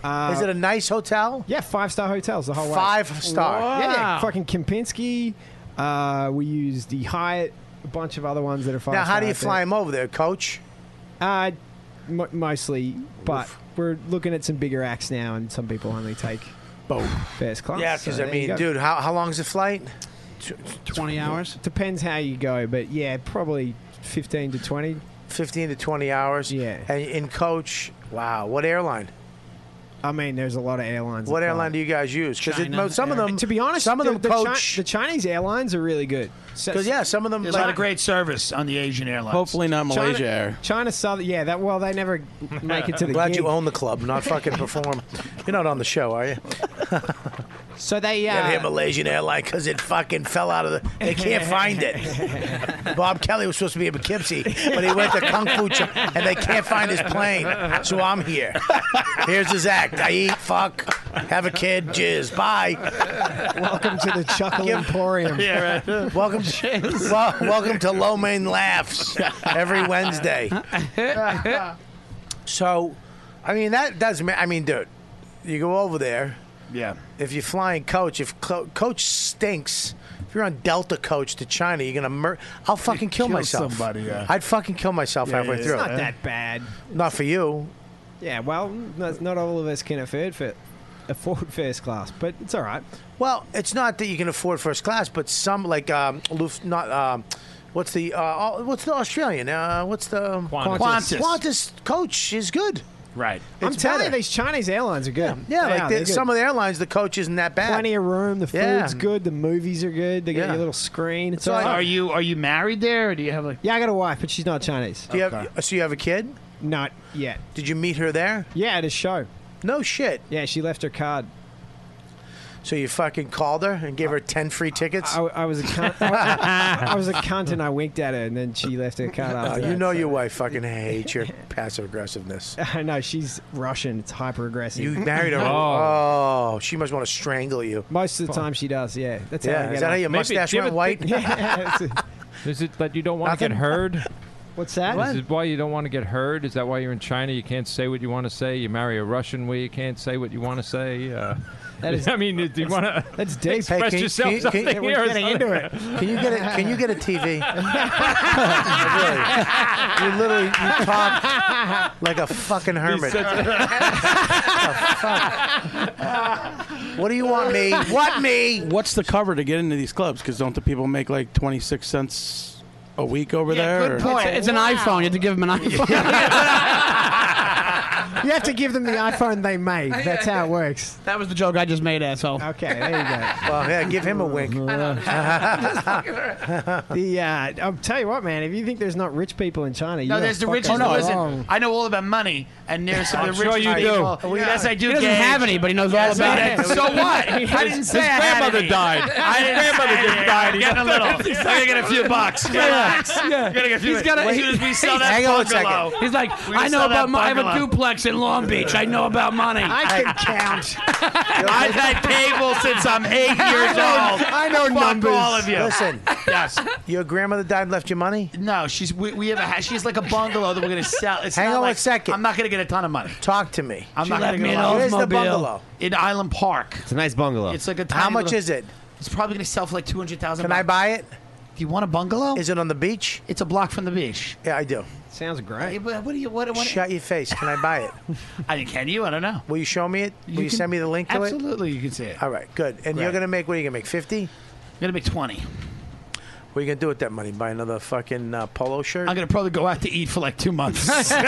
Speaker 8: Uh,
Speaker 2: Is it a nice hotel?
Speaker 8: Yeah, five star hotels the whole way.
Speaker 2: Five star.
Speaker 8: Yeah, yeah,
Speaker 2: Wow.
Speaker 8: fucking Kempinski. Uh, we use the Hyatt, a bunch of other ones that are five.
Speaker 2: Now, how do you fly him over there, coach?
Speaker 8: Uh, m- mostly, but we're looking at some bigger acts now, and some people only take
Speaker 14: boat
Speaker 8: first class.
Speaker 2: Yeah, because
Speaker 8: so
Speaker 2: I
Speaker 8: there you
Speaker 2: mean,
Speaker 8: go.
Speaker 2: dude, how how long is the flight?
Speaker 14: Twenty hours.
Speaker 8: Depends how you go, but yeah, probably fifteen to twenty.
Speaker 2: Fifteen to twenty hours. Yeah. And in coach, wow, what airline?
Speaker 8: I mean, there's a lot of airlines.
Speaker 2: What
Speaker 8: that fly.
Speaker 2: airline do you guys use? Because
Speaker 8: China
Speaker 2: some of
Speaker 8: Air-
Speaker 2: them,
Speaker 8: To be honest,
Speaker 2: some of
Speaker 8: the-
Speaker 2: them
Speaker 8: the Chi-
Speaker 2: coach.
Speaker 8: the Chinese airlines are really good. So-
Speaker 2: Because yeah, some of them
Speaker 10: There's
Speaker 2: like
Speaker 10: a lot of great service on the Asian airlines.
Speaker 8: China, China Southern. Yeah, that. Well, they never make it to the.
Speaker 2: Glad
Speaker 8: gig.
Speaker 2: you own the club, not fucking perform. You're not on the show, are you?
Speaker 8: So they. Uh,
Speaker 2: Yeah, the Malaysian airline because it fucking fell out of the. They can't find
Speaker 8: uh,
Speaker 2: it. Bob Kelly was supposed to be in Poughkeepsie, but he went to Kung Fu, Chi- and they can't find his plane. So I'm here. Here's his act. I eat, fuck, have a kid, jizz, bye.
Speaker 8: Welcome to the Chuckle Emporium.
Speaker 10: Yeah, right.
Speaker 2: Welcome, wel- welcome to Low Main Laughs every Wednesday. So, I mean that does. ma- I mean, dude, you go over there.
Speaker 10: Yeah.
Speaker 2: If you're flying coach, if co- coach stinks, if you're on Delta coach to China, you're gonna mur- I'll fucking kill,
Speaker 8: kill
Speaker 2: myself.
Speaker 8: somebody, yeah.
Speaker 2: I'd fucking kill myself
Speaker 8: Yeah,
Speaker 2: halfway
Speaker 8: yeah,
Speaker 2: through. eh?
Speaker 8: It's not that bad.
Speaker 2: Not for you.
Speaker 8: Yeah, well, not, not all of us can afford fi- afford first class, but it's all right.
Speaker 2: Well, it's not that you can afford first class, but some like um, Luf- not um, what's the uh, Au- what's the Australian? Uh, what's the
Speaker 8: Qantas. Qantas.
Speaker 2: Qantas coach is good.
Speaker 10: Right.
Speaker 8: I'm
Speaker 2: It's
Speaker 8: telling you,
Speaker 2: better.
Speaker 8: these Chinese airlines are good.
Speaker 2: Yeah, like
Speaker 8: they're
Speaker 2: the,
Speaker 8: good.
Speaker 2: some of the airlines, the coach isn't that bad.
Speaker 8: Plenty of room. The food's
Speaker 2: Yeah.
Speaker 8: good. The movies are good. They got
Speaker 2: Yeah.
Speaker 8: your little screen. It's
Speaker 2: So
Speaker 8: all right.
Speaker 2: are
Speaker 10: you are you married there, or do you have like?
Speaker 8: Yeah, I got a wife, but she's not Chinese.
Speaker 2: Do you have, so you have a kid?
Speaker 8: Not yet.
Speaker 2: Did you meet her there?
Speaker 8: Yeah, at a show.
Speaker 2: No shit.
Speaker 8: Yeah, she left her card.
Speaker 2: So you fucking called her and gave her ten free tickets.
Speaker 8: I, I was a cunt. I, I was a cunt, and I winked at her, and then she left her card
Speaker 2: Oh,
Speaker 8: after.
Speaker 2: you
Speaker 8: that,
Speaker 2: know
Speaker 8: so-
Speaker 2: your wife fucking hates your passive aggressiveness.
Speaker 8: I know she's Russian. It's hyper aggressive.
Speaker 2: You married her. Oh. she must want to strangle you.
Speaker 8: Most of the time she does. Yeah. That's How
Speaker 2: Yeah,
Speaker 8: I
Speaker 2: is
Speaker 8: get
Speaker 2: that how
Speaker 8: on.
Speaker 2: your Maybe mustache give went it- white?
Speaker 8: yeah. it's a-
Speaker 11: Is it that you don't want to get
Speaker 8: Nothing?
Speaker 11: heard?
Speaker 8: What's that?
Speaker 11: Is it why you don't want to get heard? Is that why you're in China? You can't say what you want to say. You marry a Russian where you can't say what you want to say. Uh,
Speaker 8: That is-
Speaker 11: I mean, do you want to
Speaker 8: that's deep.
Speaker 11: express
Speaker 8: Hey, can-
Speaker 11: yourself
Speaker 8: can-
Speaker 11: something
Speaker 8: can- we're
Speaker 11: here? or
Speaker 8: getting
Speaker 11: something?
Speaker 8: into it.
Speaker 2: Can you get a Can you get a TV? really, you literally you talk like a fucking hermit. What do you want me? What me?
Speaker 7: What's the cover to get into these clubs? Because don't the people make like twenty six cents a week over
Speaker 14: Yeah,
Speaker 7: there?
Speaker 14: good point. It's- it's an Wow. iPhone. You have to give them an iPhone.
Speaker 8: You have to give them the iPhone they made. That's how it works.
Speaker 14: That was the joke I just made, asshole.
Speaker 8: Okay, there you go.
Speaker 2: Well, yeah, give him a wink.
Speaker 8: The uh, I'll tell you what, man. If you think there's not rich people in China, you
Speaker 10: No,
Speaker 8: are
Speaker 10: there's the
Speaker 8: fucking
Speaker 10: richest. no, listen,
Speaker 8: wrong.
Speaker 10: I know all about money, and there's some
Speaker 8: I'm
Speaker 10: of the
Speaker 8: sure
Speaker 10: richest
Speaker 8: you do.
Speaker 10: people.
Speaker 8: We-
Speaker 10: Yes, I do.
Speaker 8: He doesn't
Speaker 10: Gage.
Speaker 8: have any, but he knows all
Speaker 10: Yes,
Speaker 8: about
Speaker 10: I
Speaker 8: it.
Speaker 10: do. So what? I didn't
Speaker 8: His
Speaker 10: say I had
Speaker 8: grandmother
Speaker 10: any.
Speaker 8: died.
Speaker 10: I didn't
Speaker 8: His
Speaker 10: say
Speaker 8: grandmother
Speaker 10: I
Speaker 8: just
Speaker 10: had
Speaker 8: died.
Speaker 10: any. I'm getting a little.
Speaker 8: That's
Speaker 10: I'm gonna get a few bucks. Relax.
Speaker 14: Yeah.
Speaker 10: I'm gonna get a few.
Speaker 14: He's got
Speaker 10: as soon as we sell that
Speaker 14: Hang on a
Speaker 10: bungalow,
Speaker 14: second. He's like,
Speaker 10: we
Speaker 14: I
Speaker 10: sell
Speaker 14: know about.
Speaker 10: that
Speaker 14: Mo- I have a
Speaker 10: bungalow.
Speaker 14: duplex in Long Beach. I know about money.
Speaker 10: I can
Speaker 8: count.
Speaker 10: I've had cable since I'm eight years old.
Speaker 2: I know
Speaker 10: Fuck all of you.
Speaker 2: Listen,
Speaker 10: Yes.
Speaker 2: your grandmother died and left you money.
Speaker 10: No, she's we, we have a ha- she's like a bungalow that we're gonna sell. It's
Speaker 2: Hang
Speaker 10: not
Speaker 2: on
Speaker 10: like,
Speaker 2: a second.
Speaker 10: I'm not gonna get a ton of money.
Speaker 2: Talk to me.
Speaker 10: I'm
Speaker 2: She
Speaker 10: not
Speaker 2: left
Speaker 10: gonna
Speaker 2: me
Speaker 10: get a
Speaker 2: an
Speaker 10: lot.
Speaker 2: Where's the Oldsmobile. bungalow?
Speaker 10: in Island Park.
Speaker 13: It's a nice bungalow.
Speaker 10: It's like a tiny
Speaker 2: How much
Speaker 10: little-
Speaker 2: is it?
Speaker 10: It's probably gonna sell for like two hundred thousand.
Speaker 2: Can I buy it?
Speaker 10: Do you want a bungalow?
Speaker 2: Is it on the beach?
Speaker 10: It's a block from the beach.
Speaker 2: Yeah, I do.
Speaker 8: Sounds great.
Speaker 10: What do you? What? what
Speaker 2: Shut your face. Can I buy it?
Speaker 10: I think can you? I don't know.
Speaker 2: Will you show me it? Will you,
Speaker 10: can-
Speaker 2: send me the link to it?
Speaker 10: Absolutely, you can see it.
Speaker 2: All right, good. And you're
Speaker 10: Right.
Speaker 2: gonna make what are you gonna make? Fifty?
Speaker 10: I'm gonna make twenty.
Speaker 2: What are you gonna do with that money? Buy another fucking uh, polo shirt?
Speaker 10: I'm gonna probably go out to eat for like two months, like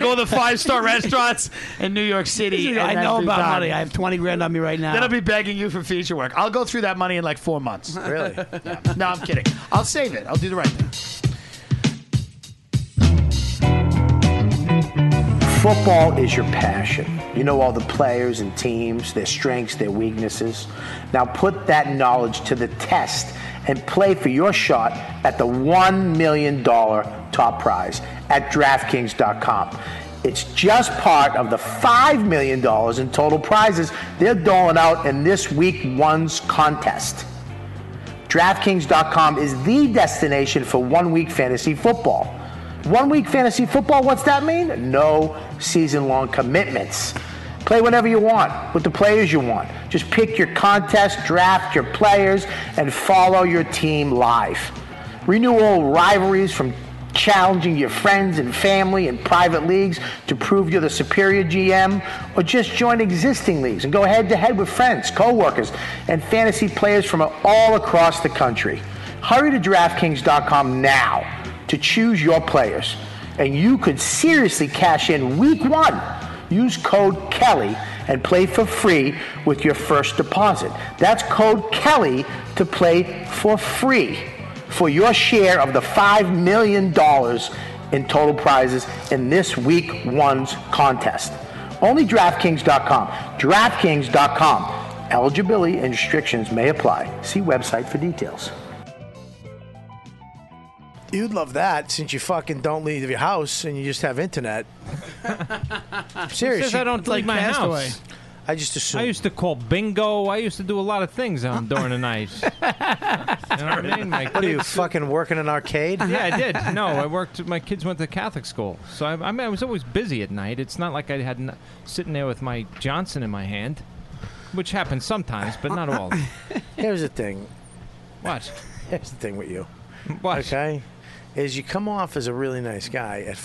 Speaker 10: all the five star restaurants in New York City. and
Speaker 14: I
Speaker 10: that'll
Speaker 14: know
Speaker 10: be
Speaker 14: about
Speaker 10: done.
Speaker 14: money. I have twenty grand on me right now.
Speaker 10: Then I'll be begging you for feature work. I'll go through that money in like four months.
Speaker 2: Really?
Speaker 10: Yeah. No, I'm kidding. I'll save it. I'll do the right thing.
Speaker 19: Football is your passion. You know all the players and teams, their strengths, their weaknesses. Now put that knowledge to the test and play for your shot at the $1 million top prize at DraftKings.com. It's just part of the $5 million in total prizes they're doling out in this week one's contest. DraftKings.com is the destination for one week fantasy football. One week fantasy football, what's that mean? No season long commitments. Play whenever you want with the players you want. Just pick your contest, draft your players, and follow your team live. Renew old rivalries from challenging your friends and family in private leagues to prove you're the superior GM, or just join existing leagues and go head to head with friends, coworkers, and fantasy players from all across the country. Hurry to DraftKings.com now to choose your players, and you could seriously cash in week one. Use code Kelly and play for free with your first deposit. That's code Kelly to play for free for your share of the $5 million in total prizes in this week one's contest. Only DraftKings.com. DraftKings.com. Eligibility and restrictions may apply. See website for details.
Speaker 2: You'd love that since you fucking don't leave your house and you just have internet.
Speaker 8: Who
Speaker 14: Ah,
Speaker 2: Serious.
Speaker 8: says I don't
Speaker 2: you-
Speaker 8: leave my house?
Speaker 2: I just assume.
Speaker 11: I used to call bingo. I used to do a lot of things um, during the night. you know what I mean? My
Speaker 2: What are you
Speaker 11: kids-
Speaker 2: fucking working an arcade?
Speaker 11: Yeah, I did. No, I worked. My kids went to Catholic school, so I, I mean, I was always busy at night. It's not like I had n- sitting there with my Johnson in my hand, which happens sometimes, but not all.
Speaker 2: Here's the thing.
Speaker 11: What?
Speaker 2: Here's the thing with you.
Speaker 11: What?
Speaker 2: Okay. Is you come off as a really nice guy at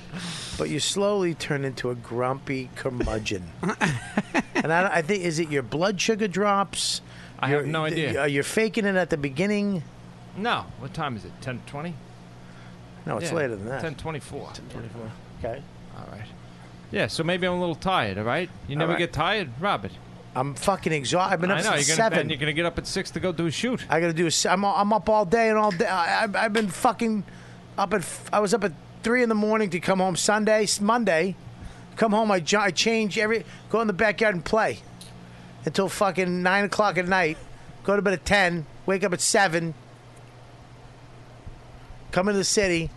Speaker 2: first, but you slowly turn into a grumpy curmudgeon. and I, I think is it your blood sugar drops?
Speaker 11: I have no idea.
Speaker 2: Are you faking it at the beginning?
Speaker 11: No. What time is it? Ten twenty.
Speaker 2: No, it's later than that.
Speaker 11: Ten twenty-four. Ten twenty-four.
Speaker 2: Okay.
Speaker 11: All right. Yeah, so maybe I'm a little tired. All right. You never
Speaker 2: right.
Speaker 11: get tired, Robert.
Speaker 2: I'm fucking exhausted. I've been up
Speaker 11: I know.
Speaker 2: since
Speaker 11: You're gonna,
Speaker 2: seven.
Speaker 11: and you're gonna get up at six to go do a shoot.
Speaker 2: I gotta do. A, s- I'm all- I'm up all day and all day. I, I, I've been fucking up at. f- I was up at three in the morning to come home Sunday, s- Monday. Come home. I, jo- I change every. Go in the backyard and play until fucking nine o'clock at night. Go to bed at ten. Wake up at seven. Come into the city.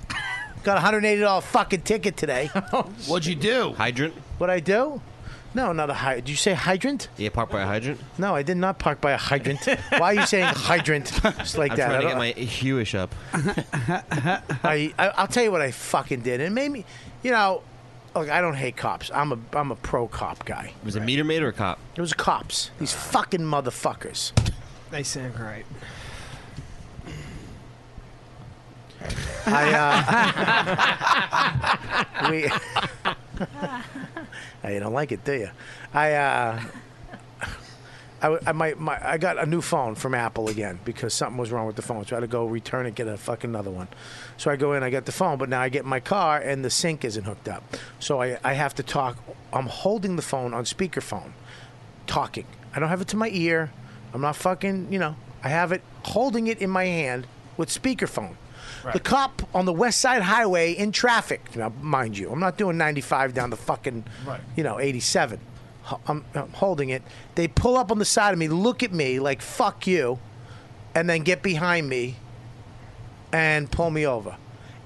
Speaker 2: Got a hundred eighty dollar fucking ticket today.
Speaker 13: What'd you do? Hydrant.
Speaker 2: what I do? No, not a hydrant. Did you say hydrant?
Speaker 13: Yeah, park by a hydrant.
Speaker 2: No, I did not park by a hydrant. Why are you saying hydrant? Just like
Speaker 13: I'm
Speaker 2: that.
Speaker 13: trying to
Speaker 2: I
Speaker 13: get
Speaker 2: don't-
Speaker 13: my Hewish up.
Speaker 2: I, I I'll tell you what I fucking did. It made me, you know, look. I don't hate cops. I'm a I'm a pro cop guy.
Speaker 13: Was it meter maid or a cop?
Speaker 2: It was cops. These fucking motherfuckers.
Speaker 8: They sound great.
Speaker 2: I uh, we. Hey, you don't like it, do you? I uh. I, w- I- my, my, I got a new phone from Apple again because something was wrong with the phone. So I had to go return it, get a fucking another one. So I go in, I get the phone, but now I get in my car and the sink isn't hooked up. So I, I have to talk. I'm holding the phone on speakerphone, talking. I don't have it to my ear. I'm not fucking, you know, I have it holding it in my hand with speakerphone. The cop on the West Side Highway in traffic, now, mind you, I'm not doing 95 down the fucking,
Speaker 6: Right.
Speaker 2: you know, 87. Ho- I'm, I'm holding it. They pull up on the side of me, look at me like "fuck you," and then get behind me and pull me over.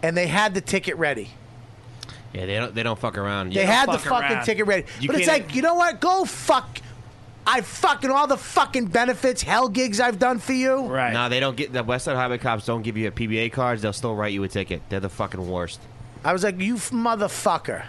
Speaker 2: And they had the ticket ready.
Speaker 13: Yeah, they don't. They don't fuck around.
Speaker 2: They had the fucking ticket ready. but it's like, you know what? Go fuck. I fucking all the fucking benefits, hell gigs I've done for you.
Speaker 13: Right. No, they don't get the West Side Highway cops. Don't give you a PBA cards. They'll still write you a ticket. They're the fucking worst.
Speaker 2: I was like, you f- motherfucker.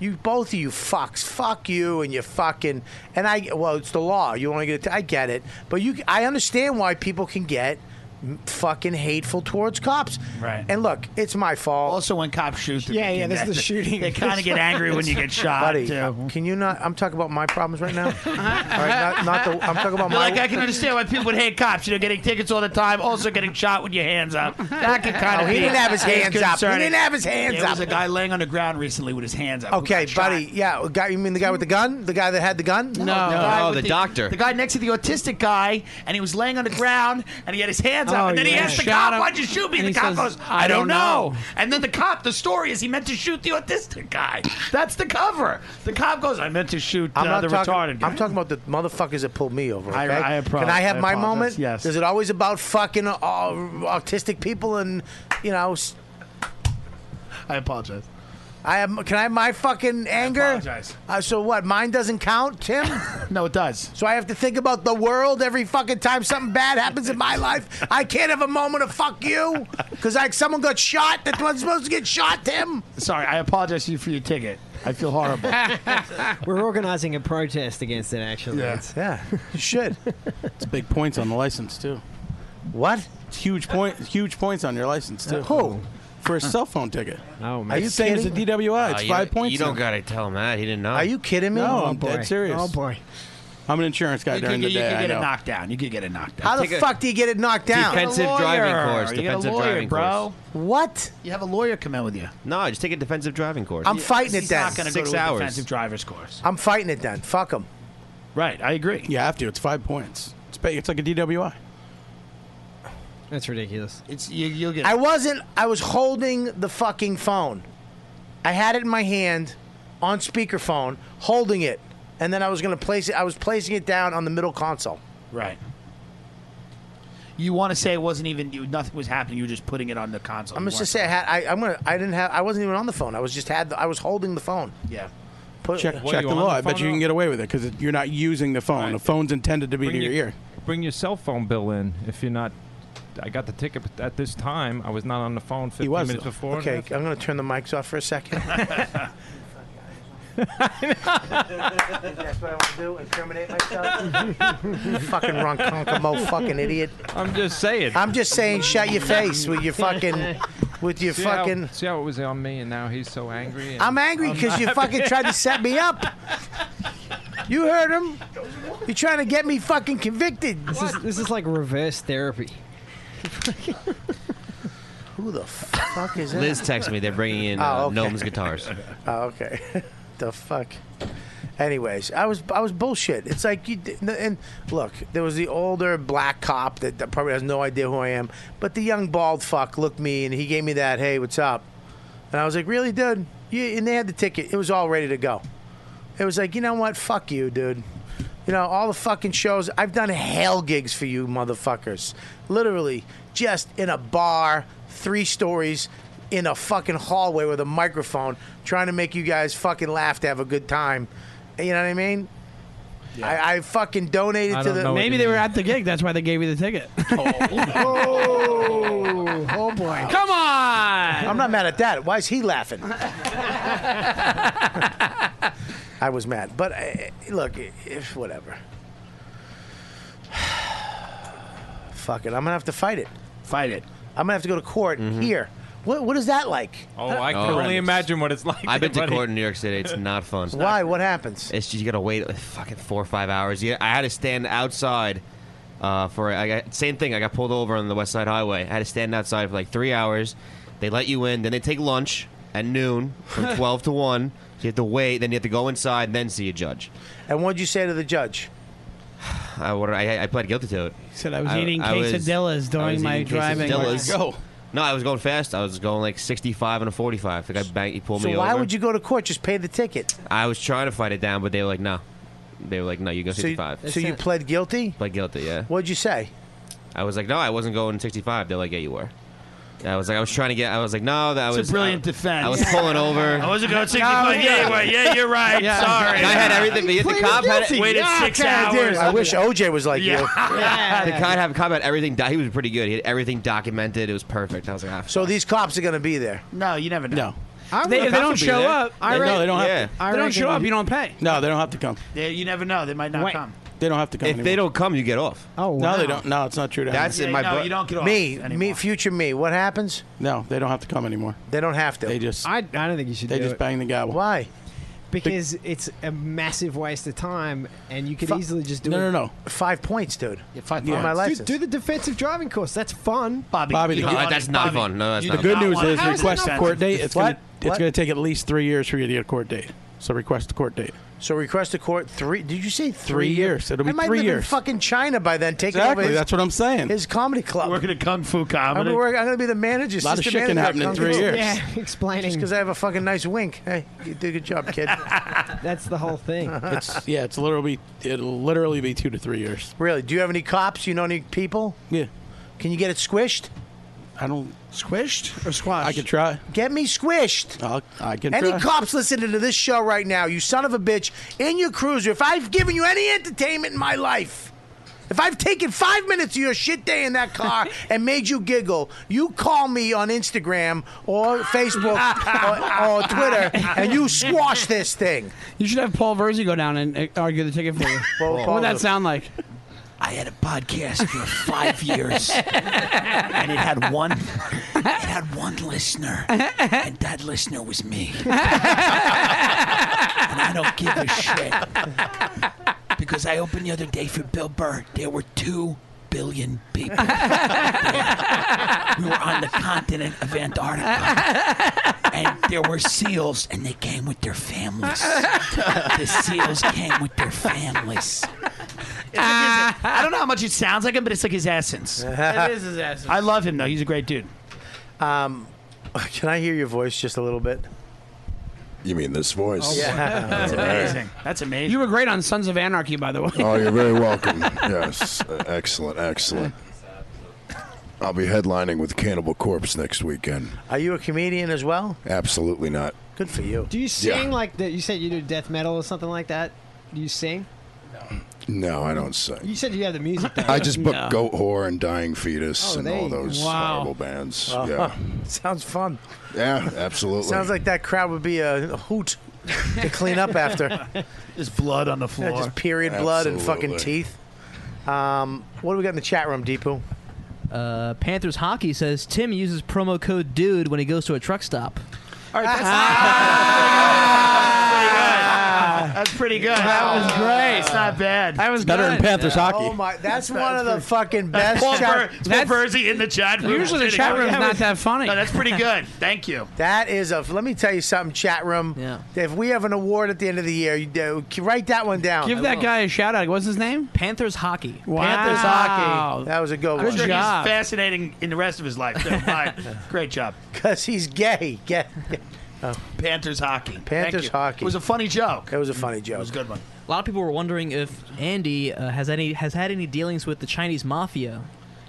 Speaker 2: You both of you fucks, fuck you and you fucking and I. Well, it's the law. You only get. It I get it, but you. I understand why people can get m- fucking hateful towards cops. Right. And look, it's my fault. Also,
Speaker 10: when cops shoot,
Speaker 8: Yeah, yeah, this is the shooting.
Speaker 10: They kinda get angry when you get shot,
Speaker 2: Buddy,
Speaker 10: too.
Speaker 2: can you not? I'm talking about my problems right now. All right, not, not the. I'm talking about
Speaker 10: You're
Speaker 2: my.
Speaker 10: like I can understand why people would hate cops. You know, getting tickets all the time, also getting shot with your hands up. That could kind
Speaker 2: No,
Speaker 10: of.
Speaker 2: Oh, he
Speaker 10: be
Speaker 2: didn't have his hands up. He
Speaker 10: concerning.
Speaker 2: didn't have his hands
Speaker 10: There was
Speaker 2: up.
Speaker 10: a guy laying on the ground recently with his hands up. who
Speaker 2: Okay,
Speaker 10: got shot.
Speaker 2: buddy. Yeah, guy. You mean the guy with the gun? The guy that had the gun?
Speaker 10: No,
Speaker 14: oh,
Speaker 10: guy with
Speaker 13: doctor.
Speaker 10: The guy next to the autistic guy, and he was laying on the ground, and he had his hands up,
Speaker 14: Oh,
Speaker 10: and then he
Speaker 14: yeah.
Speaker 10: asked the
Speaker 14: Shot
Speaker 10: cop,
Speaker 14: him.
Speaker 10: "Why'd you shoot me?"
Speaker 14: And
Speaker 10: The
Speaker 14: he
Speaker 10: cop
Speaker 14: says,
Speaker 10: goes, "I don't know."
Speaker 14: know.
Speaker 10: And then the cop, the story is he meant to shoot the autistic guy. That's the cover. The cop goes, "I meant to shoot uh,
Speaker 2: I'm not
Speaker 10: the
Speaker 2: talking.
Speaker 10: retarded guy."
Speaker 2: I'm talking about the motherfuckers that pulled me over.
Speaker 10: I-
Speaker 2: okay?
Speaker 10: I apro-
Speaker 2: Can I have
Speaker 10: I
Speaker 2: my
Speaker 10: apologize,
Speaker 2: moment?
Speaker 10: yes.
Speaker 2: Is it always about fucking uh, autistic people and you know? s-
Speaker 10: I apologize.
Speaker 2: I have. Can I have my fucking anger?
Speaker 10: apologize.
Speaker 2: Uh, so what? Mine doesn't count, Tim.
Speaker 10: no, it does.
Speaker 2: So I have to think about the world every fucking time something bad happens in my life. I can't have a moment of fuck you because like someone got shot. That wasn't supposed to get shot, Tim.
Speaker 10: Sorry, I apologize to you for your ticket. I feel horrible.
Speaker 8: We're organizing a protest against it. Actually,
Speaker 7: Yeah.
Speaker 8: It's-
Speaker 2: Yeah, you should.
Speaker 7: It's big points on the license too.
Speaker 2: What?
Speaker 7: It's huge point. Huge points on your license too.
Speaker 2: Who?
Speaker 7: For a cell phone ticket.
Speaker 8: Oh
Speaker 7: man. Are you saying it's a DWI? It's
Speaker 13: Uh, you-
Speaker 7: five points.
Speaker 13: You don't
Speaker 7: now.
Speaker 13: gotta tell him that. He didn't know.
Speaker 7: Are
Speaker 2: you kidding
Speaker 7: me? No, I'm dead serious.
Speaker 8: Oh boy.
Speaker 7: I'm an insurance guy
Speaker 10: You
Speaker 7: during
Speaker 10: could,
Speaker 7: the
Speaker 10: you
Speaker 7: day.
Speaker 10: could
Speaker 7: I
Speaker 10: get
Speaker 7: know.
Speaker 10: a knockdown. You could get a knockdown.
Speaker 2: How the fuck do you get it knocked down?
Speaker 13: Defensive driving course.
Speaker 10: You get a
Speaker 13: defensive
Speaker 10: lawyer,
Speaker 13: driving
Speaker 10: bro.
Speaker 2: What?
Speaker 10: You have a lawyer come in with you.
Speaker 13: course. No, just take a defensive driving course.
Speaker 2: I'm fighting it
Speaker 10: He's
Speaker 2: then.
Speaker 10: not going to go
Speaker 13: Six
Speaker 10: to a
Speaker 13: hours.
Speaker 10: defensive driver's course.
Speaker 2: I'm fighting it then. Fuck them.
Speaker 10: Right, I agree.
Speaker 7: You have to. It's five points. It's, ba- it's like a DWI.
Speaker 8: That's ridiculous.
Speaker 10: It's you, you'll get.
Speaker 2: I wasn't. I was holding the fucking phone. I had it in my hand, on speakerphone, holding it, and then I was gonna place it. I was placing it down on the middle console.
Speaker 10: Right. you want to say it wasn't even you, nothing was happening. You were just putting it on the console.
Speaker 2: I'm
Speaker 10: You
Speaker 2: just gonna
Speaker 10: weren't-
Speaker 2: say I had. I, I'm gonna. I didn't have. I wasn't even on the phone. I was just had. The, I was holding the phone.
Speaker 10: Yeah.
Speaker 2: Put,
Speaker 7: Check, check the law. I bet you can get away with it because you're not using the phone. The phone's intended to be to your, ear.
Speaker 11: Bring your cell phone bill in if you're not. I got the ticket at this time. I was not on the phone 15 minutes before.
Speaker 2: Okay, I'm gonna turn the mics off for a second.
Speaker 4: That's what I want to do, incriminate myself.
Speaker 2: fucking ronkonkomo fucking idiot.
Speaker 11: I'm just saying.
Speaker 2: I'm just saying, shut your face with your fucking, with your
Speaker 11: see
Speaker 2: fucking.
Speaker 11: How, see how it was on me, and now he's so angry. and-
Speaker 2: I'm angry because you
Speaker 11: not-
Speaker 2: fucking tried to set me up. You heard him. You're trying to get me fucking convicted.
Speaker 8: This is this is like reverse therapy.
Speaker 2: Who the fuck is that?
Speaker 13: Liz texted me. They're bringing in uh,
Speaker 2: Oh, okay.
Speaker 13: Gnome's guitars.
Speaker 2: Oh, okay. the fuck. Anyways, I was I was bullshit. It's like you d- and look, there was the older black cop that, that probably has no idea who I am, but the young bald fuck looked me and he gave me that, "Hey, what's up?" And I was like, "Really, dude?" Yeah, and they had the ticket. It was all ready to go. It was like, "You know what? Fuck you, dude." You know, all the fucking shows I've done hell gigs for you motherfuckers. Literally just in a bar, three stories in a fucking hallway with a microphone trying to make you guys fucking laugh to have a good time. You know what I mean? I, I fucking donated to the
Speaker 14: Maybe they were at the gig. That's why they gave you the ticket.
Speaker 2: Oh, oh boy.
Speaker 14: Come on.
Speaker 2: I'm not mad at that. Why is he laughing? I was mad. But uh, look, if whatever. Fuck it. I'm going to have to fight it.
Speaker 10: Fight it.
Speaker 2: I'm going to have to go to court
Speaker 7: Mm-hmm.
Speaker 2: here. What, what is that like?
Speaker 11: Oh, I can only imagine what it's like.
Speaker 13: I've been to
Speaker 11: buddy.
Speaker 13: court in New York City. It's not fun.
Speaker 2: Why? What happens?
Speaker 13: It's just you gotta wait like, fucking four or five hours. Yeah, I had to stand outside uh, for I got, same thing. I got pulled over on the West Side Highway. I had to stand outside for like three hours. They let you in, then they take lunch at noon from twelve to one. So you have to wait, then you have to go inside, and then see a judge.
Speaker 2: And what'd you say to the judge?
Speaker 13: I ordered, I, I pled guilty to it. He
Speaker 14: said I was eating quesadillas during my driving. Where'd you go?
Speaker 13: No, I was going fast. I was going like 65 and a 45. The guy bang, he pulled
Speaker 2: So
Speaker 13: me
Speaker 2: why
Speaker 13: over.
Speaker 2: would you go to court? Just pay the ticket.
Speaker 13: I was trying to fight it down, but they were like, no. They were like, no, you go
Speaker 2: So you,
Speaker 13: 65.
Speaker 2: so you pled guilty?
Speaker 13: Pled guilty, yeah.
Speaker 2: What'd you say?
Speaker 13: I was like, no, I wasn't going 65. They're like, yeah, you were. And I was like, I was trying to get. I was like, no, that
Speaker 10: It's a
Speaker 13: was
Speaker 10: brilliant
Speaker 13: I-
Speaker 10: defense.
Speaker 13: I was pulling over.
Speaker 10: I wasn't going 65. yeah, you were. yeah, you're right.
Speaker 13: Yeah.
Speaker 10: Sorry.
Speaker 13: I had everything, but yet the
Speaker 10: Pleaded
Speaker 13: cop had
Speaker 10: guilty.
Speaker 13: waited
Speaker 10: Yeah,
Speaker 13: six
Speaker 10: okay, I
Speaker 13: hours.
Speaker 10: did. I
Speaker 2: I wish OJ was like you.
Speaker 13: The cop had, cop had everything. Do- he was pretty good. He had everything documented. It was perfect. I was like, ah,
Speaker 2: So these cops are going to be there.
Speaker 10: No, you never know.
Speaker 8: I
Speaker 14: They-
Speaker 8: would-
Speaker 14: if they don't show up,
Speaker 10: I
Speaker 14: no,
Speaker 10: reckon-
Speaker 14: they don't have.
Speaker 10: yeah.
Speaker 14: To,
Speaker 10: I
Speaker 14: they don't
Speaker 10: reckon
Speaker 14: show up.
Speaker 10: you-
Speaker 14: You don't pay.
Speaker 7: No, they don't have to come.
Speaker 10: Yeah, you never know. They might not come.
Speaker 7: They don't have to come.
Speaker 13: If they don't come, you get off.
Speaker 8: Oh,
Speaker 7: no, they don't. No, it's not true. To
Speaker 13: That's
Speaker 7: happen.
Speaker 13: in my Yeah, no, book. you
Speaker 10: don't get off
Speaker 2: me, me, future me. What happens?
Speaker 7: No, they don't have to come anymore.
Speaker 2: They don't have to.
Speaker 7: They just.
Speaker 8: I, I don't think you should.
Speaker 7: They
Speaker 8: do
Speaker 7: just
Speaker 8: it.
Speaker 7: bang the gavel.
Speaker 2: Why?
Speaker 8: because it's a massive waste of time, and you could
Speaker 7: Fu-
Speaker 8: easily just do
Speaker 7: No,
Speaker 8: it.
Speaker 7: no, no.
Speaker 2: Five points, dude.
Speaker 7: five
Speaker 8: Yeah.
Speaker 7: points.
Speaker 8: Dude, Do, the defensive driving course. That's fun,
Speaker 10: Bobby.
Speaker 7: Bobby, the good-
Speaker 13: that's not fun. No, that's
Speaker 7: the
Speaker 13: not
Speaker 7: good
Speaker 13: fun.
Speaker 7: news is
Speaker 8: How is that
Speaker 7: request
Speaker 8: not
Speaker 7: a court
Speaker 8: fun?
Speaker 7: date. It's
Speaker 8: What?
Speaker 7: gonna it's
Speaker 8: What?
Speaker 7: gonna take at least three years for you to get a court date. So request a court date.
Speaker 2: So request a court three. Did you say three?
Speaker 7: Three years. It'll be
Speaker 2: I might
Speaker 7: three
Speaker 2: live in
Speaker 7: years.
Speaker 2: fucking China by then. Taking
Speaker 7: Exactly.
Speaker 2: over. His,
Speaker 7: That's what I'm saying.
Speaker 2: His comedy club.
Speaker 10: Working at Kung Fu
Speaker 2: I'm
Speaker 10: comedy.
Speaker 2: gonna work. I'm gonna be the manager.
Speaker 7: Lot of
Speaker 2: assistant
Speaker 7: shit can
Speaker 2: manager at
Speaker 7: happen in
Speaker 2: Kung
Speaker 7: three
Speaker 2: Fu.
Speaker 7: years.
Speaker 8: Yeah, explaining.
Speaker 2: Just because I have a fucking nice wink. Hey, you do a good job, kid.
Speaker 8: That's the whole thing.
Speaker 7: It's yeah. It's literally it'll literally be two to three years.
Speaker 2: really? Do you have any cops? You know any people?
Speaker 7: Yeah.
Speaker 2: Can you get it squished?
Speaker 7: I don't.
Speaker 2: Squished or squashed?
Speaker 7: I could try.
Speaker 2: Get me squished.
Speaker 7: I'll, I can
Speaker 2: Any
Speaker 7: try.
Speaker 2: cops listening to this show right now, you son of a bitch, in your cruiser, if I've given you any entertainment in my life, if I've taken five minutes of your shit day in that car and made you giggle, you call me on Instagram or Facebook or, or Twitter and you squash this thing.
Speaker 14: You should have Paul Verzi go down and uh, argue the ticket for you.
Speaker 2: Well,
Speaker 14: what
Speaker 2: Paul-
Speaker 14: would that sound like?
Speaker 10: I had a podcast for five years, and it had one. It had one listener, and that listener was me. and I don't give a shit because I opened the other day for Bill Burr. There were two billion people. we were on the continent of Antarctica, and there were seals, and they came with their families. the seals came with their families. I don't know how much it sounds like him, but it's like his essence.
Speaker 14: It is his essence.
Speaker 10: I love him though. He's a great dude.
Speaker 2: Um, can I hear your voice just a little bit? Oh,
Speaker 3: You mean this voice?
Speaker 2: Yeah.
Speaker 14: That's
Speaker 3: All right.
Speaker 14: amazing.
Speaker 10: That's amazing.
Speaker 14: You were great on Sons of Anarchy, by the way.
Speaker 3: Oh, you're very welcome. yes, excellent, excellent. I'll be headlining with Cannibal Corpse next weekend.
Speaker 2: Are you a comedian as well?
Speaker 3: Absolutely not.
Speaker 2: Good for you.
Speaker 8: Do you
Speaker 3: Yeah.
Speaker 8: sing like that? You said you do death metal or something like that. Do you sing?
Speaker 3: No, I don't sing.
Speaker 8: You said you had the music. Though.
Speaker 3: I just booked Goat Whore and Dying Fetus
Speaker 8: Oh,
Speaker 3: and
Speaker 8: there
Speaker 3: all
Speaker 8: you-
Speaker 3: those
Speaker 8: wow.
Speaker 3: horrible bands.
Speaker 2: Oh,
Speaker 3: Yeah,
Speaker 2: Sounds fun.
Speaker 3: yeah, absolutely.
Speaker 2: Sounds like that crowd would be a hoot to clean up after.
Speaker 10: Just blood on the
Speaker 2: Yeah,
Speaker 10: floor.
Speaker 2: just period blood and fucking
Speaker 10: Absolutely.
Speaker 2: teeth. Um, what do we got in the chat room, Deepu?
Speaker 9: Uh, Panthers hockey says Tim uses promo code dude when he goes to a truck stop.
Speaker 10: All right, that's, that's pretty good. That was great. It's not bad. That was
Speaker 2: Better than good. Panthers
Speaker 10: yeah.
Speaker 2: hockey. Oh my- that's one of the fucking best
Speaker 10: Paul
Speaker 2: chat-
Speaker 10: Ver- Paul Verzi in the chat room.
Speaker 2: Usually the
Speaker 10: Kidding.
Speaker 2: chat room's
Speaker 10: That
Speaker 2: not
Speaker 10: was-
Speaker 2: that funny.
Speaker 10: No, that's pretty good. Thank you.
Speaker 2: That is a. Let me tell you something, chat room. Yeah. If we have an award at the end of the year, you do, write that one down.
Speaker 14: Give that guy a shout out. What's his name?
Speaker 9: Panthers hockey.
Speaker 14: Wow.
Speaker 10: Panthers hockey.
Speaker 2: That was a good
Speaker 10: I'm
Speaker 2: one.
Speaker 10: sure He's fascinating in the rest of his life. too. Bye. Great job.
Speaker 2: Because he's gay. Get.
Speaker 10: Panthers hockey. Thank
Speaker 2: Panthers
Speaker 10: you.
Speaker 2: hockey.
Speaker 10: It was a funny joke.
Speaker 2: It was a funny joke. It was
Speaker 10: a good one.
Speaker 9: A lot of people were wondering if Andy uh, has any has had any dealings with the Chinese mafia.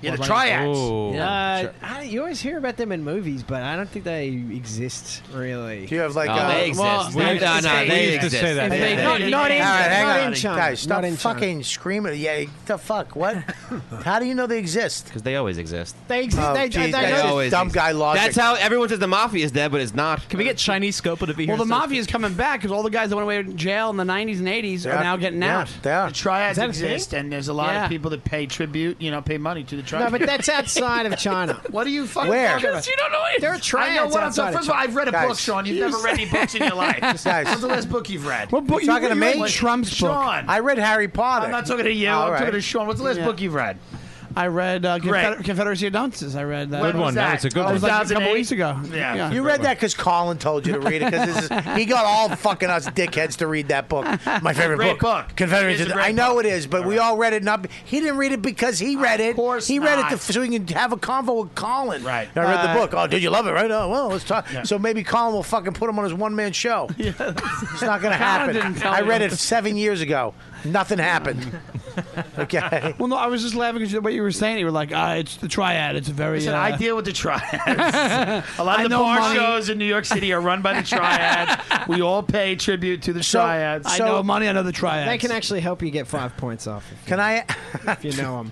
Speaker 10: Yeah,
Speaker 9: Or
Speaker 10: the
Speaker 9: running-
Speaker 10: triads.
Speaker 9: Yeah.
Speaker 8: Uh, I, you always hear about them in movies, but I don't think they exist really.
Speaker 2: Do you have like uh, Not, not in,
Speaker 8: All right, hang
Speaker 2: not
Speaker 8: on.
Speaker 2: in China. Guys, stop
Speaker 8: Not in China.
Speaker 2: fucking screaming. Yeah, the fuck? What? How do you know they exist?
Speaker 13: Because they always exist.
Speaker 8: They exist.
Speaker 2: Oh,
Speaker 8: they,
Speaker 2: geez,
Speaker 8: they,
Speaker 2: that's
Speaker 8: they-
Speaker 2: just dumb guy logic.
Speaker 13: That's how everyone says the mafia is dead, but it's not.
Speaker 9: Can we get Chinese Scopa to be
Speaker 14: Well, the mafia is coming back because all the guys that went away to jail in the 90s and 80s are now getting out.
Speaker 10: The triads
Speaker 14: Is that a
Speaker 10: exist,
Speaker 14: thing?
Speaker 10: and there's a lot
Speaker 14: Yeah.
Speaker 10: of people that pay tribute, you know, pay money to the
Speaker 8: No,
Speaker 10: triads.
Speaker 8: but that's outside of China.
Speaker 10: What are you fucking
Speaker 8: Where?
Speaker 10: talking about?
Speaker 8: You don't know it. There are
Speaker 10: I know
Speaker 8: triads
Speaker 10: what I'm
Speaker 8: outside of
Speaker 10: talking First of all,
Speaker 8: China.
Speaker 10: I've read a
Speaker 8: Guys,
Speaker 10: book, Sean. You've
Speaker 8: you
Speaker 10: never read any books in your life.
Speaker 2: Guys.
Speaker 10: What's the last book you've read?
Speaker 2: What book- You you- talking to you me? read Trump's book.
Speaker 10: Sean.
Speaker 2: I read Harry Potter.
Speaker 10: I'm not talking to you.
Speaker 2: All
Speaker 10: I'm
Speaker 2: right.
Speaker 10: talking to Sean. What's the last
Speaker 14: Yeah.
Speaker 10: book you've read?
Speaker 14: I read uh,
Speaker 10: Great.
Speaker 14: Confeder- Confederacy of Dunces. I read that.
Speaker 10: Good When was one. That was that? a good
Speaker 14: That was
Speaker 10: one.
Speaker 14: like a
Speaker 10: 2008?
Speaker 14: couple weeks ago.
Speaker 10: Yeah.
Speaker 2: You read that because Colin told you to read it because he got all fucking us dickheads to read that book. My favorite
Speaker 10: Great
Speaker 2: book,
Speaker 10: book.
Speaker 2: Confederacy.
Speaker 10: It is a great
Speaker 2: I know it is, but we all read it. Not he didn't read it because he read it. Of course, he read it to,
Speaker 10: not.
Speaker 2: so we can have a convo with Colin.
Speaker 10: Right.
Speaker 2: And I read
Speaker 10: Uh,
Speaker 2: the book. Oh, did you love it? Right. Oh, well, let's talk.
Speaker 10: Yeah.
Speaker 2: So maybe Colin will fucking put him on his one man show. It's not gonna
Speaker 14: Colin didn't
Speaker 2: happen.
Speaker 14: tell
Speaker 2: I
Speaker 14: me.
Speaker 2: read it seven years ago. Nothing happened. Okay.
Speaker 14: Well, no, I was just laughing because the way you were saying it, you were like, ah, it's the triad. It's a very.
Speaker 10: Listen,
Speaker 14: uh,
Speaker 10: I deal with the triads. a lot
Speaker 14: I
Speaker 10: of the
Speaker 14: know
Speaker 10: bar
Speaker 14: money.
Speaker 10: shows in New York City are run by the triads. we all pay tribute to the triads.
Speaker 14: I know money. I know the triads.
Speaker 8: They can actually help you get five points off. if
Speaker 2: Can I?
Speaker 8: If you know them.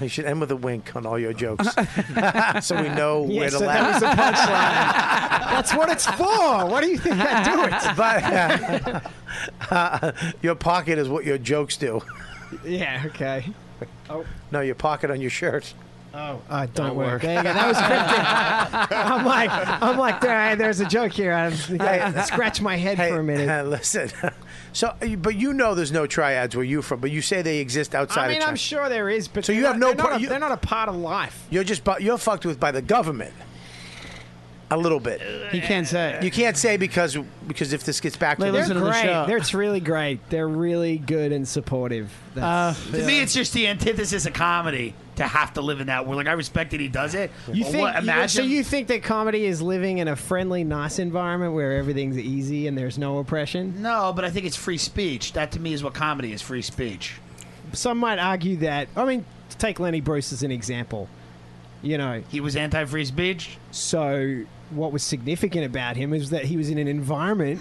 Speaker 2: You should end with a wink Oh, on all your jokes, so we know
Speaker 8: Yeah,
Speaker 2: where to
Speaker 8: so that
Speaker 2: laugh.
Speaker 8: was a punchline. That's what it's for. What do you think I do it?
Speaker 2: But uh, your pocket is what your jokes do.
Speaker 8: Yeah. Okay. Oh.
Speaker 2: No, your pocket on your shirt.
Speaker 8: Oh, uh, don't, work. There you go. That was cryptic. I'm like, I'm like, "All right, there's a joke here. I, I scratch my head for a minute.
Speaker 2: Uh, listen, so but you know there's no triads where you from, but you say they exist outside.
Speaker 8: I mean,
Speaker 2: of China.
Speaker 8: I'm sure there is, but
Speaker 2: So you
Speaker 8: they're
Speaker 2: have
Speaker 8: not-
Speaker 2: no
Speaker 8: They're
Speaker 2: pro-
Speaker 8: not, a,
Speaker 2: you-
Speaker 8: they're not a part of life.
Speaker 2: You're just bu- you're fucked with by the government. A little bit.
Speaker 14: You can't say.
Speaker 2: You can't say because because if this gets back to
Speaker 8: They're
Speaker 2: them-
Speaker 8: great. They're, it's really great. They're really good and supportive.
Speaker 10: Uh,
Speaker 8: That's,
Speaker 10: To me, it's just the antithesis of comedy to have to live in that world. Like I respect that he does it.
Speaker 8: you
Speaker 10: but
Speaker 8: think?
Speaker 10: What,
Speaker 8: you- so
Speaker 10: imagine.
Speaker 8: you think that comedy is living in a friendly, nice environment where everything's easy and there's no oppression?
Speaker 10: no, but I think it's free speech. That to me is what comedy is: free speech.
Speaker 8: Some might argue that. I mean, take Lenny Bruce as an example. You know,
Speaker 10: he was anti-free speech.
Speaker 8: So what was significant about him is that he was in an environment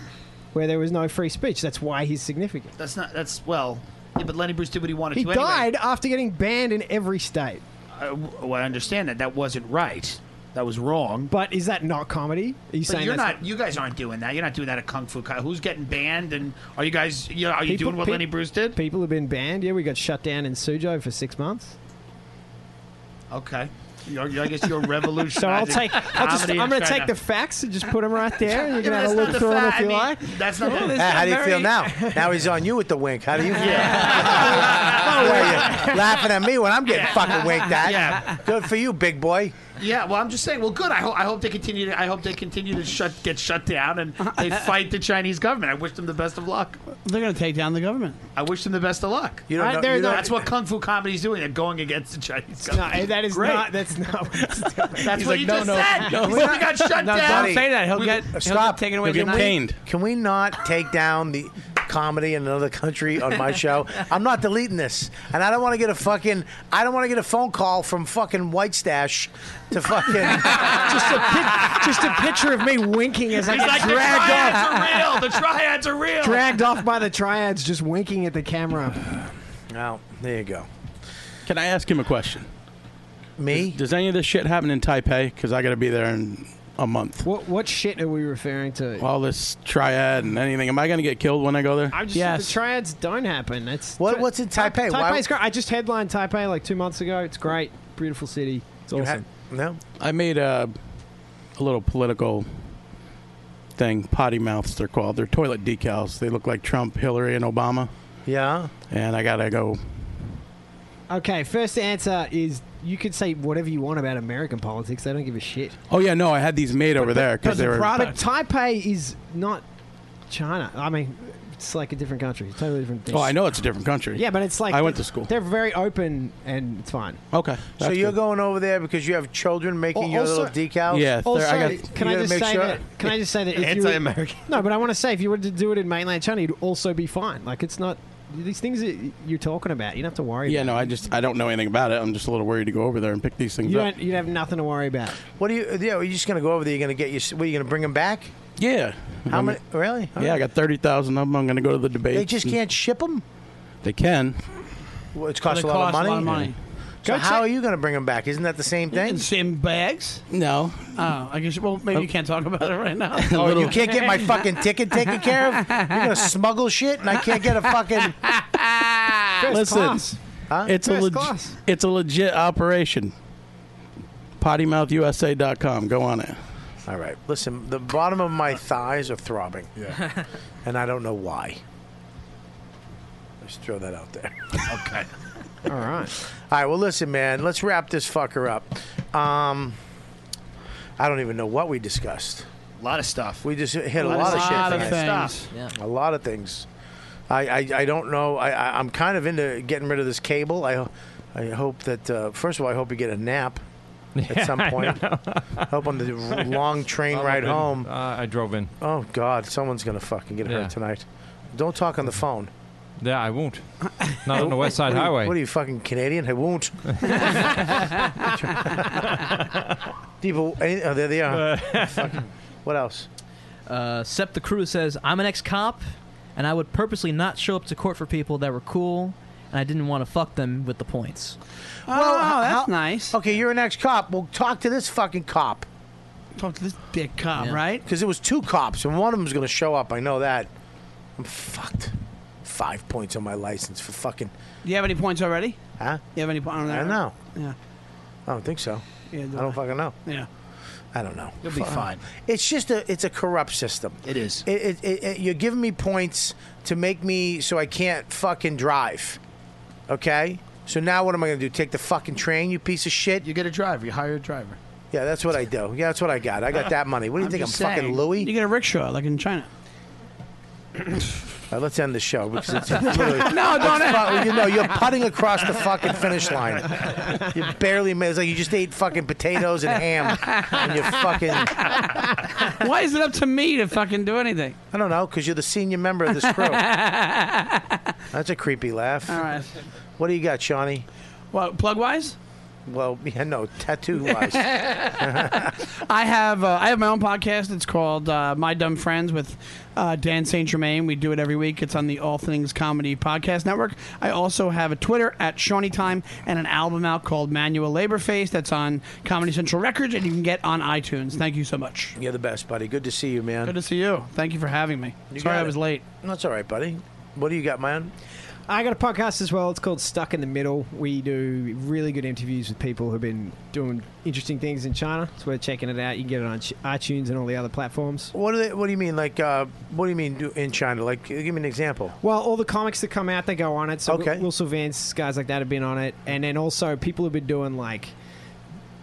Speaker 8: where there was no free speech. That's why he's significant.
Speaker 10: That's not. That's well. Yeah, but Lenny Bruce did what he wanted
Speaker 8: He
Speaker 10: to.
Speaker 8: died after getting banned in every state.
Speaker 10: Anyway. Uh, well, I understand that. That wasn't right. That was wrong.
Speaker 8: But is that not comedy? Are you
Speaker 10: but
Speaker 8: saying
Speaker 10: you're
Speaker 8: that's
Speaker 10: not. You guys aren't doing that. You're not doing that at Kung Fu. Kai. Who's getting banned? And are you guys? You know, are you
Speaker 8: People-
Speaker 10: doing what
Speaker 8: pe-
Speaker 10: Lenny Bruce did?
Speaker 8: People have been banned. Yeah, we got shut down in Sujo for six months.
Speaker 10: Okay. You're, you're- I guess you're revolutionizing.
Speaker 8: So I'll take. I'll just,
Speaker 10: comedy
Speaker 8: I'm
Speaker 10: in
Speaker 8: going to
Speaker 10: China.
Speaker 8: take the facts and just put them right there. and You
Speaker 10: Yeah,
Speaker 8: can have a
Speaker 10: that's
Speaker 8: look
Speaker 10: not the
Speaker 8: through them
Speaker 10: fact.
Speaker 8: if you
Speaker 10: I mean,
Speaker 8: like.
Speaker 10: that's not the- Well, it's
Speaker 2: how do you
Speaker 10: not
Speaker 2: feel now?
Speaker 10: very-
Speaker 2: Now he's on you with the wink. How do you feel? Why are you laughing at me when I'm getting
Speaker 10: Yeah.
Speaker 2: fucking winked at?
Speaker 10: Yeah.
Speaker 2: Good for you, big boy.
Speaker 10: Yeah, well, I'm just saying. Well, good. I, ho- I hope they continue. To, I hope they continue to shut get shut down and they fight the Chinese government. I wish them the best of luck.
Speaker 14: They're going to take down the government.
Speaker 10: I wish them the best of luck.
Speaker 14: You don't I- know- they're you don't-
Speaker 10: that's what kung fu comedy is doing. They're going against the Chinese government.
Speaker 8: No, that is
Speaker 10: Great.
Speaker 8: not. That's not. What it's doing.
Speaker 10: That's what you just said. You said we got shut down.
Speaker 14: say that. He'll
Speaker 10: We-
Speaker 14: get- he'll
Speaker 2: Stop.
Speaker 14: get taken away He'll get tonight.
Speaker 2: Can we-
Speaker 14: caned.
Speaker 2: Can we not take down the comedy in another country on my show. I'm not deleting this, and I don't want to get a fucking. I don't want to get a phone call from fucking White Stash to fucking just
Speaker 8: a pic, just a picture of me winking as I
Speaker 10: He's
Speaker 8: get
Speaker 10: like, the
Speaker 8: dragged
Speaker 10: triads
Speaker 8: off.
Speaker 10: are real. The triads are real.
Speaker 8: Dragged off by the triads, just winking at the camera.
Speaker 2: No, there you go.
Speaker 7: Can I ask him a question?
Speaker 2: Me?
Speaker 7: Does, does any of this shit happen in Taipei? Because I got to be there in a month.
Speaker 8: What what shit are we referring to?
Speaker 7: All this triad and anything. Am I going to get killed when I go there?
Speaker 8: I'm just the triads don't happen. That's
Speaker 2: What- what's in
Speaker 8: Ta-
Speaker 2: Taipei? Why-
Speaker 8: Taipei's great. I just headlined Taipei like two months ago. It's great, beautiful city. It's
Speaker 7: You
Speaker 8: awesome.
Speaker 2: no.
Speaker 7: I made a, a little political thing. Potty mouths, they're called. They're toilet decals. They look like Trump, Hillary, and Obama.
Speaker 2: Yeah.
Speaker 7: And I gotta go.
Speaker 8: Okay, first answer is you could say whatever you want about American politics. They don't give a shit.
Speaker 7: Oh yeah, no, I had these made over there because they were.
Speaker 8: But Taipei is not China. I mean, it's like a different country. It's totally different. Thing.
Speaker 7: Oh, I know it's a different country.
Speaker 8: Yeah, but it's like
Speaker 7: I went to school.
Speaker 8: They're very open and it's fine.
Speaker 7: Okay.
Speaker 2: So
Speaker 7: that's
Speaker 2: you're
Speaker 7: good.
Speaker 2: going over there because you have children making your
Speaker 8: Also-
Speaker 2: little decals.
Speaker 8: Also, can I just say that? Can I just say that? if you were- No, but I want to say if you were to do it in mainland China, you'd also be fine. Like it's not these things that you're talking about. You don't have to worry.
Speaker 7: Yeah, no, I just I don't know anything about it. I'm just a little worried to go over there and pick these things
Speaker 8: You
Speaker 7: up.
Speaker 8: don't. You'd have nothing to worry about.
Speaker 2: What are you? Yeah, are you just gonna go over there? You're gonna get your. What are you gonna bring them back?
Speaker 7: Yeah.
Speaker 2: How many? Really?
Speaker 7: Yeah, I got thirty thousand of them. I'm going to go to the debate.
Speaker 2: They just can't ship them.
Speaker 7: They can.
Speaker 2: Well, it's cost,
Speaker 7: They
Speaker 2: a, lot
Speaker 7: cost a lot
Speaker 2: of
Speaker 7: of
Speaker 2: money.
Speaker 7: money.
Speaker 2: So
Speaker 7: Go
Speaker 2: how
Speaker 7: check-
Speaker 2: are you going to bring them back? Isn't that the same thing?
Speaker 14: Same bags?
Speaker 7: No.
Speaker 14: Oh, I guess. Well, maybe you can't talk about it right now.
Speaker 2: Oh, you can't get my fucking ticket taken care of. You're going to smuggle shit, and I can't get a fucking.
Speaker 7: Listen, it's a
Speaker 2: First
Speaker 7: leg-
Speaker 2: class.
Speaker 7: it's a legit operation. PottyMouthUSA.com. Go on it.
Speaker 2: All right, listen. The bottom of my thighs are throbbing. Yeah. and I don't know why. Just throw that out there. okay.
Speaker 8: All right.
Speaker 2: All right. Well, listen, man. Let's wrap this fucker up. Um, I don't even know what we discussed.
Speaker 10: A lot of stuff.
Speaker 2: We just hit a, lot, of shit. tonight. A lot of things. I, I, I don't know. I, I I'm kind of into getting rid of this cable. I ho- I hope that uh, first of all, I hope you get a nap
Speaker 11: Yeah,
Speaker 2: at some
Speaker 11: I
Speaker 2: point. I hope on the r- long train
Speaker 11: I'll
Speaker 2: ride
Speaker 11: open-
Speaker 2: home.
Speaker 11: Uh, I drove in.
Speaker 2: Oh God, someone's gonna fucking get
Speaker 11: Yeah. Mm-hmm.
Speaker 2: hurt tonight. Don't talk on the phone.
Speaker 11: Yeah, I won't. Not on the West
Speaker 2: What
Speaker 11: Side
Speaker 2: are you-
Speaker 11: Highway.
Speaker 2: What are you fucking Canadian? I won't.
Speaker 14: Oh,
Speaker 2: People, any- oh, there they are. Fucking- what else?
Speaker 9: Uh, Sep the Crew says, I'm an ex cop, and I would purposely not show up to court for people that were cool, and I didn't want to fuck them with the points.
Speaker 14: Well, oh, that's
Speaker 2: how-
Speaker 14: nice.
Speaker 2: Okay, you're an ex-cop. Well, talk to this fucking cop.
Speaker 14: Talk to this big cop, right?
Speaker 2: Because it was two cops, and one of them's going to show up. I know that. I'm fucked. Five points on my license for fucking.
Speaker 14: Do you have any points already?
Speaker 2: Huh?
Speaker 14: You have any points?
Speaker 2: I don't know.
Speaker 14: Yeah.
Speaker 2: I don't think so.
Speaker 14: Yeah,
Speaker 2: I don't fucking know.
Speaker 14: uh, Yeah.
Speaker 2: I don't know.
Speaker 14: You'll be
Speaker 2: Fuck.
Speaker 14: fine.
Speaker 2: It's just a it's a corrupt system. It is. It, it, it, you're giving me points to make me so I can't fucking drive. Okay. So now what am I going to do? Take the fucking train, you piece of shit.
Speaker 14: You get a driver. You hire a driver.
Speaker 2: Yeah, that's what I do. Yeah, that's what I got. I got that money. What do you think? I'm
Speaker 14: Uh, just
Speaker 2: fucking
Speaker 14: saying.
Speaker 2: Louis.
Speaker 14: You get a rickshaw like in China.
Speaker 2: All right, let's end the show because it's literally.
Speaker 14: No, don't
Speaker 2: It's
Speaker 14: end.
Speaker 2: fu- You know, you're putting across the fucking finish line. You barely made. It's like you just ate fucking potatoes and ham, and you fucking.
Speaker 14: Why is it up to me to fucking do anything?
Speaker 2: I don't know because you're the senior member of this crew. That's a creepy laugh.
Speaker 14: All right.
Speaker 2: What do you got, Shawnee?
Speaker 14: Well, plug wise.
Speaker 2: Well, yeah, no, tattoo wise.
Speaker 14: I have uh, I have my own podcast. It's called uh, My Dumb Friends with uh, Dan Saint Germain. We do it every week. It's on the All Things Comedy Podcast Network. I also have a Twitter at Shawnee Time and an album out called Manual Labor Face. That's on Comedy Central Records and you can get on iTunes. Thank you so much.
Speaker 2: You're the best, buddy. Good to see you, man.
Speaker 14: Good to see you. Thank you for having me.
Speaker 2: You
Speaker 14: Sorry
Speaker 2: got
Speaker 14: I
Speaker 2: it.
Speaker 14: was late.
Speaker 2: That's all right, buddy. What do you got, man?
Speaker 8: I got a podcast as well. It's called Stuck in the Middle. We do really good interviews with people who've been doing interesting things in China. It's worth checking it out. You can get it on iTunes and all the other platforms.
Speaker 2: What do they, What do you mean? Like, uh, what do you mean do, in China? Like, give me an example.
Speaker 8: Well, all the comics that come out, they go on it. So
Speaker 2: Okay.
Speaker 8: Wil- Will Sylvans, guys like that have been on it, and then also people have been doing like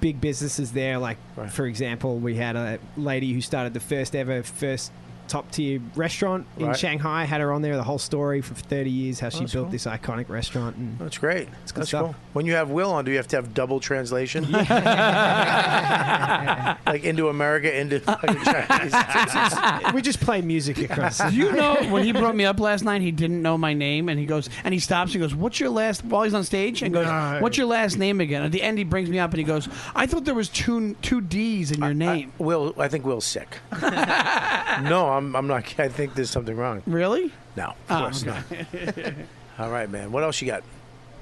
Speaker 8: big businesses there. Like for example, we had a lady who started the first ever first top tier restaurant in
Speaker 2: Right. Oh,
Speaker 8: Shanghai. Had her on there the whole story for 30 years, how she
Speaker 2: that's
Speaker 8: built
Speaker 2: cool.
Speaker 8: this iconic restaurant. And
Speaker 2: That's great.
Speaker 8: It's good
Speaker 2: That's
Speaker 8: stuff.
Speaker 2: cool. When you have Will on, do you have to have double translation? like into America, into fucking Chinese.
Speaker 8: we just play music across.
Speaker 14: Do you know when he brought me up last night? He didn't know my name, and he goes and he stops. and goes, "What's your last?" While he's on stage, and goes,
Speaker 8: No.
Speaker 14: "What's your last name again?" At the end, he brings me up and he goes, "I thought there was two two D's in your name."
Speaker 2: Will, I think Will's sick. no, I'm, I'm not. I think there's something wrong.
Speaker 14: Really?
Speaker 2: No, of
Speaker 14: Oh,
Speaker 2: course
Speaker 8: okay.
Speaker 2: not. All right, man. What else you got?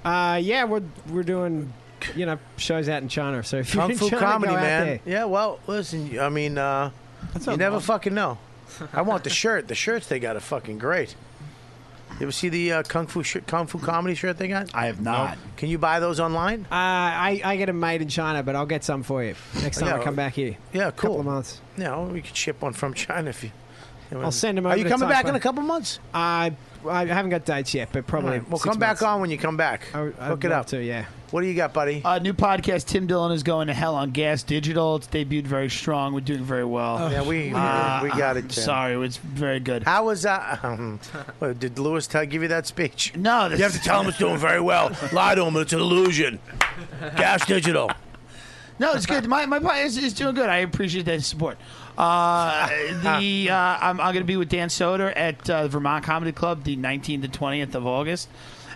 Speaker 8: Uh, yeah, we're we're doing you know shows out in China. So if you're
Speaker 2: Kung
Speaker 8: in
Speaker 2: Fu
Speaker 8: China,
Speaker 2: comedy,
Speaker 8: go out
Speaker 2: man.
Speaker 8: there.
Speaker 2: Yeah, well, listen, I mean, uh, you
Speaker 8: sounds
Speaker 2: never
Speaker 8: awesome.
Speaker 2: fucking know. I want the shirt. The shirts they got are fucking great. You ever see the uh, Kung Fu shirt, Kung Fu comedy shirt they got? I have
Speaker 8: not.
Speaker 2: Can you buy those online?
Speaker 8: Uh, I I get them made in China, but I'll get some for you next time
Speaker 2: Yeah.
Speaker 8: I come back here.
Speaker 2: Yeah, cool.
Speaker 8: Couple of months.
Speaker 2: Yeah, well, we could ship one from China if you. you know.
Speaker 8: I'll send them.
Speaker 2: Are
Speaker 8: over
Speaker 2: you
Speaker 8: to
Speaker 2: coming back in
Speaker 8: Taipei.
Speaker 2: a couple months?
Speaker 8: I I haven't got dates yet, but probably.
Speaker 2: All right, Well,
Speaker 8: six
Speaker 2: come back
Speaker 8: months.
Speaker 2: on when you come back.
Speaker 8: I'd
Speaker 2: Look it
Speaker 8: love
Speaker 2: up.
Speaker 8: to, yeah.
Speaker 2: What do you got, buddy?
Speaker 10: Uh, new podcast. Tim Dillon is going to hell on Gas Digital. It's debuted very strong. We're doing very
Speaker 8: Oh.
Speaker 10: well.
Speaker 2: Yeah, we
Speaker 10: Uh,
Speaker 2: we got it.
Speaker 10: I'm
Speaker 2: Tim.
Speaker 10: sorry, it's very good.
Speaker 2: How was that? Um, well, did Lewis tell, give you that speech?
Speaker 10: No,
Speaker 2: you have to tell him it's doing very well. Lie to him; it's an illusion. Gas Digital.
Speaker 10: No, it's good. My my podcast is, is doing good. I appreciate that support. Uh, the uh, I'm, I'm going to be with Dan Soder at uh, the Vermont Comedy Club the 19th to 20th of August,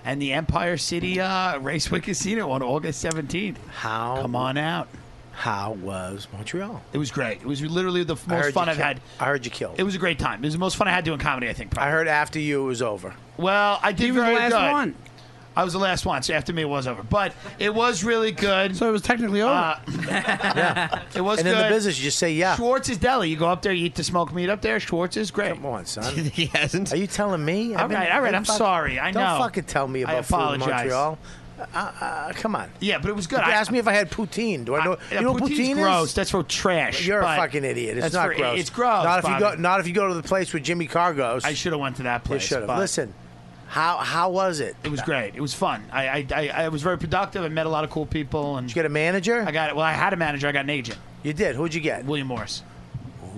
Speaker 10: and the Empire City uh, Raceway Casino on August 17th.
Speaker 2: How?
Speaker 10: Come on out.
Speaker 2: How was Montreal?
Speaker 10: It was great. It was literally the f-
Speaker 2: I heard
Speaker 10: most
Speaker 2: you
Speaker 10: fun I've
Speaker 2: ki-
Speaker 10: had.
Speaker 2: I heard you killed.
Speaker 10: It was a great time. It was the most fun I had doing comedy. I think. Probably.
Speaker 2: I heard after you it was over.
Speaker 10: Well, I did
Speaker 2: You were the
Speaker 10: very
Speaker 2: last
Speaker 10: good.
Speaker 2: one.
Speaker 10: I was the last one, so after me it was over. But it was really good. So
Speaker 14: it was technically over.
Speaker 10: It was
Speaker 2: And
Speaker 10: good.
Speaker 2: in the business, you just say, yeah.
Speaker 10: Schwartz's Deli. You go up there, you eat the smoked meat up there. Schwartz is great.
Speaker 2: Come on, son.
Speaker 10: he hasn't.
Speaker 2: Are you telling me?
Speaker 10: All right, all right. I'm sorry. I know.
Speaker 2: Don't fucking tell me
Speaker 10: I
Speaker 2: about food in
Speaker 10: apologize.
Speaker 2: Montreal. Uh, uh, come on.
Speaker 10: Yeah, but it was good.
Speaker 2: You
Speaker 10: I-
Speaker 2: asked me if I had poutine. Do I know?
Speaker 10: Yeah,
Speaker 2: you know what
Speaker 10: poutine's
Speaker 2: poutine
Speaker 10: gross.
Speaker 2: is?
Speaker 10: That's for trash.
Speaker 2: You're a
Speaker 10: but
Speaker 2: fucking idiot. It's
Speaker 10: that's
Speaker 2: not
Speaker 10: for-
Speaker 2: gross.
Speaker 10: It's gross.
Speaker 2: Not if you go.
Speaker 10: Bobby.
Speaker 2: Not if you go to the place where Jimmy Carr goes.
Speaker 10: I should have went to that place.
Speaker 2: You should have.
Speaker 10: but-
Speaker 2: Listen, how how was it?
Speaker 10: It was great. It was fun. I, I, I, I was very productive. I met a lot of cool people. And Did
Speaker 2: you get a manager?
Speaker 10: I got it. Well, I had a manager. I got an agent.
Speaker 2: You did. Who'd you get?
Speaker 10: William Morris,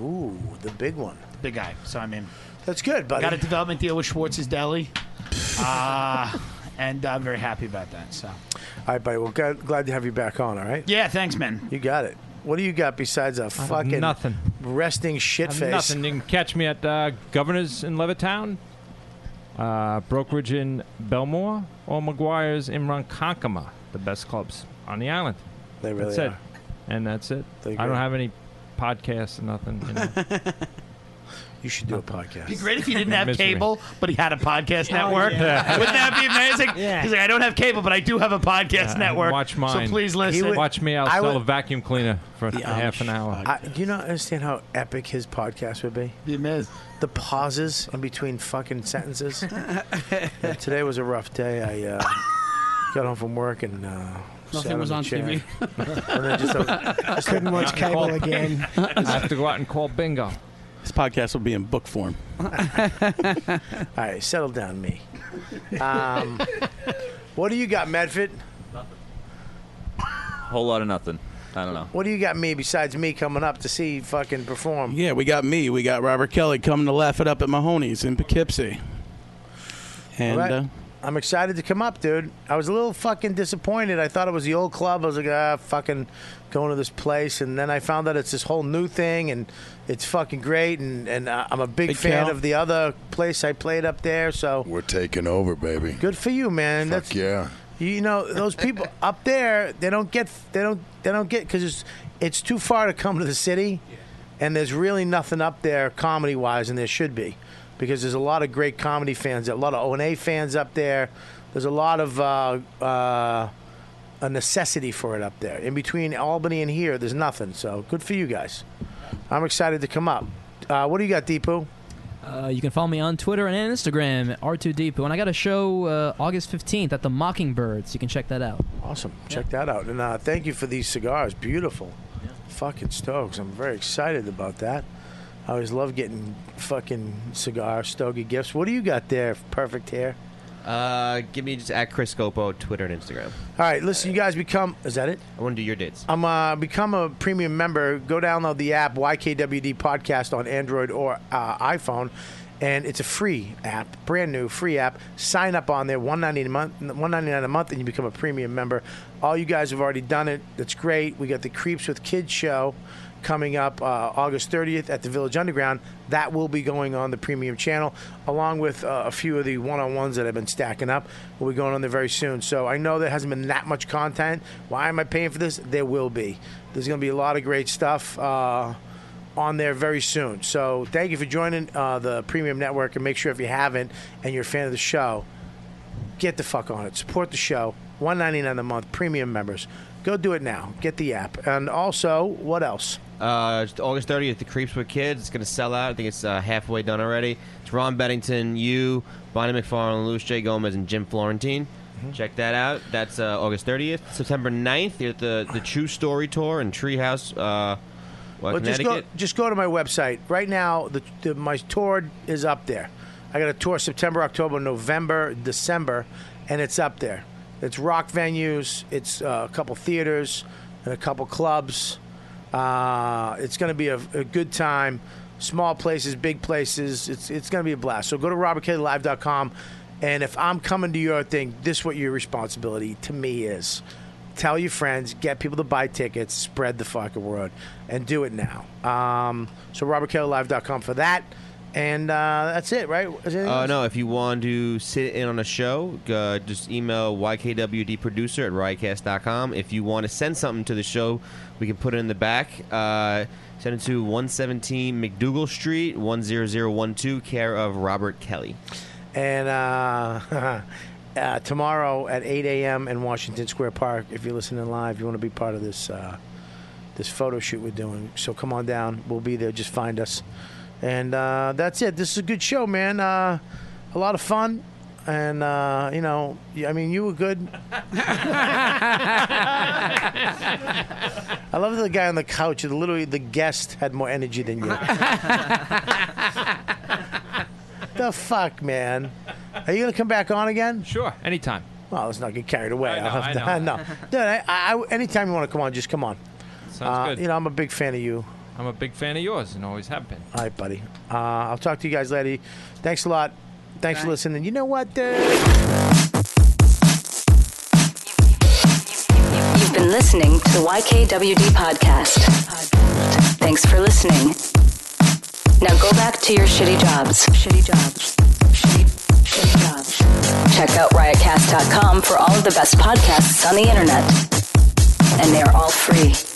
Speaker 2: Ooh, the big one.
Speaker 10: the big guy. So I mean,
Speaker 2: That's good, buddy.
Speaker 10: got a development deal with Schwartz's Deli, uh, and I'm very happy about that. So
Speaker 2: All right, buddy. Well, glad, glad to have you back on. All right.
Speaker 10: yeah, thanks, man.
Speaker 2: You got it. What do you got besides a fucking
Speaker 11: nothing.
Speaker 2: resting shit
Speaker 11: I'm
Speaker 2: face?
Speaker 11: Nothing. You can catch me at uh, Governor's in Levittown, uh, Brokerage in Belmore, or McGuire's in Ronkonkoma, the best clubs on the island.
Speaker 2: They really
Speaker 11: that's
Speaker 2: are.
Speaker 11: it. And that's it.
Speaker 2: They
Speaker 11: I
Speaker 2: agree.
Speaker 11: don't have any podcasts or nothing. You, know.
Speaker 2: you should do a podcast.
Speaker 10: It'd be great if he didn't have cable, but he had a podcast
Speaker 11: Yeah.
Speaker 10: network.
Speaker 11: Yeah.
Speaker 10: Wouldn't that be amazing?
Speaker 11: Yeah.
Speaker 10: He's like, I don't have cable, but I do have a podcast network.
Speaker 11: Watch mine.
Speaker 10: So please listen.
Speaker 11: watch me. I'll
Speaker 2: I
Speaker 11: sell
Speaker 2: would-
Speaker 11: a vacuum cleaner for half an hour.
Speaker 2: I, do you not understand how epic his podcast would be?
Speaker 10: You miss
Speaker 2: the pauses in between fucking sentences. Yeah, today was a rough day. I uh, got home from work and uh, sat
Speaker 14: Nothing was
Speaker 2: the
Speaker 14: on
Speaker 2: chair.
Speaker 14: TV.
Speaker 2: And then just a- just a-
Speaker 8: Couldn't watch cable again.
Speaker 11: I have to go out and call bingo.
Speaker 7: This podcast will be in book form.
Speaker 2: All right, settle down, me. Um, what do you got, Medford?
Speaker 20: Whole lot of nothing. I don't know.
Speaker 2: What do you got, me? Besides me coming up to see you fucking perform?
Speaker 7: Yeah, we got me. We got Robert Kelly coming to laugh it up at Mahoney's in Poughkeepsie. And
Speaker 2: All right.
Speaker 7: uh,
Speaker 2: I'm excited to come up, dude. I was a little fucking disappointed. I thought it was the old club. I was like, ah, fucking going to this place, and then I found out it's this whole new thing, and it's fucking great. And and uh, I'm a big,
Speaker 3: Big
Speaker 2: fan
Speaker 3: Cal.
Speaker 2: of the other place I played up there. So
Speaker 3: We're taking over, baby.
Speaker 2: good for you, man.
Speaker 3: Fuck yeah.
Speaker 2: You know those people up there, they don't get, they don't, they don't get because it's it's too far to come to the city, and there's really nothing up there comedy wise, and there should be, because there's a lot of great comedy fans, a lot of O and A fans up there. There's a lot of uh, uh, a necessity for it up there. In between Albany and here, there's nothing. So good for you guys. I'm excited to come up. Uh, what do you got, Deepu?
Speaker 9: Uh, you can follow me on Twitter and Instagram at R2Depot. And I got a show uh, August 15th at the Mockingbirds. You can check that out.
Speaker 2: Awesome. Check that out. And uh, thank you for these cigars. Beautiful. Fucking Stokes. I'm very excited about that. I always love getting fucking cigar stogie gifts. What do you got there? Perfect hair.
Speaker 13: Uh, give me just at Chris Scopo, Twitter and Instagram.
Speaker 2: All right, listen, you guys become. Is that it?
Speaker 13: I want to do your dates.
Speaker 2: I'm uh, become a premium member. Go download the app YKWd Podcast on Android or uh, iPhone, and it's a free app, brand new free app. Sign up on there, one ninety a month, one ninety nine a month, and you become a premium member. All you guys have already done it. That's great. We got the Creeps with Kids show coming up uh, August 30th at the Village Underground. That will be going on the premium channel, along with uh, a few of the one on ones that have been stacking up. Will be going on there very soon. So I know there hasn't been that much content. Why am I paying for this? There will be. There's going to be a lot of great stuff. Uh, on there very soon. So, thank you for joining uh, the Premium Network. And make sure if you haven't and you're a fan of the show, get the fuck on it. Support the show. One ninety nine a month, premium members. Go do it now. Get the app. And also, what else?
Speaker 13: Uh, it's August 30th, The Creeps with Kids. It's going to sell out. I think it's uh, halfway done already. It's Ron Beddington, you, Bonnie McFarlane, Luis J. Gomez, and Jim Florentine.
Speaker 2: Mm-hmm.
Speaker 13: Check that out. That's uh, August 30th. September 9th, you're at the, the True Story Tour in Treehouse, uh, well,
Speaker 2: Well, just
Speaker 13: Connecticut.
Speaker 2: go just go to my website right now. The, the my tour is up there. I got a tour September, October, November, December, and it's up there. It's rock venues. It's uh, a couple theaters and a couple clubs. Uh, it's going to be a, a good time. Small places, big places. It's it's going to be a blast. So go to robertkellylive.com, and if I'm coming to your thing, this is what your responsibility to me is tell your friends, get people to buy tickets, spread the fucking word, and do it now. Um, so robertkellylive.com for that, and uh, that's it, right? Is there anything
Speaker 13: Uh,
Speaker 2: else?
Speaker 13: no, if you want to sit in on a show, uh, just email ykwdproducer at riotcast.com. If you want to send something to the show, we can put it in the back. Uh, send it to 117 McDougal Street, 10012, care of Robert Kelly.
Speaker 2: And uh, uh, tomorrow at 8 a.m. in Washington Square Park, if you're listening live, you want to be part of this uh, this photo shoot we're doing. So come on down. We'll be there. Just find us. And uh, that's it. This is a good show, man. Uh, a lot of fun. And, uh, you know, I mean, you were good. I love the guy on the couch. Literally, the guest had more energy than you. the fuck, man? Are you gonna come back on again?
Speaker 11: Sure, anytime.
Speaker 2: Well, let's not get carried away.
Speaker 11: I know,
Speaker 2: I'll
Speaker 11: I know.
Speaker 2: no, dude. I, I, anytime you want to come on, just come on.
Speaker 11: Sounds
Speaker 2: Uh,
Speaker 11: good.
Speaker 2: You know, I'm a big fan of you.
Speaker 11: I'm a big fan of yours and always have been.
Speaker 2: All right, buddy. Uh, I'll talk to you guys later. Thanks a lot. Thanks for listening. You know what, dude?
Speaker 1: You've been listening to the YKWD podcast. Thanks for listening. Now go back to your shitty jobs. Shitty jobs. Shitty, shitty jobs. Check out riotcast.com for all of the best podcasts on the internet. And they are all free.